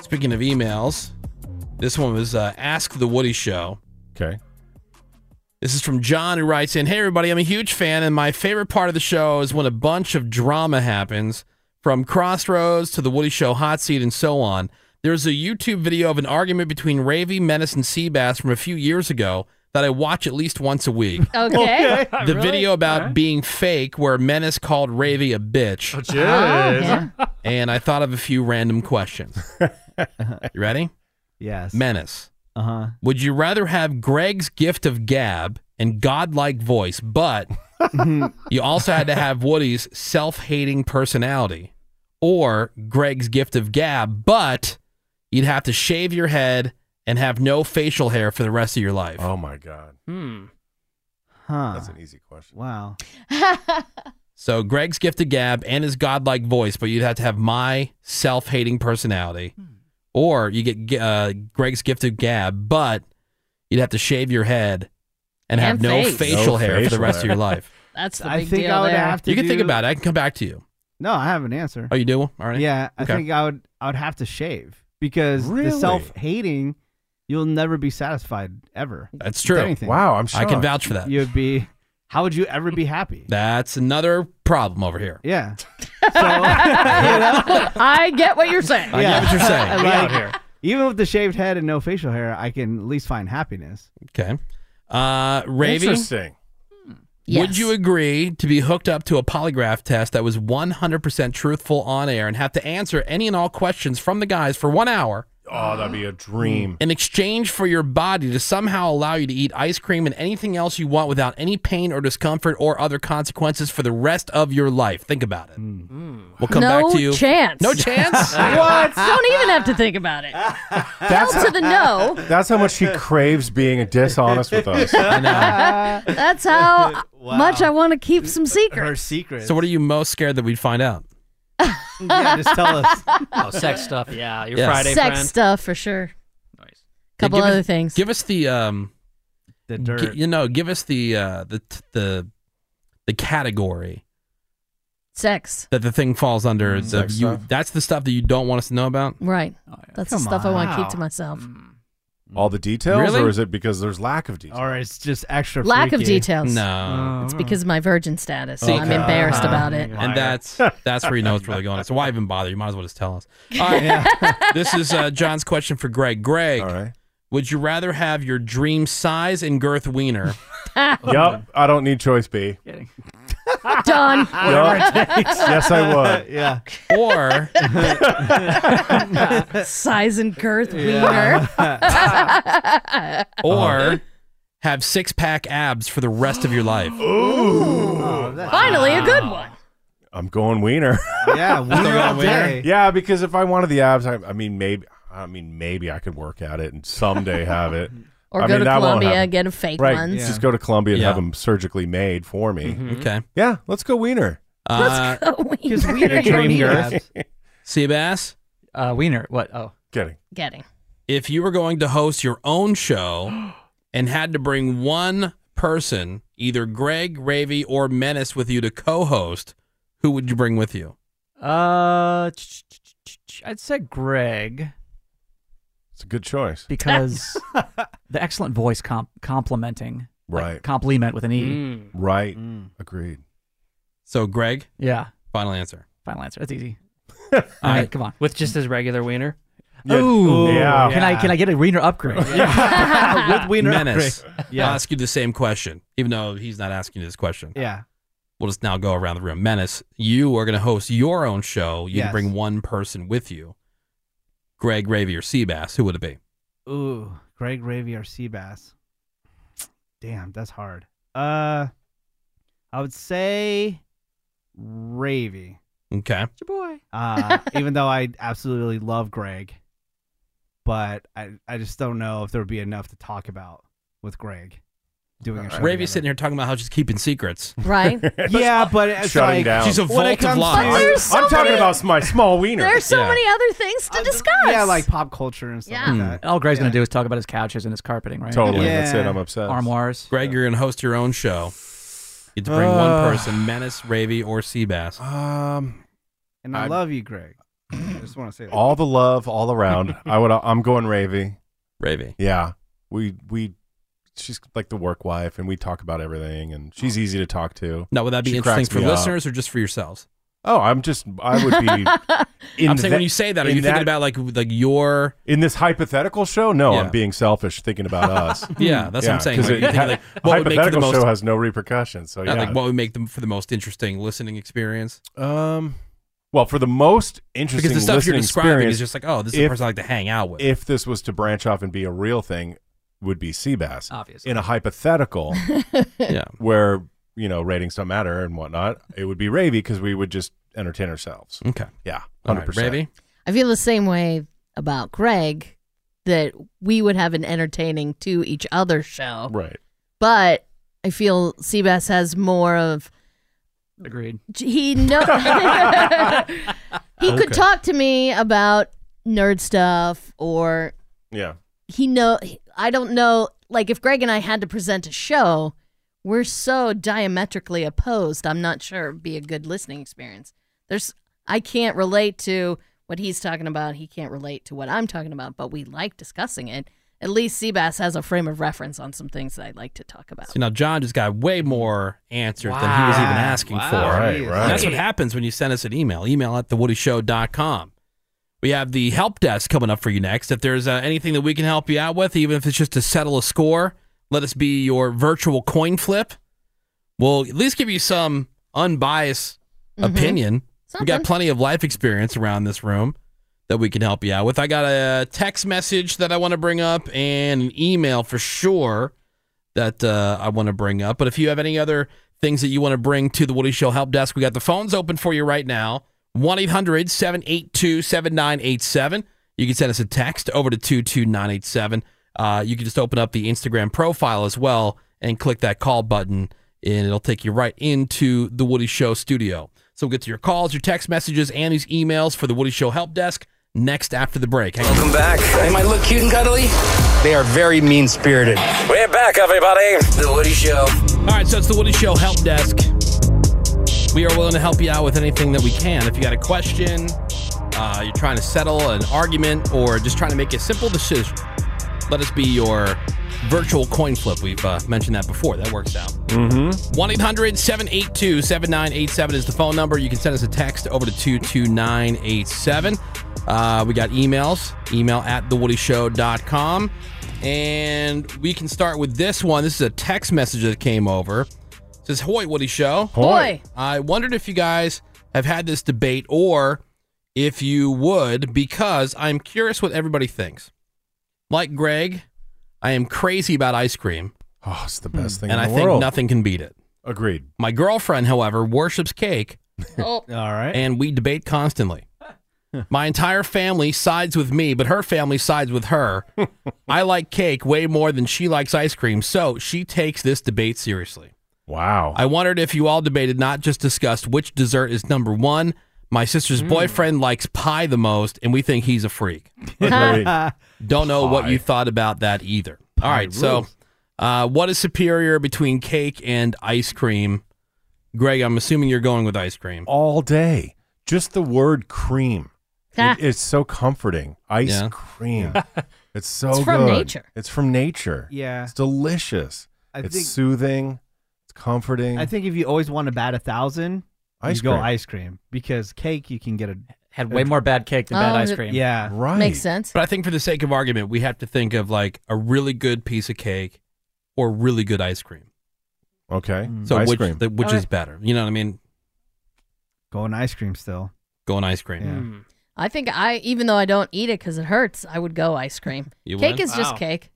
[SPEAKER 4] Speaking of emails, this one was uh, Ask the Woody Show.
[SPEAKER 7] Okay.
[SPEAKER 4] This is from John who writes in Hey, everybody, I'm a huge fan, and my favorite part of the show is when a bunch of drama happens from Crossroads to the Woody Show Hot Seat and so on. There's a YouTube video of an argument between Ravy, Menace, and Seabass from a few years ago that I watch at least once a week.
[SPEAKER 6] Okay. Okay.
[SPEAKER 4] The
[SPEAKER 6] Really?
[SPEAKER 4] video about being fake where Menace called Ravy a bitch.
[SPEAKER 7] Oh,
[SPEAKER 6] jeez.
[SPEAKER 5] Oh,
[SPEAKER 4] And I thought of a few random questions. you ready?
[SPEAKER 5] Yes.
[SPEAKER 4] Menace.
[SPEAKER 5] Uh huh.
[SPEAKER 4] Would you rather have Greg's gift of gab and godlike voice, but you also had to have Woody's self hating personality, or Greg's gift of gab, but you'd have to shave your head and have no facial hair for the rest of your life?
[SPEAKER 7] Oh, my God.
[SPEAKER 8] Hmm.
[SPEAKER 5] Huh.
[SPEAKER 7] That's an easy question.
[SPEAKER 5] Wow.
[SPEAKER 4] So Greg's gift of gab and his godlike voice, but you'd have to have my self-hating personality,
[SPEAKER 5] Hmm.
[SPEAKER 4] or you get uh, Greg's gift of gab, but you'd have to shave your head and,
[SPEAKER 6] And
[SPEAKER 4] have no
[SPEAKER 6] face.
[SPEAKER 4] facial
[SPEAKER 7] No
[SPEAKER 4] hair for
[SPEAKER 7] facial
[SPEAKER 4] the rest of
[SPEAKER 7] hair.
[SPEAKER 4] your life.
[SPEAKER 6] That's the
[SPEAKER 5] I
[SPEAKER 6] big
[SPEAKER 5] think
[SPEAKER 6] deal
[SPEAKER 5] I would
[SPEAKER 6] there.
[SPEAKER 5] have to
[SPEAKER 4] you can think
[SPEAKER 5] do-
[SPEAKER 4] about it. I can come back to you.
[SPEAKER 5] No, I have an answer.
[SPEAKER 4] Oh, you do? All right.
[SPEAKER 5] Yeah, I
[SPEAKER 4] Okay.
[SPEAKER 5] think I would. I would have to shave because
[SPEAKER 4] Really?
[SPEAKER 5] the self-hating, you'll never be satisfied ever.
[SPEAKER 4] That's
[SPEAKER 5] with
[SPEAKER 4] true.
[SPEAKER 5] anything.
[SPEAKER 4] Wow, I'm I can shocked. vouch for that.
[SPEAKER 5] You'd be. How would you ever be happy?
[SPEAKER 4] That's another problem over here.
[SPEAKER 5] Yeah.
[SPEAKER 6] I get what you're saying.
[SPEAKER 4] I get what you're saying.
[SPEAKER 5] Like,
[SPEAKER 4] Get out here.
[SPEAKER 5] Even with the shaved head and no facial hair, I can at least find happiness.
[SPEAKER 4] Okay. Uh, Ravy,
[SPEAKER 7] Interesting.
[SPEAKER 4] Would you agree to be hooked up to a polygraph test that was 100% truthful on air and have to answer any and all questions from the guys for one hour?
[SPEAKER 7] Oh, that'd be a dream.
[SPEAKER 4] in exchange for your body to somehow allow you to eat ice cream and anything else you want without any pain or discomfort or other consequences for the rest of your life. Think about it.
[SPEAKER 7] Mm.
[SPEAKER 4] We'll come
[SPEAKER 6] no
[SPEAKER 4] back to you.
[SPEAKER 6] chance.
[SPEAKER 4] No chance.
[SPEAKER 6] Don't even have to think about it.
[SPEAKER 7] That's
[SPEAKER 6] Hell to the no.
[SPEAKER 7] That's how much she craves being dishonest with us.
[SPEAKER 6] That's how much I want to keep some secrets.
[SPEAKER 5] Her secret.
[SPEAKER 4] So, what are you most scared that we'd find out?
[SPEAKER 5] yeah, just tell us.
[SPEAKER 8] Oh, sex stuff. Yeah, your
[SPEAKER 4] Yes.
[SPEAKER 8] Friday
[SPEAKER 6] Sex
[SPEAKER 8] friend.
[SPEAKER 6] stuff for sure.
[SPEAKER 4] Yeah,
[SPEAKER 6] Couple
[SPEAKER 4] give us-
[SPEAKER 6] other things.
[SPEAKER 4] Give us the um,
[SPEAKER 5] the
[SPEAKER 4] dirt. you know, give us the uh, the t- the the category
[SPEAKER 6] Sex.
[SPEAKER 4] that the thing falls
[SPEAKER 7] Mm.
[SPEAKER 4] under. The-
[SPEAKER 6] Sex
[SPEAKER 4] you-
[SPEAKER 6] stuff.
[SPEAKER 4] that's the stuff that you don't want us to know about.
[SPEAKER 6] Right.
[SPEAKER 5] Oh,
[SPEAKER 6] That's the
[SPEAKER 5] Come
[SPEAKER 6] stuff I want to keep to
[SPEAKER 5] on.
[SPEAKER 6] myself.
[SPEAKER 7] All the details,
[SPEAKER 4] Really?
[SPEAKER 7] or is it because there's lack of details?
[SPEAKER 5] Or it's just extra
[SPEAKER 6] Lack of details.
[SPEAKER 4] No.
[SPEAKER 6] It's because of my virgin status. I'm embarrassed
[SPEAKER 4] Uh-huh.
[SPEAKER 6] about it.
[SPEAKER 4] And that's that's where you know it's really going. on. So why even bother? You might as well just tell us. All right. this is uh, John's question for Greg. Greg, would you rather have your dream size and girth wiener?
[SPEAKER 7] Yup. I don't need choice B.
[SPEAKER 6] Done.
[SPEAKER 7] Yup. yes, I would.
[SPEAKER 5] Yeah.
[SPEAKER 4] Or
[SPEAKER 6] Size and girth
[SPEAKER 4] Yeah.
[SPEAKER 6] wiener.
[SPEAKER 4] or have six pack abs for the rest of your life.
[SPEAKER 6] Finally, a good one.
[SPEAKER 7] I'm going wiener.
[SPEAKER 5] Yeah, wiener all day.
[SPEAKER 7] Yeah, because if I wanted the abs, I, I mean maybe I mean maybe I could work at it and someday have it.
[SPEAKER 6] Or
[SPEAKER 7] I
[SPEAKER 6] go
[SPEAKER 7] mean,
[SPEAKER 6] to
[SPEAKER 7] that won't
[SPEAKER 6] Columbia,
[SPEAKER 7] happen.
[SPEAKER 6] get a fake
[SPEAKER 7] right,
[SPEAKER 6] one. Mm-hmm.
[SPEAKER 7] Just go to Columbia and
[SPEAKER 4] Yeah. Mm-hmm.
[SPEAKER 7] have them surgically made for me.
[SPEAKER 4] Okay.
[SPEAKER 7] Yeah, let's go wiener.
[SPEAKER 36] Uh,
[SPEAKER 6] Because
[SPEAKER 36] Your dream girl. Seabass?
[SPEAKER 13] Uh, Wiener. What? Oh.
[SPEAKER 7] Getting.
[SPEAKER 6] Getting.
[SPEAKER 4] If you were going to host your own show and had to bring one person, either Greg, Ravy, or Menace with you to co host, who would you bring with you?
[SPEAKER 13] Uh, ch- ch- ch- ch- ch- I'd say Greg
[SPEAKER 7] It's a good choice.
[SPEAKER 13] because the excellent voice comp- complimenting. like,
[SPEAKER 7] Right.
[SPEAKER 13] compliment with an E.
[SPEAKER 4] Mm.
[SPEAKER 7] Right. Agreed.
[SPEAKER 4] So, Greg?
[SPEAKER 13] Hmm. Yeah.
[SPEAKER 4] Final answer.
[SPEAKER 13] Final answer. That's easy.
[SPEAKER 4] All right.
[SPEAKER 13] come on.
[SPEAKER 8] With just his regular wiener.
[SPEAKER 4] Yeah.
[SPEAKER 13] Ooh.
[SPEAKER 4] Yeah.
[SPEAKER 13] Can I can I get a wiener upgrade?
[SPEAKER 4] Yeah.
[SPEAKER 13] With wiener
[SPEAKER 4] Menace.
[SPEAKER 13] upgrade.
[SPEAKER 4] I'll ask you the same question, even though he's not asking you this question.
[SPEAKER 5] Yeah.
[SPEAKER 4] We'll just now go around the room. Menace, you are going to host your own show. You
[SPEAKER 5] Yes.
[SPEAKER 4] can bring one person with you. Greg, Ravy, or Seabass. Who would it be?
[SPEAKER 5] Ooh, Greg Ravy or Seabass. Damn, that's hard. Uh, I would say Ravy.
[SPEAKER 4] Okay.
[SPEAKER 5] boy. Uh, even though I absolutely love Greg, but I I just don't know if there would be enough to talk about with Greg doing a show.
[SPEAKER 4] Ravy's sitting here talking about how she's keepting secrets.
[SPEAKER 6] Right.
[SPEAKER 5] yeah, but it's
[SPEAKER 4] Shutting
[SPEAKER 5] like,
[SPEAKER 4] down. She's a
[SPEAKER 5] when it
[SPEAKER 4] vault of
[SPEAKER 5] comes
[SPEAKER 4] lies.
[SPEAKER 5] to-
[SPEAKER 4] There's so I'm talking many- about
[SPEAKER 7] my small wiener.
[SPEAKER 6] There's so
[SPEAKER 13] Yeah.
[SPEAKER 6] many other things to discuss.
[SPEAKER 5] Yeah, like pop culture and stuff
[SPEAKER 6] Yeah.
[SPEAKER 5] like
[SPEAKER 13] Hmm.
[SPEAKER 5] that.
[SPEAKER 13] All Greg's gonna do is talk about his couches and his carpeting, right?
[SPEAKER 7] Totally. That's it. I'm upset.
[SPEAKER 13] Armoires.
[SPEAKER 4] Greg, you're going to host your own show. You have to bring one
[SPEAKER 5] Uh.
[SPEAKER 4] person, Menace, Ravy, or Seabass.
[SPEAKER 7] Um,
[SPEAKER 5] and I love you, Greg. I just want to say that.
[SPEAKER 7] all the love all around. I would. I'm going Ravy.
[SPEAKER 4] Ravy.
[SPEAKER 7] Yeah. We we. She's like the work wife, and we talk about everything, and she's easy to talk to.
[SPEAKER 4] Now, would that be
[SPEAKER 7] She
[SPEAKER 4] interesting
[SPEAKER 7] cracks
[SPEAKER 4] for
[SPEAKER 7] me up.
[SPEAKER 4] listeners or just for yourselves?
[SPEAKER 7] Oh, I'm just. I would be. in
[SPEAKER 4] I'm
[SPEAKER 7] that-
[SPEAKER 4] saying when you say that, are
[SPEAKER 7] in
[SPEAKER 4] you thinking about like like your
[SPEAKER 7] in this hypothetical show? No,
[SPEAKER 4] Yeah.
[SPEAKER 7] I'm being selfish, thinking about us.
[SPEAKER 4] Yeah, that's what I'm saying.
[SPEAKER 7] 'cause it-
[SPEAKER 4] Like, you think, like, what would make for the
[SPEAKER 7] hypothetical
[SPEAKER 4] most-
[SPEAKER 7] show has no repercussions. So yeah,
[SPEAKER 4] Yeah, Uh, like what would make them for the most interesting listening experience?
[SPEAKER 7] Um, well, for the most interesting
[SPEAKER 4] Because the stuff you're
[SPEAKER 7] listening
[SPEAKER 4] describing
[SPEAKER 7] experience,
[SPEAKER 4] is just like, oh, this is
[SPEAKER 7] if-
[SPEAKER 4] the person I like to hang out with.
[SPEAKER 7] If this was to branch off and be a real thing, would be Seabass.
[SPEAKER 13] Obviously.
[SPEAKER 7] In a hypothetical,
[SPEAKER 4] yeah,
[SPEAKER 7] where you know ratings don't matter and whatnot, it would be Ravy because we would just entertain ourselves.
[SPEAKER 4] Okay.
[SPEAKER 7] Yeah.
[SPEAKER 4] All
[SPEAKER 7] Hundred
[SPEAKER 4] right,
[SPEAKER 7] percent.
[SPEAKER 4] Ravy?
[SPEAKER 6] I feel the same way about Greg that we would have an entertaining to each other show.
[SPEAKER 7] Right.
[SPEAKER 6] But I feel Seabass has more of
[SPEAKER 13] Agreed.
[SPEAKER 6] he know he
[SPEAKER 7] Okay.
[SPEAKER 6] could talk to me about nerd stuff or
[SPEAKER 7] Yeah.
[SPEAKER 6] he know I don't know like if Greg and I had to present a show, we're so diametrically opposed. I'm not sure it'd be a good listening experience. There's I can't relate to what he's talking about. He can't relate to what I'm talking about, but we like discussing it. At least Seabass has a frame of reference on some things that I'd like to talk about.
[SPEAKER 4] So now John just got way more answers than he was even
[SPEAKER 6] Wow.
[SPEAKER 4] asking
[SPEAKER 6] Wow.
[SPEAKER 4] for.
[SPEAKER 6] Right,
[SPEAKER 4] And
[SPEAKER 6] right.
[SPEAKER 4] That's what happens when you send us an email. Email at thewoodyshow.com. We have the help desk coming up for you next. If there's uh, anything that we can help you out with, even if it's just to settle a score, let us be your virtual coin flip. We'll at least give you some unbiased opinion. We got plenty of life experience around this room that we can help you out with. I got a text message that I want to bring up and an email for sure that uh, I want to bring up. But if you have any other things that you want to bring to the Woody Show Help Desk, we got the phones open for you right now 1 800 782 7987. You can send us a text over to 22987. Uh, you can just open up the Instagram profile as well and click that call button, and it'll take you right into the Woody Show studio. So we'll get to your calls, your text messages, and these emails for the Woody Show Help Desk next after the break. Hang on.
[SPEAKER 12] Welcome back. Am I look cute and cuddly?
[SPEAKER 4] They are very mean spirited.
[SPEAKER 12] We're back, everybody. The Woody Show.
[SPEAKER 4] All right, so it's the Woody Show Help Desk. We are willing to help you out with anything that we can. If you got a question, uh, you're trying to settle an argument, or just trying to make a simple decision, let us be your virtual coin flip. We've uh, mentioned that before. That works out.
[SPEAKER 7] Mm-hmm.
[SPEAKER 4] 1 800 782 7987 is the phone number. You can send us a text over to 22987. Uh, we got emails, email at thewoodyshow.com. And we can start with this one. This is a text message that came over. It says, Hoy, Woody Show.
[SPEAKER 6] Hoy.
[SPEAKER 4] I wondered if you guys have had this debate or if you would, because I'm curious what everybody thinks. Like Greg, I am crazy about ice cream.
[SPEAKER 7] Oh, it's the best thing
[SPEAKER 4] And
[SPEAKER 7] in
[SPEAKER 4] I
[SPEAKER 7] the
[SPEAKER 4] think
[SPEAKER 7] world.
[SPEAKER 4] nothing can beat it.
[SPEAKER 7] Agreed.
[SPEAKER 4] My girlfriend, however, worships cake.
[SPEAKER 6] All
[SPEAKER 5] right.
[SPEAKER 4] And we debate constantly. My entire family sides with me, but her family sides with her. I like cake way more than she likes ice cream, so she takes this debate seriously.
[SPEAKER 7] Wow.
[SPEAKER 4] I wondered if you all debated, not just discussed, which dessert is number one. My sister's
[SPEAKER 7] Hmm.
[SPEAKER 4] boyfriend likes pie the most, and we think he's a freak.
[SPEAKER 7] Agreed.
[SPEAKER 4] Don't know what you thought about that either. all right, so
[SPEAKER 7] rules.
[SPEAKER 4] uh, what is superior between cake and ice cream? Greg, I'm assuming you're going with ice cream.
[SPEAKER 7] all day. Just the word cream.
[SPEAKER 4] Ah.
[SPEAKER 7] It is so comforting. Ice
[SPEAKER 4] Yeah.
[SPEAKER 7] cream. It's so
[SPEAKER 6] It's from
[SPEAKER 7] good.
[SPEAKER 6] nature.
[SPEAKER 7] It's from nature.
[SPEAKER 5] Yeah.
[SPEAKER 7] It's delicious.
[SPEAKER 5] I
[SPEAKER 7] it's
[SPEAKER 5] think-
[SPEAKER 7] soothing. It's comforting.
[SPEAKER 5] I think if you always want to bat a thousand,
[SPEAKER 7] Ice
[SPEAKER 5] you go
[SPEAKER 7] cream.
[SPEAKER 5] ice cream because cake you can get a
[SPEAKER 13] had way more bad cake
[SPEAKER 5] than bad Oh, ice th- cream. yeah.
[SPEAKER 7] Right.
[SPEAKER 6] Makes sense.
[SPEAKER 4] But I think for the sake of argument, we have to think of like a really good piece of cake or really good ice cream.
[SPEAKER 7] Okay.
[SPEAKER 4] So
[SPEAKER 7] ice
[SPEAKER 4] which
[SPEAKER 7] cream.
[SPEAKER 4] the- which
[SPEAKER 6] All
[SPEAKER 4] is
[SPEAKER 6] right.
[SPEAKER 4] better? You know what I mean?
[SPEAKER 5] Going ice cream still.
[SPEAKER 4] Going ice cream.
[SPEAKER 6] I think I, even though I don't eat it because it hurts, I would go ice cream.
[SPEAKER 4] You
[SPEAKER 6] cake
[SPEAKER 4] would?
[SPEAKER 6] is just
[SPEAKER 4] Wow.
[SPEAKER 6] cake.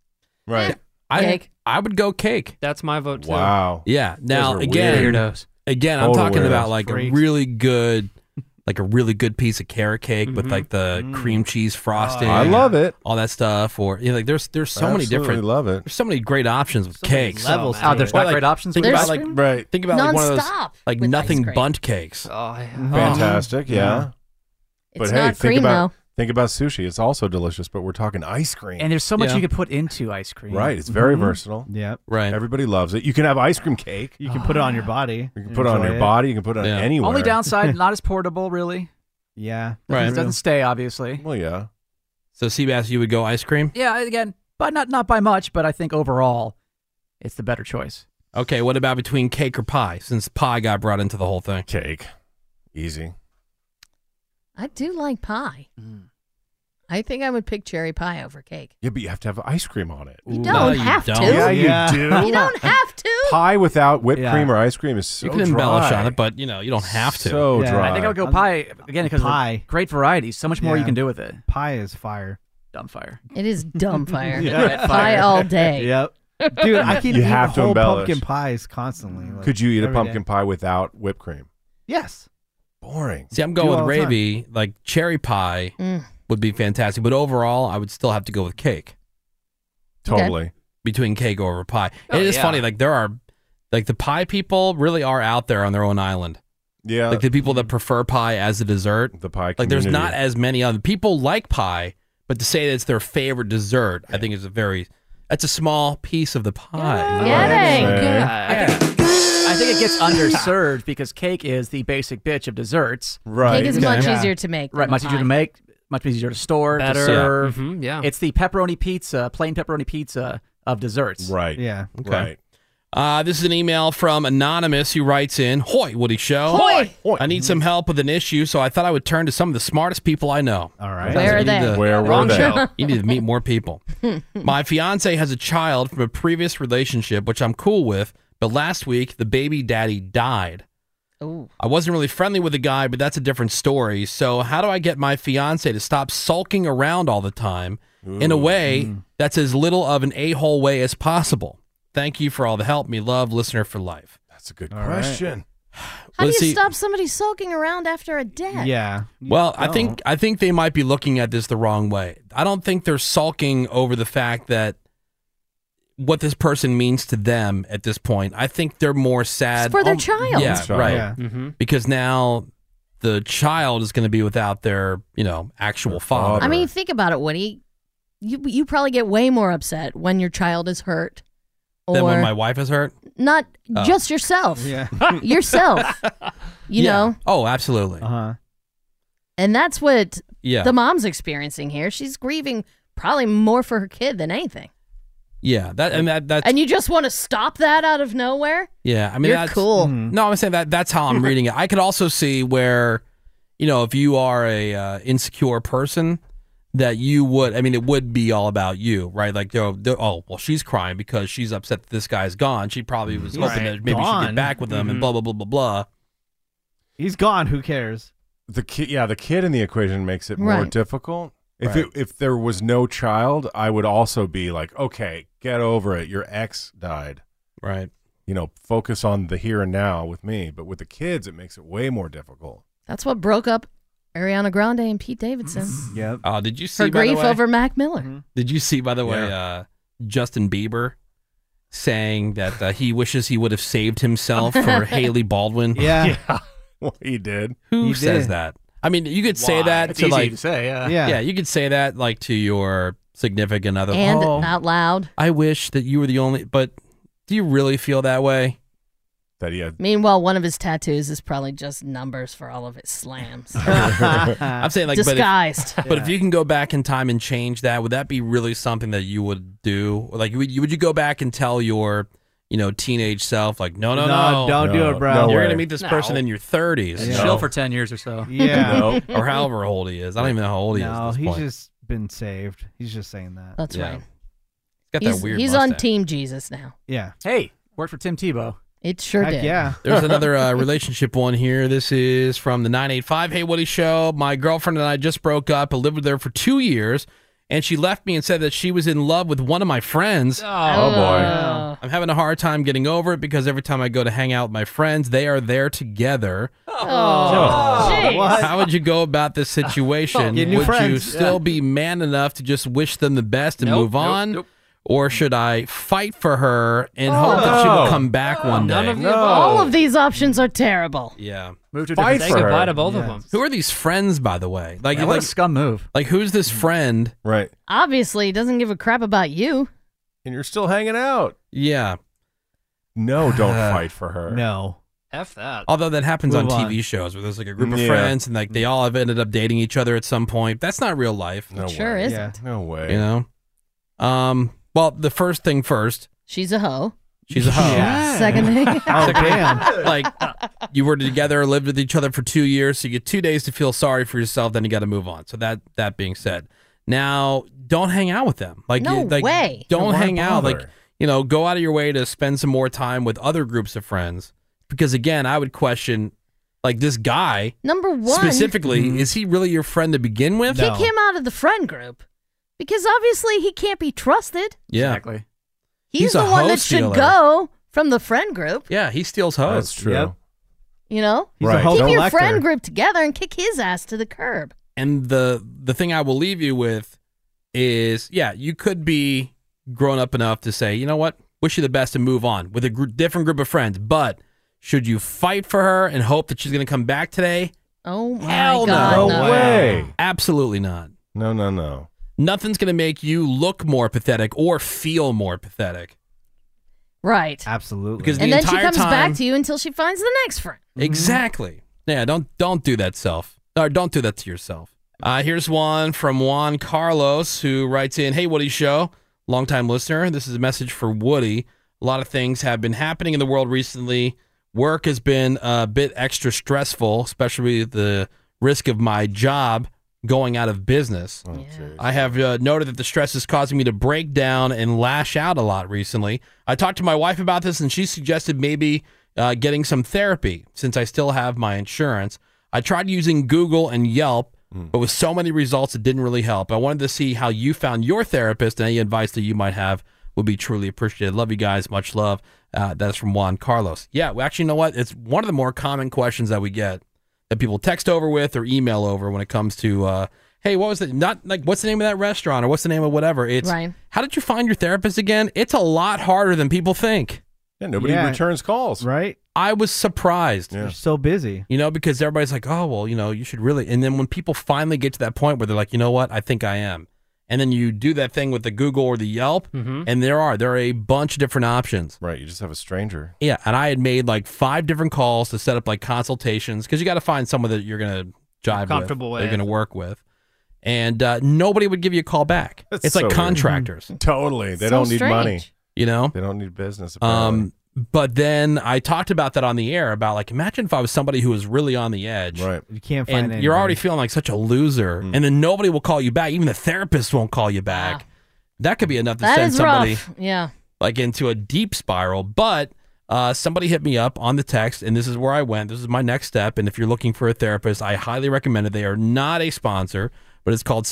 [SPEAKER 7] Right.
[SPEAKER 4] I
[SPEAKER 6] Cake.
[SPEAKER 4] I would go cake.
[SPEAKER 8] That's my vote too.
[SPEAKER 7] Wow.
[SPEAKER 4] Yeah. Now
[SPEAKER 8] are
[SPEAKER 4] again,
[SPEAKER 8] weird. Weirdos.
[SPEAKER 4] again, I'm
[SPEAKER 8] Total
[SPEAKER 4] talking about
[SPEAKER 8] weirdos.
[SPEAKER 4] like
[SPEAKER 8] Freaks.
[SPEAKER 4] a really good, like a really good piece of carrot cake with
[SPEAKER 8] Mhm.
[SPEAKER 4] like the cream cheese frosting.
[SPEAKER 7] I love it.
[SPEAKER 4] All that stuff, or you know, like there's there's so many
[SPEAKER 7] Absolutely
[SPEAKER 4] different
[SPEAKER 7] love it.
[SPEAKER 4] There's so many great options with cakes.
[SPEAKER 13] levels Oh, to there's it. not great options
[SPEAKER 4] Think
[SPEAKER 13] with
[SPEAKER 4] about
[SPEAKER 13] ice
[SPEAKER 4] like
[SPEAKER 13] cream?
[SPEAKER 7] Right.
[SPEAKER 4] think about like one of those
[SPEAKER 6] Nonstop
[SPEAKER 4] like
[SPEAKER 6] with ice
[SPEAKER 4] nothing
[SPEAKER 6] cream.
[SPEAKER 4] bunt cakes.
[SPEAKER 8] Oh, yeah.
[SPEAKER 7] Fantastic.
[SPEAKER 4] Oh.
[SPEAKER 7] Yeah.
[SPEAKER 4] Yeah.
[SPEAKER 7] But
[SPEAKER 6] It's
[SPEAKER 7] hey,
[SPEAKER 6] not
[SPEAKER 7] think
[SPEAKER 6] cream,
[SPEAKER 7] about
[SPEAKER 6] though.
[SPEAKER 7] think about sushi. It's also delicious, but we're talking ice cream.
[SPEAKER 13] And there's so much
[SPEAKER 7] Yeah.
[SPEAKER 13] you could put into ice cream.
[SPEAKER 7] Right. It's very versatile.
[SPEAKER 5] Yeah.
[SPEAKER 4] Right.
[SPEAKER 7] Everybody loves it. You can have ice cream cake.
[SPEAKER 5] You can put it on your body.
[SPEAKER 7] You can put it on your body. You can put it on
[SPEAKER 4] Yeah.
[SPEAKER 7] anywhere.
[SPEAKER 13] Only downside, not as portable, really.
[SPEAKER 5] Yeah.
[SPEAKER 4] Right.
[SPEAKER 13] It doesn't stay, obviously.
[SPEAKER 7] Well, yeah.
[SPEAKER 4] So Seabass, you would go ice cream.
[SPEAKER 13] Yeah, again, but not not by much. But I think overall, it's the better choice.
[SPEAKER 4] Okay, what about between cake or pie? Since pie got brought into the whole thing.
[SPEAKER 7] Cake, easy.
[SPEAKER 6] I do like pie.
[SPEAKER 5] Mm.
[SPEAKER 6] I think I would pick cherry pie over cake.
[SPEAKER 7] Yeah, but you have to have ice cream on it.
[SPEAKER 6] You don't have to.
[SPEAKER 7] Yeah, you do.
[SPEAKER 6] You don't have to.
[SPEAKER 7] Pie without whipped
[SPEAKER 6] Yeah.
[SPEAKER 7] cream or ice cream is so
[SPEAKER 4] you can embellish
[SPEAKER 7] dry.
[SPEAKER 4] on it, but you know you don't have to.
[SPEAKER 7] So Yeah. dry.
[SPEAKER 13] I think I would go pie again because
[SPEAKER 5] Pie.
[SPEAKER 13] great variety. So much more you
[SPEAKER 5] Yeah.
[SPEAKER 13] can do with it.
[SPEAKER 5] Pie is fire.
[SPEAKER 13] Dumb fire.
[SPEAKER 6] It is dumb fire.
[SPEAKER 5] Yeah.
[SPEAKER 6] Pie all day.
[SPEAKER 5] Yep. Dude, I keep
[SPEAKER 7] You
[SPEAKER 5] eating
[SPEAKER 7] have to
[SPEAKER 5] whole
[SPEAKER 7] embellish.
[SPEAKER 5] pumpkin pies constantly. like,
[SPEAKER 7] Could you eat a
[SPEAKER 5] every day.
[SPEAKER 7] pumpkin pie without whipped cream?
[SPEAKER 5] Yes.
[SPEAKER 7] Boring.
[SPEAKER 4] See, I'm
[SPEAKER 5] Do
[SPEAKER 4] going
[SPEAKER 5] all
[SPEAKER 4] with
[SPEAKER 5] the time.
[SPEAKER 4] Ravi. Like cherry pie
[SPEAKER 6] Mm.
[SPEAKER 4] would be fantastic, but overall, I would still have to go with cake.
[SPEAKER 6] Okay.
[SPEAKER 7] Totally.
[SPEAKER 4] Between cake over pie,
[SPEAKER 8] Oh,
[SPEAKER 4] it is
[SPEAKER 8] yeah.
[SPEAKER 4] funny. Like there are, like the pie people really are out there on their own island.
[SPEAKER 7] Yeah.
[SPEAKER 4] Like the people that prefer pie as a dessert.
[SPEAKER 7] The pie.
[SPEAKER 4] Like there's
[SPEAKER 7] community.
[SPEAKER 4] not as many other people like pie, but to say that it's their favorite dessert, I think is a very that's a small piece of the pie.
[SPEAKER 6] Getting.
[SPEAKER 13] I think, I think it gets underserved because cake is the basic bitch of desserts.
[SPEAKER 7] Right.
[SPEAKER 6] Cake is
[SPEAKER 13] Okay.
[SPEAKER 6] much
[SPEAKER 13] Yeah.
[SPEAKER 6] easier to make.
[SPEAKER 13] Right,
[SPEAKER 6] than
[SPEAKER 13] much
[SPEAKER 6] a
[SPEAKER 13] easier to
[SPEAKER 6] pie.
[SPEAKER 13] make, much easier to store,
[SPEAKER 8] Better.
[SPEAKER 13] to serve.
[SPEAKER 8] Yeah.
[SPEAKER 5] Mm-hmm.
[SPEAKER 8] Mhm, yeah.
[SPEAKER 13] it's the pepperoni pizza, plain pepperoni pizza of desserts.
[SPEAKER 7] Right.
[SPEAKER 5] Yeah.
[SPEAKER 4] Okay.
[SPEAKER 7] Right.
[SPEAKER 4] Uh, this is an email from Anonymous who writes in Hoy, Woody Show.
[SPEAKER 6] Hoy!
[SPEAKER 4] I need some help with an issue, so I thought I would turn to some of the smartest people I know.
[SPEAKER 5] All right.
[SPEAKER 6] Where are
[SPEAKER 4] You need
[SPEAKER 6] they?
[SPEAKER 4] to-
[SPEAKER 7] Where were
[SPEAKER 8] Wrong
[SPEAKER 7] they?
[SPEAKER 8] show.
[SPEAKER 4] You need to meet more people. My fiance has a child from a previous relationship, which I'm cool with, but last week the baby daddy died.
[SPEAKER 6] Ooh.
[SPEAKER 4] I wasn't really friendly with the guy, but that's a different story. So, how do I get my fiance to stop sulking around all the time in a way
[SPEAKER 7] Mm.
[SPEAKER 4] that's as little of an a hole way as possible? Thank you for all the help. Me love, listener for life.
[SPEAKER 7] That's a good
[SPEAKER 5] All right.
[SPEAKER 7] question.
[SPEAKER 6] How do you
[SPEAKER 4] Let's see.
[SPEAKER 6] stop somebody sulking around after a death?
[SPEAKER 5] Yeah.
[SPEAKER 4] Well, I think I think they might be looking at this the wrong way. I don't think they're sulking over the fact that what this person means to them at this point. I think they're more sad
[SPEAKER 6] It's for their
[SPEAKER 4] Oh,
[SPEAKER 6] child. Mm-hmm.
[SPEAKER 4] Yeah,
[SPEAKER 7] Child.
[SPEAKER 4] right.
[SPEAKER 5] Yeah.
[SPEAKER 4] Because now the child is going to be without their, you know, actual father.
[SPEAKER 6] I mean, think about it, Woody. You you probably get way more upset when your child is hurt, or
[SPEAKER 4] then when my wife is hurt,
[SPEAKER 6] not
[SPEAKER 4] Oh.
[SPEAKER 6] just yourself.
[SPEAKER 5] Yeah.
[SPEAKER 6] Yourself. You
[SPEAKER 4] Yeah.
[SPEAKER 6] know,
[SPEAKER 4] Oh, absolutely.
[SPEAKER 5] Uh-huh.
[SPEAKER 6] and that's what
[SPEAKER 4] Yeah.
[SPEAKER 6] the mom's experiencing here. She's grieving probably more for her kid than anything.
[SPEAKER 4] yeah. That and that that's
[SPEAKER 6] and you just want to stop that out of nowhere?
[SPEAKER 4] Yeah, I mean
[SPEAKER 6] You're
[SPEAKER 4] that's
[SPEAKER 6] cool.
[SPEAKER 4] No, I'm saying that that's how I'm reading it. I could also see where, you know, if you are a uh, insecure person, that you would. I mean, it would be all about you, right? Like, oh, the- oh, well, she's crying because she's upset that this guy's gone. She probably was hoping
[SPEAKER 5] Right.
[SPEAKER 4] that maybe she'd
[SPEAKER 5] Gone.
[SPEAKER 4] get back with him and
[SPEAKER 5] Mhm.
[SPEAKER 4] blah blah blah blah blah.
[SPEAKER 5] He's gone. Who cares?
[SPEAKER 7] The kid, yeah, the kid in the equation makes it more
[SPEAKER 6] Right.
[SPEAKER 7] difficult. If
[SPEAKER 4] Right.
[SPEAKER 7] it, if there was no child, I would also be like, okay, get over it. Your ex died.
[SPEAKER 4] Right.
[SPEAKER 7] You know, focus on the here and now with me. But with the kids, it makes it way more difficult.
[SPEAKER 6] That's what broke up Ariana Grande and Pete Davidson.
[SPEAKER 5] Yep.
[SPEAKER 4] Uh, did you see
[SPEAKER 6] Her
[SPEAKER 4] by the
[SPEAKER 6] grief
[SPEAKER 4] way- Mm-hmm.
[SPEAKER 6] over Mac Miller.
[SPEAKER 4] Did you see by the way
[SPEAKER 7] Yeah.
[SPEAKER 4] uh, Justin uh, Bieber saying that uh, he wishes he would have saved himself for Haley Baldwin.
[SPEAKER 5] Yeah.
[SPEAKER 7] Well, he did.
[SPEAKER 4] Who
[SPEAKER 7] He
[SPEAKER 4] says
[SPEAKER 7] did.
[SPEAKER 4] that? I mean, you could say
[SPEAKER 7] Why?
[SPEAKER 4] that
[SPEAKER 7] It's
[SPEAKER 4] to
[SPEAKER 7] easy
[SPEAKER 4] like
[SPEAKER 7] to say, yeah.
[SPEAKER 4] yeah,
[SPEAKER 7] Yeah.
[SPEAKER 4] You could say that like to your significant other.
[SPEAKER 6] and
[SPEAKER 4] "Oh,
[SPEAKER 6] out loud.
[SPEAKER 4] I wish that you were the only. But do you really feel that way?
[SPEAKER 7] That yeah.
[SPEAKER 6] Meanwhile, one of his tattoos is probably just numbers for all of his slams.
[SPEAKER 4] I'm saying like but if-
[SPEAKER 6] disguised.
[SPEAKER 4] But if, you can go back in time and change that, would that be really something that you would do? Or, Like, would you, would you go back and tell your you know teenage self like, no, no, no,
[SPEAKER 5] No, don't do it, bro. No
[SPEAKER 4] You're
[SPEAKER 5] way.
[SPEAKER 4] gonna meet this person
[SPEAKER 5] No.
[SPEAKER 4] in your 30s.
[SPEAKER 5] Yeah.
[SPEAKER 4] No.
[SPEAKER 5] Chill for
[SPEAKER 13] 10 years or so.
[SPEAKER 5] Yeah.
[SPEAKER 4] No. or however old he is. I don't even know how old he is. At
[SPEAKER 5] No,
[SPEAKER 4] this
[SPEAKER 5] he's
[SPEAKER 4] point.
[SPEAKER 5] just been saved. He's just saying that.
[SPEAKER 6] That's
[SPEAKER 4] Yeah.
[SPEAKER 6] right.
[SPEAKER 4] He's got
[SPEAKER 6] he's
[SPEAKER 4] that weird.
[SPEAKER 6] he's on
[SPEAKER 4] mustache.
[SPEAKER 6] Team Jesus now.
[SPEAKER 5] Yeah.
[SPEAKER 13] Hey, worked for Tim Tebow.
[SPEAKER 6] It sure
[SPEAKER 5] Heck
[SPEAKER 6] did.
[SPEAKER 5] yeah.
[SPEAKER 4] There's another uh, relationship one here. This is from the 985 Hey Woody Show. My girlfriend and I just broke up. I lived with her for two years, and she left me and said that she was in love with one of my friends.
[SPEAKER 7] Oh, boy.
[SPEAKER 4] I'm having a hard time getting over it because every time I go to hang out with my friends, they are there together.
[SPEAKER 9] Oh,
[SPEAKER 6] Oh.
[SPEAKER 9] jeez. What?
[SPEAKER 4] How would you go about this situation?
[SPEAKER 9] Oh, Get new
[SPEAKER 4] would you
[SPEAKER 9] friends.
[SPEAKER 4] still
[SPEAKER 9] Yeah.
[SPEAKER 4] be man enough to just wish them the best and
[SPEAKER 9] Nope,
[SPEAKER 4] move
[SPEAKER 9] nope,
[SPEAKER 4] on? Or should I fight for her and hope
[SPEAKER 6] Oh.
[SPEAKER 4] that she will
[SPEAKER 7] No.
[SPEAKER 4] come back one day?
[SPEAKER 8] None of the
[SPEAKER 6] All of these options are terrible.
[SPEAKER 4] Yeah.
[SPEAKER 13] Move
[SPEAKER 8] to a different Fight state. for Say goodbye her. to both of them.
[SPEAKER 4] Who are these friends, by the way? Like,
[SPEAKER 13] Yeah,
[SPEAKER 4] like
[SPEAKER 13] what a scum move.
[SPEAKER 4] Like, who's this friend?
[SPEAKER 7] Right.
[SPEAKER 6] Obviously, he doesn't give a crap about you.
[SPEAKER 7] And you're still hanging out.
[SPEAKER 4] Yeah.
[SPEAKER 7] No, don't
[SPEAKER 4] Uh,
[SPEAKER 7] fight for her.
[SPEAKER 5] No.
[SPEAKER 8] F that.
[SPEAKER 4] Although that happens
[SPEAKER 8] Move
[SPEAKER 4] on
[SPEAKER 8] on.
[SPEAKER 4] TV shows where there's like a group of
[SPEAKER 7] Yeah.
[SPEAKER 4] friends and like they all have ended up dating each other at some point. That's not real life.
[SPEAKER 7] No
[SPEAKER 6] Sure way. isn't. Yeah.
[SPEAKER 7] No way.
[SPEAKER 4] You know? Um, well, the first thing first,
[SPEAKER 6] She's a hoe.
[SPEAKER 4] she's a hoe.
[SPEAKER 6] Second thing.
[SPEAKER 4] Second thing, Like you were together, lived with each other for two years, so you get two days to feel sorry for yourself, then you gotta move on. So that that being said. Now don't hang out with them. Like
[SPEAKER 6] No
[SPEAKER 4] you- like
[SPEAKER 6] way.
[SPEAKER 4] don't
[SPEAKER 6] Why
[SPEAKER 4] hang out.
[SPEAKER 6] bother?
[SPEAKER 4] Like, you know, go out of your way to spend some more time with other groups of friends. Because again, I would question like this guy
[SPEAKER 6] Number one,
[SPEAKER 4] specifically, is he really your friend to begin with?
[SPEAKER 6] kick him out of the friend group because obviously he can't be trusted.
[SPEAKER 4] Yeah.
[SPEAKER 13] Exactly.
[SPEAKER 6] He's,
[SPEAKER 4] He's
[SPEAKER 6] the
[SPEAKER 4] a
[SPEAKER 6] one
[SPEAKER 4] hoe
[SPEAKER 6] that should
[SPEAKER 4] stealer.
[SPEAKER 6] go from the friend group.
[SPEAKER 4] Yeah, he steals hoes.
[SPEAKER 7] That's true.
[SPEAKER 6] You know,
[SPEAKER 4] He's a Right. hoe
[SPEAKER 6] keep your
[SPEAKER 4] collector.
[SPEAKER 6] friend group together and kick his ass to the curb.
[SPEAKER 4] And the the thing I will leave you with is, yeah, you could be grown up enough to say, you know what, wish you the best and move on with a gr- different group of friends. But should you fight for her and hope that she's going to come back today?
[SPEAKER 6] Oh my
[SPEAKER 4] Hell
[SPEAKER 6] god!
[SPEAKER 4] no.
[SPEAKER 6] no.
[SPEAKER 4] Absolutely not.
[SPEAKER 7] No, no, no.
[SPEAKER 4] Nothing's going to make you look more pathetic or feel more pathetic
[SPEAKER 6] Right.
[SPEAKER 5] Absolutely.
[SPEAKER 4] because
[SPEAKER 6] and
[SPEAKER 4] the
[SPEAKER 6] then she
[SPEAKER 4] entire
[SPEAKER 6] comes
[SPEAKER 4] time,
[SPEAKER 6] back to you until she finds the next friend.
[SPEAKER 4] Exactly. Yeah, don't don't do that self. Or don't do that to yourself. Uh, here's one from Juan Carlos who writes in, "Hey Woody Show, longtime listener. This is a message for Woody. A lot of things have been happening in the world recently. Work has been a bit extra stressful, especially the risk of my job going out of business. I have uh, noted that the stress is causing me to break down and lash out a lot recently. I talked to my wife about this, and she suggested maybe uh, getting some therapy since I still have my insurance. I tried using Google and Yelp, but with so many results, it didn't really help. I wanted to see how you found your therapist and any advice that you might have would be truly appreciated. Love you guys. Much love. Uh, that's from Juan Carlos. Yeah, well, actually, you know what? It's one of the more common questions that we get that people text over with or email over when it comes to, uh, hey, what was it? Not like, what's the name of that restaurant or what's the name of whatever? It's,
[SPEAKER 6] Right.
[SPEAKER 4] how did you find your therapist again? It's a lot harder than people think.
[SPEAKER 7] Yeah, nobody
[SPEAKER 5] Yeah.
[SPEAKER 7] returns calls.
[SPEAKER 5] Right?
[SPEAKER 4] I was surprised.
[SPEAKER 5] You're so busy.
[SPEAKER 4] You know, because everybody's like, oh, well, you know, you should really. And then when people finally get to that point where they're like, you know what, I think I am. And then you do that thing with the Google or the
[SPEAKER 5] Hmm.
[SPEAKER 4] Yelp,
[SPEAKER 7] Mhm.
[SPEAKER 4] and there are there are a bunch of different options.
[SPEAKER 7] Right. You just have a stranger.
[SPEAKER 4] Yeah, and I had made like five different calls to set up like consultations because you got to find someone that you're gonna jive
[SPEAKER 8] Comfortable
[SPEAKER 4] with, that
[SPEAKER 8] with.
[SPEAKER 4] you're gonna work with, and uh, nobody would give you a call back.
[SPEAKER 7] That's
[SPEAKER 4] it's
[SPEAKER 7] so
[SPEAKER 4] like
[SPEAKER 7] weird.
[SPEAKER 4] contractors.
[SPEAKER 7] Totally. They
[SPEAKER 4] So
[SPEAKER 7] don't need
[SPEAKER 4] strange.
[SPEAKER 7] money.
[SPEAKER 4] You know?
[SPEAKER 7] They don't need business. apparently.
[SPEAKER 4] Um, but then I talked about that on the air about like imagine if I was somebody who was really on the edge, right?
[SPEAKER 5] You
[SPEAKER 4] and
[SPEAKER 5] can't find
[SPEAKER 4] you're
[SPEAKER 5] anybody.
[SPEAKER 4] already feeling like such a loser,
[SPEAKER 7] Mm.
[SPEAKER 4] and then nobody will call you back. Even the therapist won't call you back. That could be enough to
[SPEAKER 6] That
[SPEAKER 4] send
[SPEAKER 6] is
[SPEAKER 4] somebody
[SPEAKER 6] rough. Yeah.
[SPEAKER 4] like into a deep spiral. But uh, somebody hit me up on the text, and this is where I went. This is my next step. And if you're looking for a therapist, I highly recommend it. They are not a sponsor, but it's called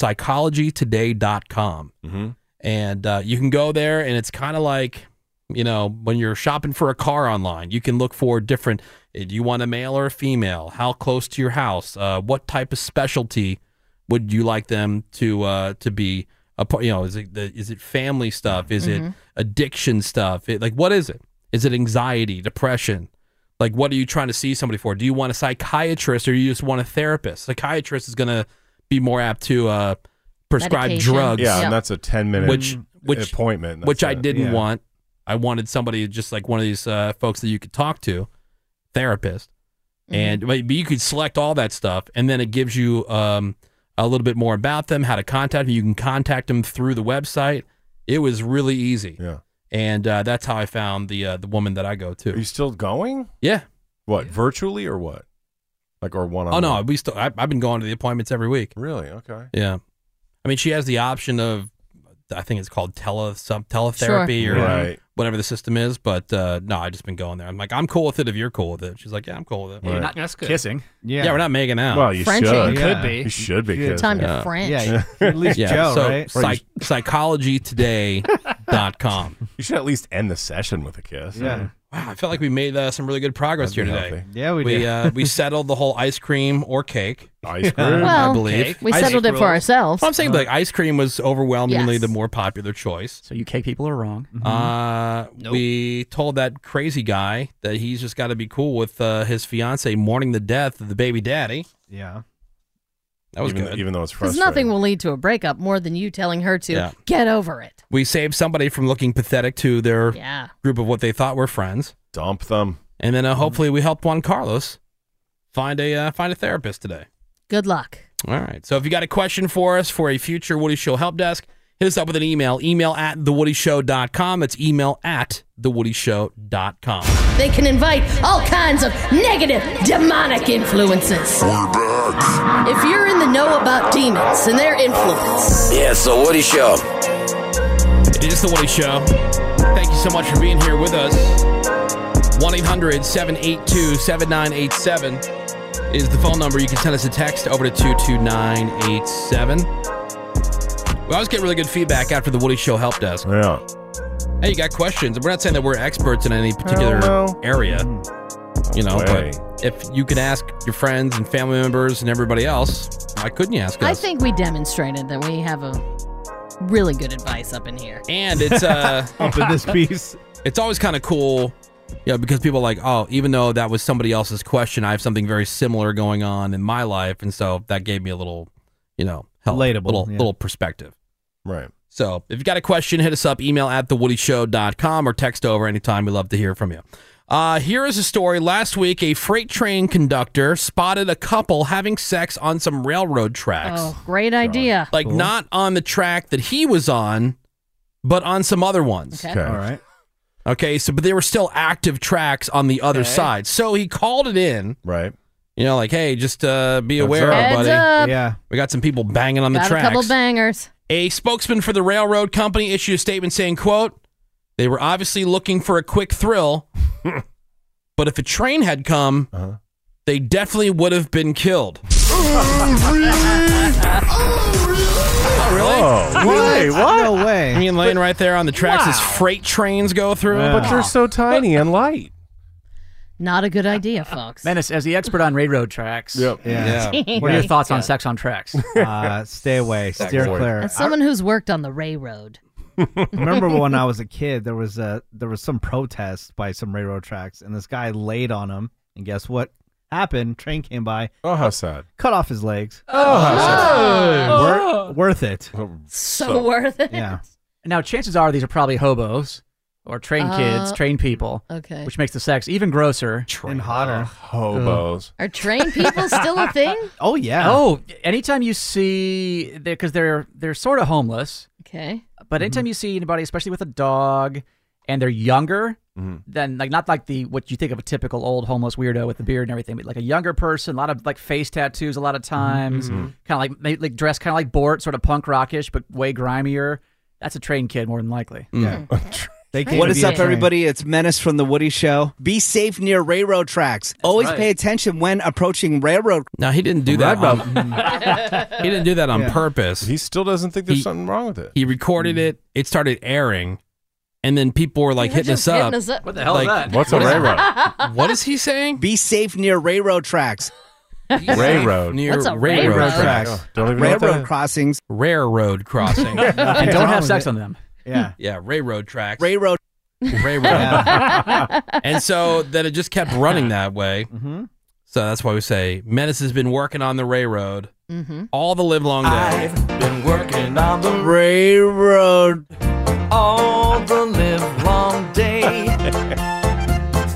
[SPEAKER 4] psychologytoday.com. Mm-hmm. And uh, you can go there, and it's kind of like, you know, when you're shopping for a car online, you can look for different. uh, Do you want a male or a female? How close to your house? Uh, what type of specialty would you like them to uh, to be a part? You know, is it the, is it family stuff? Is it
[SPEAKER 16] Mhm.
[SPEAKER 4] addiction stuff? It, like, what is it? Is it anxiety, depression? Like, what are you trying to see somebody for? Do you want a psychiatrist or you just want a therapist? Psychiatrist is going to be more apt to uh, prescribe
[SPEAKER 7] Medication.
[SPEAKER 4] drugs.
[SPEAKER 7] Yeah, and Yep. that's a 10-minute
[SPEAKER 4] which which
[SPEAKER 7] appointment.
[SPEAKER 4] which
[SPEAKER 7] That's
[SPEAKER 4] I
[SPEAKER 7] it.
[SPEAKER 4] didn't
[SPEAKER 7] Yeah.
[SPEAKER 4] want. I wanted somebody just like one of these uh, folks that you could talk to, therapist, and but but you could select all that stuff, and then it gives you um, a little bit more about them, how to contact them. You can contact them through the website. It was really easy.
[SPEAKER 7] Yeah,
[SPEAKER 4] and uh, that's how I found the uh, the woman that I go to. Are you
[SPEAKER 7] still going?
[SPEAKER 4] Yeah.
[SPEAKER 7] What virtually or what? Like or one on?
[SPEAKER 4] Oh no, we still. I, I've been going to the appointments every week.
[SPEAKER 7] Really? Okay.
[SPEAKER 4] Yeah. I mean, she has the option of, I think it's called tele some teletherapy
[SPEAKER 7] Sure.
[SPEAKER 4] or
[SPEAKER 7] Right.
[SPEAKER 4] whatever the system is. But uh, no, I just been going there. I'm like, I'm cool with it if you're cool with it. She's like, Yeah, I'm cool with it.
[SPEAKER 8] Yeah, you're Right. not
[SPEAKER 4] That's good.
[SPEAKER 8] kissing.
[SPEAKER 4] Yeah.
[SPEAKER 8] Yeah.
[SPEAKER 4] we're not making out.
[SPEAKER 7] Well, you Frenching. should. You could be. You should be
[SPEAKER 4] kissing.
[SPEAKER 7] Time to
[SPEAKER 4] Yeah.
[SPEAKER 7] French. Yeah, at least Joe,
[SPEAKER 4] so
[SPEAKER 7] Oh, right?
[SPEAKER 4] Psych- psychologytoday.com.
[SPEAKER 7] You should at least end the session with a kiss.
[SPEAKER 4] Yeah. Wow, I felt like we made uh, some really good progress
[SPEAKER 7] That'd be
[SPEAKER 4] here today.
[SPEAKER 7] healthy. Yeah, we
[SPEAKER 4] we
[SPEAKER 7] did.
[SPEAKER 4] Uh, we settled the whole ice cream or cake. Uh,
[SPEAKER 7] Ice
[SPEAKER 6] cream?
[SPEAKER 4] I
[SPEAKER 6] Well,
[SPEAKER 4] believe
[SPEAKER 6] Cake. we settled it for
[SPEAKER 4] rules.
[SPEAKER 6] ourselves.
[SPEAKER 4] I'm saying like ice cream was overwhelmingly
[SPEAKER 6] Yes.
[SPEAKER 4] the more popular choice.
[SPEAKER 13] So you cake people are wrong.
[SPEAKER 4] Uh,
[SPEAKER 6] Mm-hmm.
[SPEAKER 4] We told that crazy guy that he's just got to be cool with uh, his fiance mourning the death of the baby daddy.
[SPEAKER 5] Yeah.
[SPEAKER 4] That was
[SPEAKER 7] even,
[SPEAKER 4] good.
[SPEAKER 7] Even though it's
[SPEAKER 6] Because nothing will lead to a breakup more than you telling her to
[SPEAKER 4] Yeah.
[SPEAKER 6] get over it.
[SPEAKER 4] We saved somebody from looking pathetic to their
[SPEAKER 6] Yeah.
[SPEAKER 4] group of what they thought were friends.
[SPEAKER 7] Dump them.
[SPEAKER 4] And then uh, hopefully we helped Juan Carlos find a uh, find a therapist today.
[SPEAKER 6] Good luck.
[SPEAKER 4] All right. So if you got a question for us for a future Woody Show help desk, hit us up with an email. Email at thewoodyshow.com. It's email at thewoodyshow.com.
[SPEAKER 6] They can invite all kinds of negative, demonic influences. If you're in the know about demons and their influence,
[SPEAKER 12] Yeah, it's the Woody Show.
[SPEAKER 4] It is the Woody Show. Thank you so much for being here with us. 1 800 782 7987 is the phone number. You can send us a text over to 22987. We always get really good feedback after the Woody Show help desk.
[SPEAKER 7] Yeah.
[SPEAKER 4] Hey, you got questions. We're not saying that we're experts in any particular
[SPEAKER 7] no.
[SPEAKER 4] area, you know,
[SPEAKER 7] way.
[SPEAKER 4] but if you can ask your friends and family members and everybody else, why couldn't you ask us?
[SPEAKER 6] I think we demonstrated that we have a really good advice up in here.
[SPEAKER 4] And it's uh It's always kind of cool, you know, because people are like, oh, even though that was somebody else's question, I have something very similar going on in my life, and so that gave me a little, you know, help,
[SPEAKER 5] Relatable,
[SPEAKER 4] little
[SPEAKER 5] yeah.
[SPEAKER 4] little perspective.
[SPEAKER 7] Right.
[SPEAKER 4] So if you got a question, hit us up, email at thewoodyshow.com or text over anytime. We love to hear from you. Uh, here is a story. Last week, a freight train conductor spotted a couple having sex on some railroad tracks
[SPEAKER 6] Oh, great idea.
[SPEAKER 4] like not on the track that he was on, but on some other ones.
[SPEAKER 6] Okay. Okay. All
[SPEAKER 5] right.
[SPEAKER 4] Okay, so but they were still active tracks on the other
[SPEAKER 6] Okay.
[SPEAKER 4] side. So he called it in.
[SPEAKER 7] Right.
[SPEAKER 4] You know, like, hey, just uh, be aware,
[SPEAKER 6] up. Heads
[SPEAKER 4] buddy.
[SPEAKER 6] up. Yeah.
[SPEAKER 4] We got some people banging on the
[SPEAKER 6] Got a
[SPEAKER 4] tracks.
[SPEAKER 6] couple bangers.
[SPEAKER 4] A spokesman for the railroad company issued a statement saying, quote, they were obviously looking for a quick thrill, but if a train had come,
[SPEAKER 6] Uh-huh.
[SPEAKER 4] they definitely would have been killed.
[SPEAKER 9] Oh,
[SPEAKER 7] Wait,
[SPEAKER 4] really?
[SPEAKER 7] what? No
[SPEAKER 5] way.
[SPEAKER 4] I mean, laying right there on the tracks as freight trains go through.
[SPEAKER 7] But they're so tiny and light.
[SPEAKER 6] Not a good idea, folks.
[SPEAKER 13] Menace, as the expert on railroad tracks,
[SPEAKER 7] Yep.
[SPEAKER 5] Yeah.
[SPEAKER 6] Yeah.
[SPEAKER 13] what are your thoughts
[SPEAKER 6] Yeah.
[SPEAKER 13] on sex on tracks?
[SPEAKER 5] Uh, stay away.
[SPEAKER 13] Sex
[SPEAKER 5] Steer
[SPEAKER 13] work.
[SPEAKER 5] clear.
[SPEAKER 6] As someone who's worked on the railroad,
[SPEAKER 5] I remember when I was a kid, there was a there was some protest by some railroad tracks, and this guy laid on him. And guess what happened? Train came by.
[SPEAKER 7] Oh, how sad!
[SPEAKER 5] Cut off his legs.
[SPEAKER 13] Oh, how sad.
[SPEAKER 6] Oh.
[SPEAKER 5] Wor- worth it.
[SPEAKER 6] so, worth it.
[SPEAKER 5] Yeah.
[SPEAKER 13] Now, chances are these are probably hobos or train kids,
[SPEAKER 6] Uh,
[SPEAKER 13] train people.
[SPEAKER 6] okay.
[SPEAKER 13] Which makes the sex even grosser
[SPEAKER 5] and hotter.
[SPEAKER 7] Hobos.
[SPEAKER 6] Are train people still a thing?
[SPEAKER 5] Oh yeah.
[SPEAKER 13] Oh, anytime you see, because they're they're sort of homeless,
[SPEAKER 6] Okay.
[SPEAKER 5] Mm-hmm.
[SPEAKER 13] but anytime you see anybody, especially with a dog, and they're younger,
[SPEAKER 4] Mm-hmm.
[SPEAKER 7] Mhm.
[SPEAKER 13] then like not like the what you think of a typical old homeless weirdo with a beard and everything, but like a younger person, a lot of like face tattoos, a lot
[SPEAKER 5] Mm-hmm.
[SPEAKER 13] of times,
[SPEAKER 7] Mhm.
[SPEAKER 13] kind of like maybe like dressed kind of like Bort, sort of punk rockish, but way grimier. That's a train kid more than likely.
[SPEAKER 5] Yeah. They can't
[SPEAKER 37] What is
[SPEAKER 5] be
[SPEAKER 37] up,
[SPEAKER 5] trained.
[SPEAKER 37] everybody? It's Menace from The Woody Show. Be safe near railroad tracks. Always
[SPEAKER 4] right.
[SPEAKER 37] pay attention when approaching railroad.
[SPEAKER 4] No, he didn't do that. on- he didn't do that on
[SPEAKER 37] Yeah.
[SPEAKER 4] purpose.
[SPEAKER 7] He still doesn't think there's something wrong with it.
[SPEAKER 4] He recorded it. It started airing, and then people were like
[SPEAKER 37] They were
[SPEAKER 4] hitting us,
[SPEAKER 37] just hitting
[SPEAKER 4] up.
[SPEAKER 37] us up. What the hell is that?
[SPEAKER 7] What's a
[SPEAKER 4] what
[SPEAKER 37] railroad?
[SPEAKER 4] what is he saying?
[SPEAKER 37] Be safe near railroad tracks.
[SPEAKER 7] Railroad.
[SPEAKER 4] Near What's a railroad railroad? tracks.
[SPEAKER 7] Oh, don't even know what that
[SPEAKER 38] railroad
[SPEAKER 7] is.
[SPEAKER 38] crossings.
[SPEAKER 4] Railroad crossing.
[SPEAKER 38] And
[SPEAKER 4] Nothing
[SPEAKER 38] don't
[SPEAKER 4] wrong
[SPEAKER 38] have
[SPEAKER 4] with
[SPEAKER 38] sex
[SPEAKER 4] it.
[SPEAKER 38] on them.
[SPEAKER 5] Yeah.
[SPEAKER 4] Yeah, railroad tracks.
[SPEAKER 38] Railroad.
[SPEAKER 4] Railroad. and so then it just kept running that way. So that's why we say Menace has been working on the railroad all the live long day.
[SPEAKER 12] been working on the
[SPEAKER 38] railroad
[SPEAKER 12] all the live long day.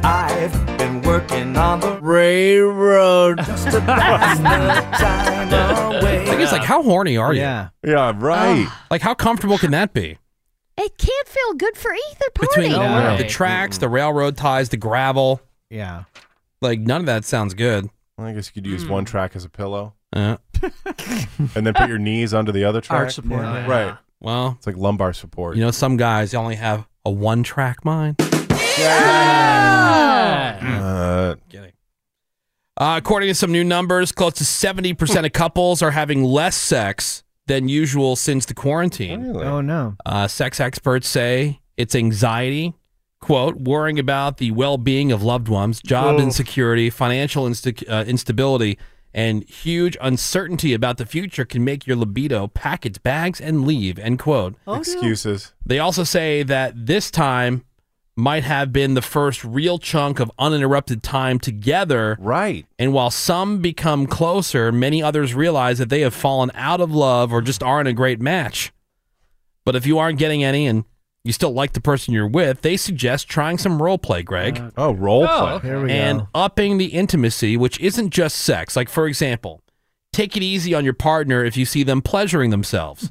[SPEAKER 12] I've been working on the
[SPEAKER 38] railroad.
[SPEAKER 12] Just to pass the time away.
[SPEAKER 4] Like, it's like, how horny are you? Yeah.
[SPEAKER 7] Yeah, right.
[SPEAKER 4] like, how comfortable can that be?
[SPEAKER 6] It can't feel good for either party. Oh,
[SPEAKER 4] Between the tracks, the railroad ties, the gravel.
[SPEAKER 5] Yeah.
[SPEAKER 4] Like, none of that sounds good.
[SPEAKER 7] I guess you could use one track as a pillow.
[SPEAKER 4] Yeah.
[SPEAKER 7] and then put your knees onto the other track.
[SPEAKER 4] Arch support. Yeah.
[SPEAKER 7] Right.
[SPEAKER 4] Well,
[SPEAKER 7] it's like lumbar support.
[SPEAKER 4] You know, some guys only have a one track mind.
[SPEAKER 7] Uh,
[SPEAKER 4] Uh, according to some new numbers, close to 70% of couples are having less sex than usual since the quarantine.
[SPEAKER 5] Oh no.
[SPEAKER 4] Uh, sex experts say it's anxiety, quote, worrying about the well being of loved ones, job
[SPEAKER 39] Oh.
[SPEAKER 4] insecurity, financial insta- uh, instability, and huge uncertainty about the future can make your libido pack its bags and leave, end quote.
[SPEAKER 7] Oh, no. Excuses.
[SPEAKER 4] They also say that this time might have been the first real chunk of uninterrupted time together.
[SPEAKER 7] Right.
[SPEAKER 4] And while some become closer, many others realize that they have fallen out of love or just aren't a great match. But if you aren't getting any and you still like the person you're with, they suggest trying some role play, Greg.
[SPEAKER 7] oh, role
[SPEAKER 5] Oh, play. okay. Here we
[SPEAKER 4] and
[SPEAKER 5] go.
[SPEAKER 4] upping the intimacy, which isn't just sex. Like, for example, take it easy on your partner if you see them pleasuring themselves.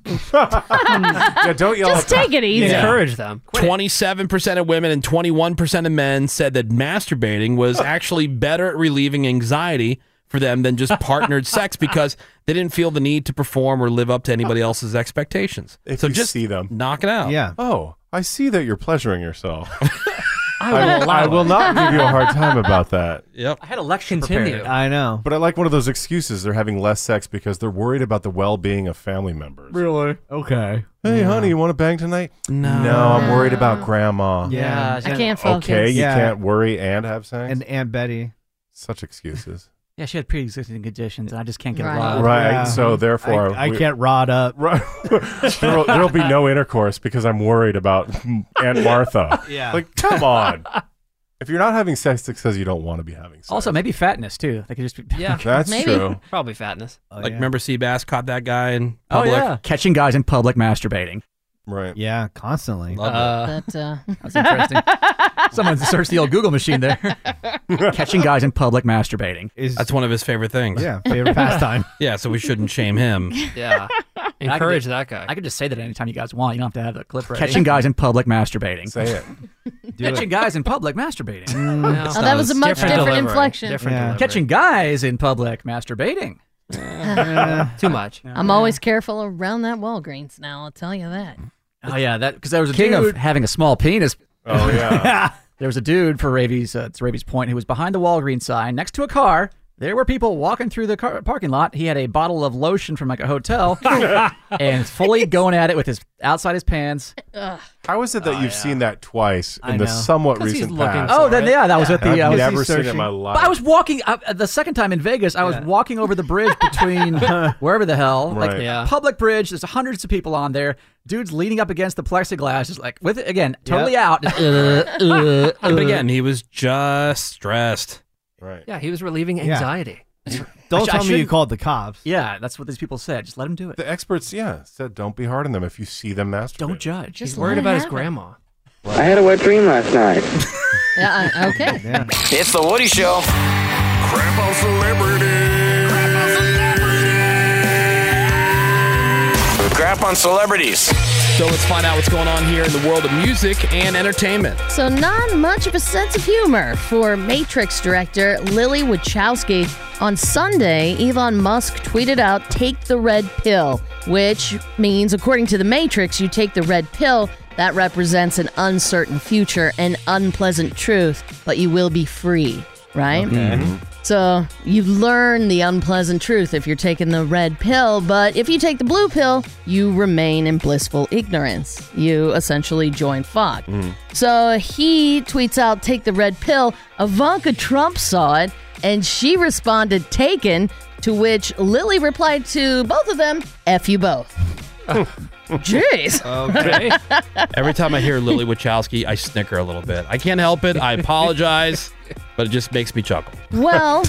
[SPEAKER 7] yeah, don't yell.
[SPEAKER 8] Just take it easy. Encourage them.
[SPEAKER 4] Twenty-seven percent of women and twenty-one percent of men said that masturbating was actually better at relieving anxiety for them than just partnered sex because they didn't feel the need to perform or live up to anybody else's expectations. so just see them, knock it out.
[SPEAKER 5] Yeah.
[SPEAKER 7] Oh, I see that you're pleasuring yourself.
[SPEAKER 8] I
[SPEAKER 7] I
[SPEAKER 8] will
[SPEAKER 7] will,
[SPEAKER 8] allow
[SPEAKER 7] I will
[SPEAKER 8] it.
[SPEAKER 7] not give you a hard time about that.
[SPEAKER 4] Yep.
[SPEAKER 8] I had a lecture
[SPEAKER 7] Continue.
[SPEAKER 5] I know.
[SPEAKER 7] But I like one of those excuses. They're having less sex because they're worried about the well-being of family members.
[SPEAKER 5] Really? Okay.
[SPEAKER 7] Hey, honey, you want to bang tonight?
[SPEAKER 5] No.
[SPEAKER 7] No, I'm worried about grandma.
[SPEAKER 5] Yeah.
[SPEAKER 6] I can't focus.
[SPEAKER 7] Okay, you
[SPEAKER 5] Yeah.
[SPEAKER 7] can't worry and have sex.
[SPEAKER 5] And Aunt Betty.
[SPEAKER 7] Such excuses.
[SPEAKER 13] Yeah, she had pre-existing conditions, and I just can't get
[SPEAKER 6] Right.
[SPEAKER 13] right.
[SPEAKER 7] Right, so therefore
[SPEAKER 5] I, I
[SPEAKER 7] we-
[SPEAKER 5] can't rod up.
[SPEAKER 7] Right. there'll, there'll be no intercourse because I'm worried about Aunt Martha.
[SPEAKER 13] Yeah.
[SPEAKER 7] Like, come on. If you're not having sex, it's because you don't want to be having sex.
[SPEAKER 13] Also, maybe fatness too. They could just be
[SPEAKER 8] Yeah.
[SPEAKER 7] That's Maybe. true.
[SPEAKER 8] Probably fatness.
[SPEAKER 4] Like remember Seabass caught that guy in
[SPEAKER 13] Oh
[SPEAKER 4] public?
[SPEAKER 13] yeah, catching guys in public masturbating.
[SPEAKER 7] Right.
[SPEAKER 5] Yeah, constantly.
[SPEAKER 13] Uh,
[SPEAKER 6] But, uh,
[SPEAKER 13] that's interesting. Someone searched the old Google machine there. catching guys in public masturbating.
[SPEAKER 4] That's one of his favorite things.
[SPEAKER 5] Yeah, favorite pastime.
[SPEAKER 4] yeah, so we shouldn't shame him.
[SPEAKER 8] Yeah.
[SPEAKER 13] I could
[SPEAKER 8] Encourage
[SPEAKER 13] ju-
[SPEAKER 8] that guy.
[SPEAKER 13] I could just say that anytime you guys want. You don't have to have the clip ready.
[SPEAKER 8] Catching
[SPEAKER 13] guys in public masturbating.
[SPEAKER 7] Say it.
[SPEAKER 13] Catching guys in public masturbating.
[SPEAKER 6] Oh, that was a much different, inflection.
[SPEAKER 13] Catching guys in public masturbating.
[SPEAKER 8] Too much.
[SPEAKER 6] I'm always careful around that Walgreens now. I'll tell you that.
[SPEAKER 13] Oh yeah, that because there was a
[SPEAKER 6] King of
[SPEAKER 13] dude having a small penis.
[SPEAKER 7] Oh yeah.
[SPEAKER 13] there was a dude for Ravi's. Uh, it's Ravi's point. Who was behind the Walgreens sign next to a car. There were people walking through the car- parking lot. He had a bottle of lotion from like a hotel, and fully going at it with his outside his pants.
[SPEAKER 7] How is it
[SPEAKER 13] Oh,
[SPEAKER 7] that you've seen that twice in
[SPEAKER 13] I
[SPEAKER 7] the
[SPEAKER 13] know.
[SPEAKER 7] somewhat
[SPEAKER 13] 'Cause he's
[SPEAKER 7] recent
[SPEAKER 13] looking
[SPEAKER 7] past?
[SPEAKER 13] for Oh, then, it. yeah, that was at the, uh,
[SPEAKER 7] I've
[SPEAKER 13] was he
[SPEAKER 7] never seen it in
[SPEAKER 13] searching?
[SPEAKER 7] my
[SPEAKER 13] But
[SPEAKER 7] life.
[SPEAKER 13] I was walking uh, the second time in Vegas. I was walking over the bridge between wherever the hell, like
[SPEAKER 7] Right.
[SPEAKER 8] Yeah.
[SPEAKER 13] public bridge. There's hundreds of people on there. Dude's leaning up against the plexiglass, just like with it again, totally
[SPEAKER 8] Yep. Uh,
[SPEAKER 13] out. Uh,
[SPEAKER 4] Yeah, but again, he was just stressed.
[SPEAKER 7] Right.
[SPEAKER 8] Yeah, he was relieving anxiety.
[SPEAKER 5] Don't
[SPEAKER 13] I
[SPEAKER 5] tell me
[SPEAKER 13] sh- I
[SPEAKER 5] you
[SPEAKER 13] shouldn't-
[SPEAKER 5] called the cops.
[SPEAKER 13] Yeah, that's what these people said. Just let him do it.
[SPEAKER 7] The experts, yeah, said don't be hard on them if you see them masturbating.
[SPEAKER 13] Don't judge.
[SPEAKER 8] He's worried about his grandma.
[SPEAKER 7] I had a wet dream last night.
[SPEAKER 6] Yeah, I- Uh, okay.
[SPEAKER 40] It's the Woody Show.
[SPEAKER 41] Crap on celebrity.
[SPEAKER 40] Crap on celebrities.
[SPEAKER 4] So let's find out what's going on here in the world of music and entertainment.
[SPEAKER 6] So, not much of a sense of humor for Matrix director Lily Wachowski. On Sunday, Elon Musk tweeted out, Take the red pill, which means, according to the Matrix, you take the red pill. That represents an uncertain future and unpleasant truth, but you will be free, right? Mm-hmm. So you learn the unpleasant truth if you're taking the red pill, but if you take the blue pill, you remain in blissful ignorance. You essentially join fog. So he tweets out, Take the red pill. Ivanka Trump saw it and she responded, taken, to which Lily replied to both of them, F you both. Jeez.
[SPEAKER 4] Okay. Every time I hear Lily Wachowski, I snicker a little bit. I can't help it. I apologize, but it just makes me chuckle.
[SPEAKER 6] Well,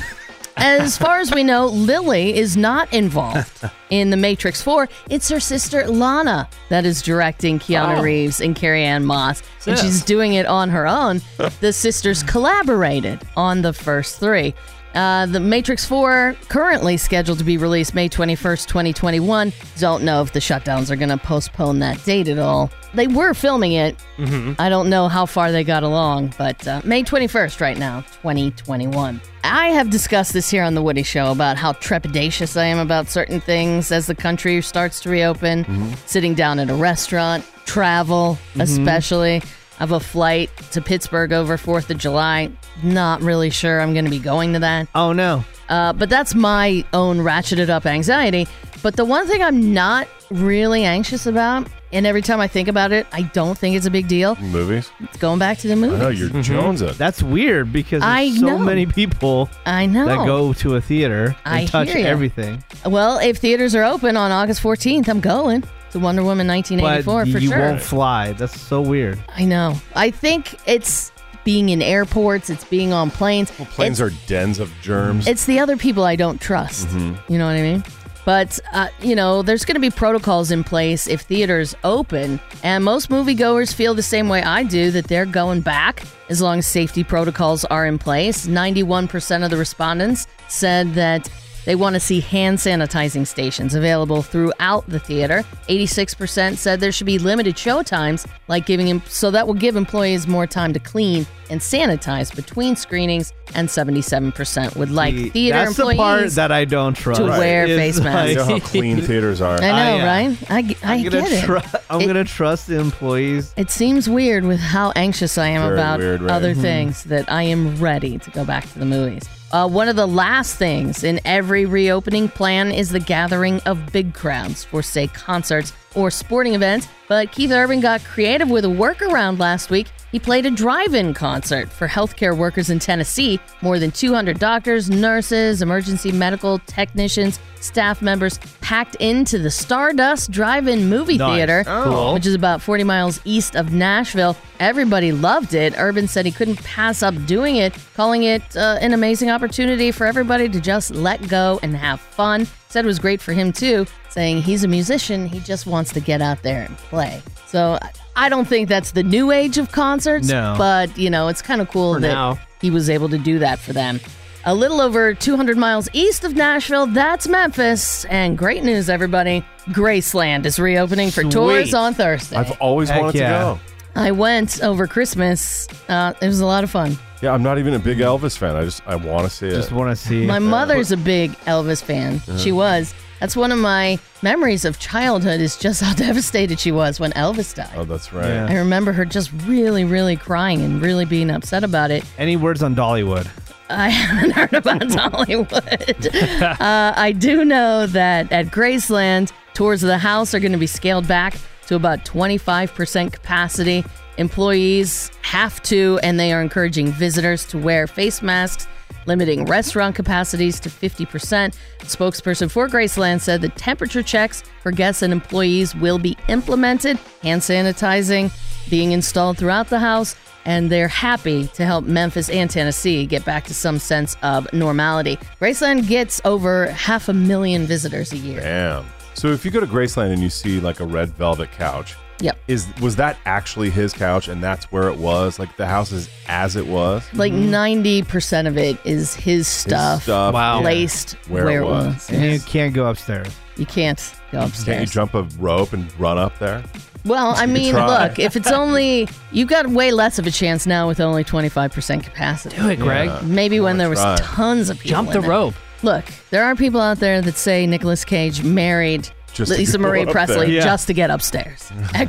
[SPEAKER 6] as far as we know, Lily is not involved in The Matrix 4. It's her sister Lana that is directing Keanu
[SPEAKER 10] Oh.
[SPEAKER 6] Reeves and Carrie Ann Moss, and
[SPEAKER 10] Sis.
[SPEAKER 6] she's doing it on her own. the sisters collaborated on the first three. Uh, the Matrix 4 currently scheduled to be released May 21st, 2021. Don't know if the shutdowns are going to postpone that date at all. They were filming it.
[SPEAKER 10] Mhm.
[SPEAKER 6] I don't know how far they got along, but uh, May 21st, right now, 2021. I have discussed this here on The Woody Show about how trepidatious I am about certain things as the country starts to reopen,
[SPEAKER 5] Mm-hmm.
[SPEAKER 6] sitting down at a restaurant, travel,
[SPEAKER 10] Mhm.
[SPEAKER 6] especially. I have a flight to Pittsburgh over 4th of July. Not really sure I'm going to be going to that.
[SPEAKER 5] Oh, no.
[SPEAKER 6] Uh, but that's my own ratcheted up anxiety. But the one thing I'm not really anxious about, and every time I think about it, I don't think it's a big deal.
[SPEAKER 7] Movies.
[SPEAKER 6] It's going back to the movies.
[SPEAKER 5] That's weird because
[SPEAKER 6] I
[SPEAKER 5] there's so
[SPEAKER 6] know.
[SPEAKER 5] many people
[SPEAKER 6] Mm-hmm. I know.
[SPEAKER 5] that go to a theater and
[SPEAKER 6] I
[SPEAKER 5] touch
[SPEAKER 6] hear ya.
[SPEAKER 5] everything.
[SPEAKER 6] Well, if theaters are open on August 14th, I'm going to Wonder Woman
[SPEAKER 5] But
[SPEAKER 6] 1984 for
[SPEAKER 5] you
[SPEAKER 6] sure.
[SPEAKER 5] won't fly. That's so weird.
[SPEAKER 6] I know. I think it's being in airports, it's being on planes.
[SPEAKER 7] Planes
[SPEAKER 6] it's,
[SPEAKER 7] are dens of germs.
[SPEAKER 6] It's the other people I don't trust.
[SPEAKER 7] Mhm.
[SPEAKER 6] You know what I mean? But, uh, you know, there's going to be protocols in place if theaters open. And most moviegoers feel the same way I do that they're going back as long as safety protocols are in place. 91% of the respondents said that they want to see hand sanitizing stations available throughout the theater. 86% said there should be limited show times, like giving em- so that will give employees more time to clean and sanitize between screenings. And 77% would like theater
[SPEAKER 5] That's
[SPEAKER 6] employees
[SPEAKER 5] the part that I don't trust.
[SPEAKER 6] to wear
[SPEAKER 5] is
[SPEAKER 6] face
[SPEAKER 5] like- uh,
[SPEAKER 6] masks.
[SPEAKER 7] You know how clean theaters are.
[SPEAKER 6] I know,
[SPEAKER 5] yeah.
[SPEAKER 6] right? I, g- I
[SPEAKER 5] I'm gonna
[SPEAKER 6] get Uh, it.
[SPEAKER 5] tru- I'm gonna trust the employees.
[SPEAKER 6] It seems weird with how anxious I am
[SPEAKER 5] Very
[SPEAKER 6] about
[SPEAKER 5] weird, right?
[SPEAKER 6] other
[SPEAKER 5] Mhm.
[SPEAKER 6] things that I am ready to go back to the movies. Uh, one of the last things in every reopening plan is the gathering of big crowds for, say, concerts or sporting events. But Keith Urban got creative with a workaround last week. He played a drive in concert for healthcare workers in Tennessee. More than 200 doctors, nurses, emergency medical technicians, staff members packed into the Stardust Drive In Movie
[SPEAKER 10] Nice. Oh.
[SPEAKER 6] Theater,
[SPEAKER 10] Cool.
[SPEAKER 6] which is about 40 miles east of Nashville. Everybody loved it. Urban said he couldn't pass up doing it, calling it uh, an amazing opportunity for everybody to just let go and have fun. Said it was great for him too, saying he's a musician, he just wants to get out there and play. So I- I don't think that's the new age of concerts,
[SPEAKER 10] No.
[SPEAKER 6] but you know, it's kind of cool
[SPEAKER 10] For
[SPEAKER 6] that
[SPEAKER 10] now.
[SPEAKER 6] he was able to do that for them. A little over 200 miles east of Nashville, that's Memphis. And great news, everybody Graceland is reopening for tours
[SPEAKER 7] Sweet.
[SPEAKER 6] on Thursday.
[SPEAKER 7] I've always
[SPEAKER 6] Heck
[SPEAKER 7] wanted
[SPEAKER 6] yeah.
[SPEAKER 7] to go.
[SPEAKER 6] I went over Christmas. Uh, it was a lot of fun.
[SPEAKER 7] Yeah, I'm not even a big Elvis fan. I just I want to see it. Just
[SPEAKER 5] want to see.
[SPEAKER 6] My mother's a big Elvis fan.
[SPEAKER 7] Yeah.
[SPEAKER 6] She was. That's one of my memories of childhood is just how devastated she was when Elvis died.
[SPEAKER 7] Oh, that's right.
[SPEAKER 6] I remember her just really, really crying and really being upset about it.
[SPEAKER 5] Any words on Dollywood?
[SPEAKER 6] I haven't heard about Dollywood. uh, I do know that at Graceland, tours of the house are going to be scaled back to about 25% capacity. Employees have to, and they are encouraging visitors to wear face masks, limiting restaurant capacities to 50%. Spokesperson for Graceland said the temperature checks for guests and employees will be implemented, hand sanitizing being installed throughout the house and they're happy to help Memphis and Tennessee get back to some sense of normality. Graceland gets over half a million visitors a year.
[SPEAKER 7] Damn. So if you go to Graceland and you see like a red velvet couch,
[SPEAKER 6] Yep.
[SPEAKER 7] is was that actually his couch and that's where it was? Like the house is as it was.
[SPEAKER 6] Like 90% of it is Mm-hmm. his stuff,
[SPEAKER 7] stuff, Wow. yeah.
[SPEAKER 6] placed where, it was.
[SPEAKER 5] And
[SPEAKER 6] Yes.
[SPEAKER 5] you can't go upstairs.
[SPEAKER 6] You can't go
[SPEAKER 7] Can't you
[SPEAKER 6] upstairs.
[SPEAKER 7] jump a rope and run up there?
[SPEAKER 6] Well, I
[SPEAKER 7] You
[SPEAKER 6] mean,
[SPEAKER 7] try.
[SPEAKER 6] look, if it's only, you've got way less of a chance now with only 25% capacity. Do
[SPEAKER 8] it, Greg. Yeah.
[SPEAKER 6] Maybe when there was
[SPEAKER 8] try.
[SPEAKER 6] tons of people.
[SPEAKER 8] Jump
[SPEAKER 6] in
[SPEAKER 8] the
[SPEAKER 6] there.
[SPEAKER 8] rope.
[SPEAKER 6] Look, there are people out there that say Nicolas Cage married
[SPEAKER 8] Just to
[SPEAKER 6] Lisa
[SPEAKER 8] go
[SPEAKER 6] Marie
[SPEAKER 8] up
[SPEAKER 6] Presley
[SPEAKER 8] there. Yeah.
[SPEAKER 6] just to get upstairs at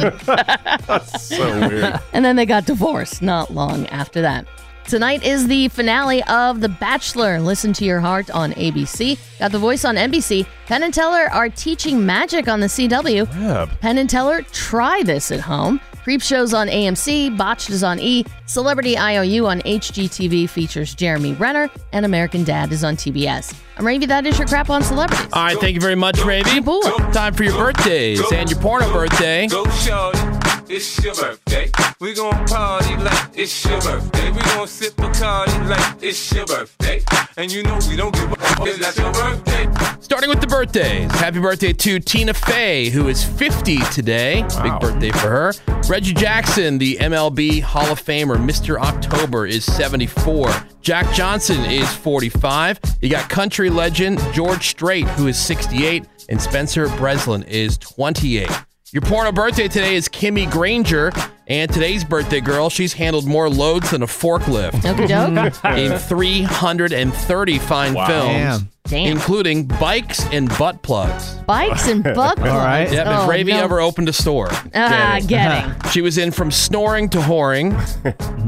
[SPEAKER 6] Graceland.
[SPEAKER 7] so weird.
[SPEAKER 6] and then they got divorced not long after that. Tonight is the finale of The Bachelor. Listen to Your Heart on ABC. Got The Voice on NBC. Penn and Teller are teaching magic on the CW. Penn and Teller try this at home. Creep Show's on AMC, Botched is on E, Celebrity IOU on HGTV features Jeremy Renner, and American Dad is on TBS. I'm Ravy, that is your crap on celebrities.
[SPEAKER 4] All right, thank you very much, Ravy. Time for your birthdays and your porno birthday.
[SPEAKER 10] Go, Charlie. It's your birthday. We gon' party like it's your birthday. We gon' sip a card like it's your birthday. And you know we don't give a fuck. It's not your birthday.
[SPEAKER 4] Starting with the birthdays. Happy birthday to Tina Fey, who is 50 today. Big birthday for her. Reggie Jackson, the MLB Hall of Famer, Mr. October, is 74. Jack Johnson is 45. You got country legend George Strait, who is 68. And Spencer Breslin is 28. Your porno birthday today is Kimmy Granger. And today's birthday girl, she's handled more loads than a forklift.
[SPEAKER 6] Okey doke.
[SPEAKER 4] in 330 fine
[SPEAKER 6] Wow.
[SPEAKER 4] films,
[SPEAKER 6] Damn. Damn.
[SPEAKER 4] including bikes and butt plugs.
[SPEAKER 6] Bikes and bug plugs.
[SPEAKER 4] Yep, if
[SPEAKER 6] Oh,
[SPEAKER 4] Ravy
[SPEAKER 6] no.
[SPEAKER 4] ever opened a store.
[SPEAKER 6] Ah, getting.
[SPEAKER 4] She was in from snoring to whoring.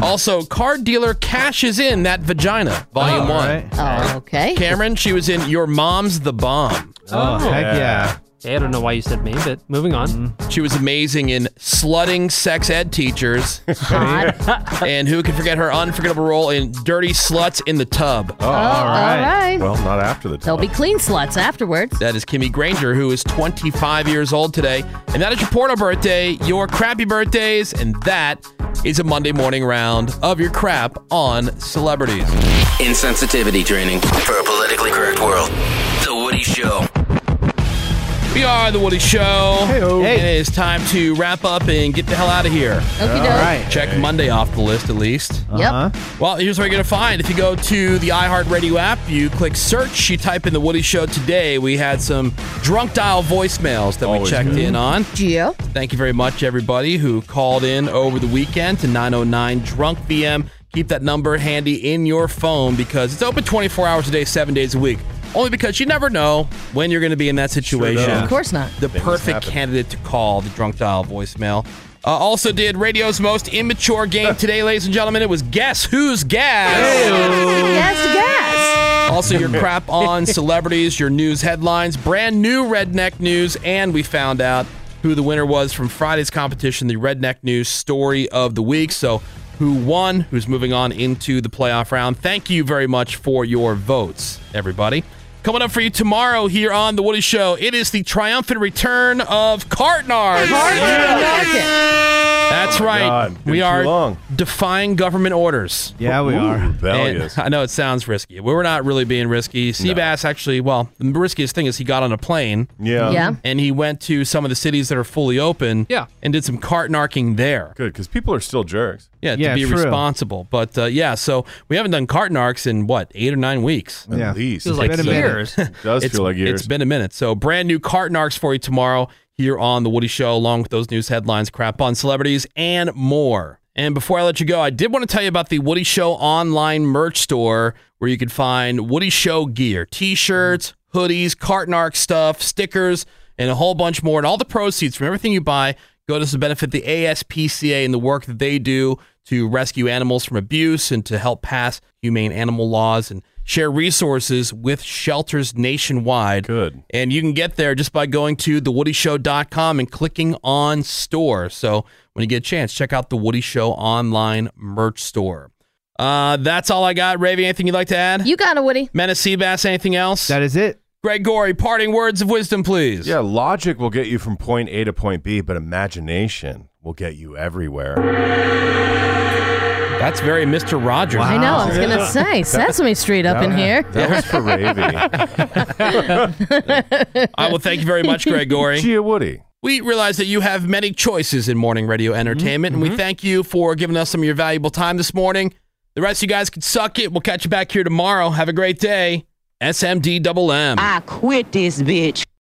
[SPEAKER 4] also, card dealer cashes in that vagina, volume
[SPEAKER 6] Oh,
[SPEAKER 4] one.
[SPEAKER 6] Oh, okay.
[SPEAKER 4] Cameron, she was in Your Mom's the Bomb.
[SPEAKER 8] Oh, heck yeah. I don't know why you said me, but moving on.
[SPEAKER 4] She was amazing in Slutting Sex Ed Teachers. and who can forget her unforgettable role in Dirty Sluts in the Tub?
[SPEAKER 6] Oh, all right. all right. Well,
[SPEAKER 4] not after the
[SPEAKER 6] They'll be clean sluts afterwards.
[SPEAKER 4] That is Kimmy Granger, who is 25 years old today. And that is your porno birthday, your crappy birthdays, and that is a Monday morning round of your crap on celebrities.
[SPEAKER 12] Insensitivity training for a politically correct world. The Woody Show.
[SPEAKER 4] We are the Woody Show. It is time to wrap up and get the hell out of here.
[SPEAKER 6] Okey doke. All right. Uh-huh.
[SPEAKER 4] Check Monday off the list at least.
[SPEAKER 6] Yep.
[SPEAKER 4] Well, here's what you're going to find. If you go to the iHeartRadio app, you click search, you type in the Woody Show today. We had some drunk dial voicemails that we checked
[SPEAKER 6] good.
[SPEAKER 4] in on.
[SPEAKER 6] Geo.
[SPEAKER 4] Thank you very much, everybody who called in over the weekend to 909 Drunk VM. Keep that number handy in your phone because it's open 24 hours a day, seven days a week. Only because you never know when you're going to be in that situation.
[SPEAKER 6] does. Of course not.
[SPEAKER 4] The
[SPEAKER 6] Things
[SPEAKER 4] perfect
[SPEAKER 6] happen.
[SPEAKER 4] candidate to call the drunk dial voicemail. Uh, also, did radio's most immature game today, ladies and gentlemen. It was Guess Who's Gas.
[SPEAKER 6] Gas to gas.
[SPEAKER 4] Also, your crap on celebrities, your news headlines, brand new redneck news, and we found out who the winner was from Friday's competition, the redneck news story of the week. So, who won, who's moving on into the playoff round. Thank you very much for your votes, everybody. Coming up for you tomorrow here on The Woody Show, it is the triumphant return of Cartnard. That's right. we are defying government orders.
[SPEAKER 5] Yeah, we Ooh, are. rebellious.
[SPEAKER 4] And I know it sounds risky. We're not really being risky. Seabass actually, well, the riskiest thing is he got on a plane.
[SPEAKER 7] Yeah. Yeah.
[SPEAKER 4] And he went to some of the cities that are fully open. Yeah. And did some cart narking there.
[SPEAKER 7] Good, because people are still jerks.
[SPEAKER 4] Yeah, to
[SPEAKER 7] Yeah,
[SPEAKER 4] be
[SPEAKER 7] true.
[SPEAKER 4] responsible. But uh, yeah, so we haven't done cart narks in what, eight or nine weeks?
[SPEAKER 7] At Yeah. least. Feels like It's been a minute. years. It does
[SPEAKER 4] It's-
[SPEAKER 7] feel like years.
[SPEAKER 4] It's been a minute. So brand new cart narks for you tomorrow here on The Woody Show, along with those news headlines, crap on celebrities, and more. And before I let you go, I did want to tell you about the Woody Show online merch store where you can find Woody Show gear, t shirts, hoodies, cart nark stuff, stickers, and a whole bunch more. And all the proceeds from everything you buy go to benefit the ASPCA and the work that they do to rescue animals from abuse and to help pass humane animal laws and share resources with shelters nationwide. Good. And you can get there just by going to thewoodyshow.com and clicking on store. So when you get a chance, check out the Woody Show online merch store. Uh, that's all I got. Ravy, anything you'd like to add?
[SPEAKER 6] You got it, Woody.
[SPEAKER 4] Menace Seabass, anything else? That
[SPEAKER 5] is it.
[SPEAKER 4] Greg Gorey, parting words of wisdom, please.
[SPEAKER 7] Yeah, logic will get you from point A to point B, but imagination will get you everywhere.
[SPEAKER 4] That's very Mr. Rogers.
[SPEAKER 6] I know. I was gonna say Sesame Street up in here.
[SPEAKER 7] That was for Ravy.
[SPEAKER 4] I will Uh, thank you very much, Greg Gorey.
[SPEAKER 7] Gia Woody.
[SPEAKER 4] We realize that you have many choices in morning radio entertainment, and we thank you for giving us some of your valuable time this morning. The rest of you guys can suck it. We'll catch you back here tomorrow. Have a great day. SMD double M.
[SPEAKER 20] I quit this bitch.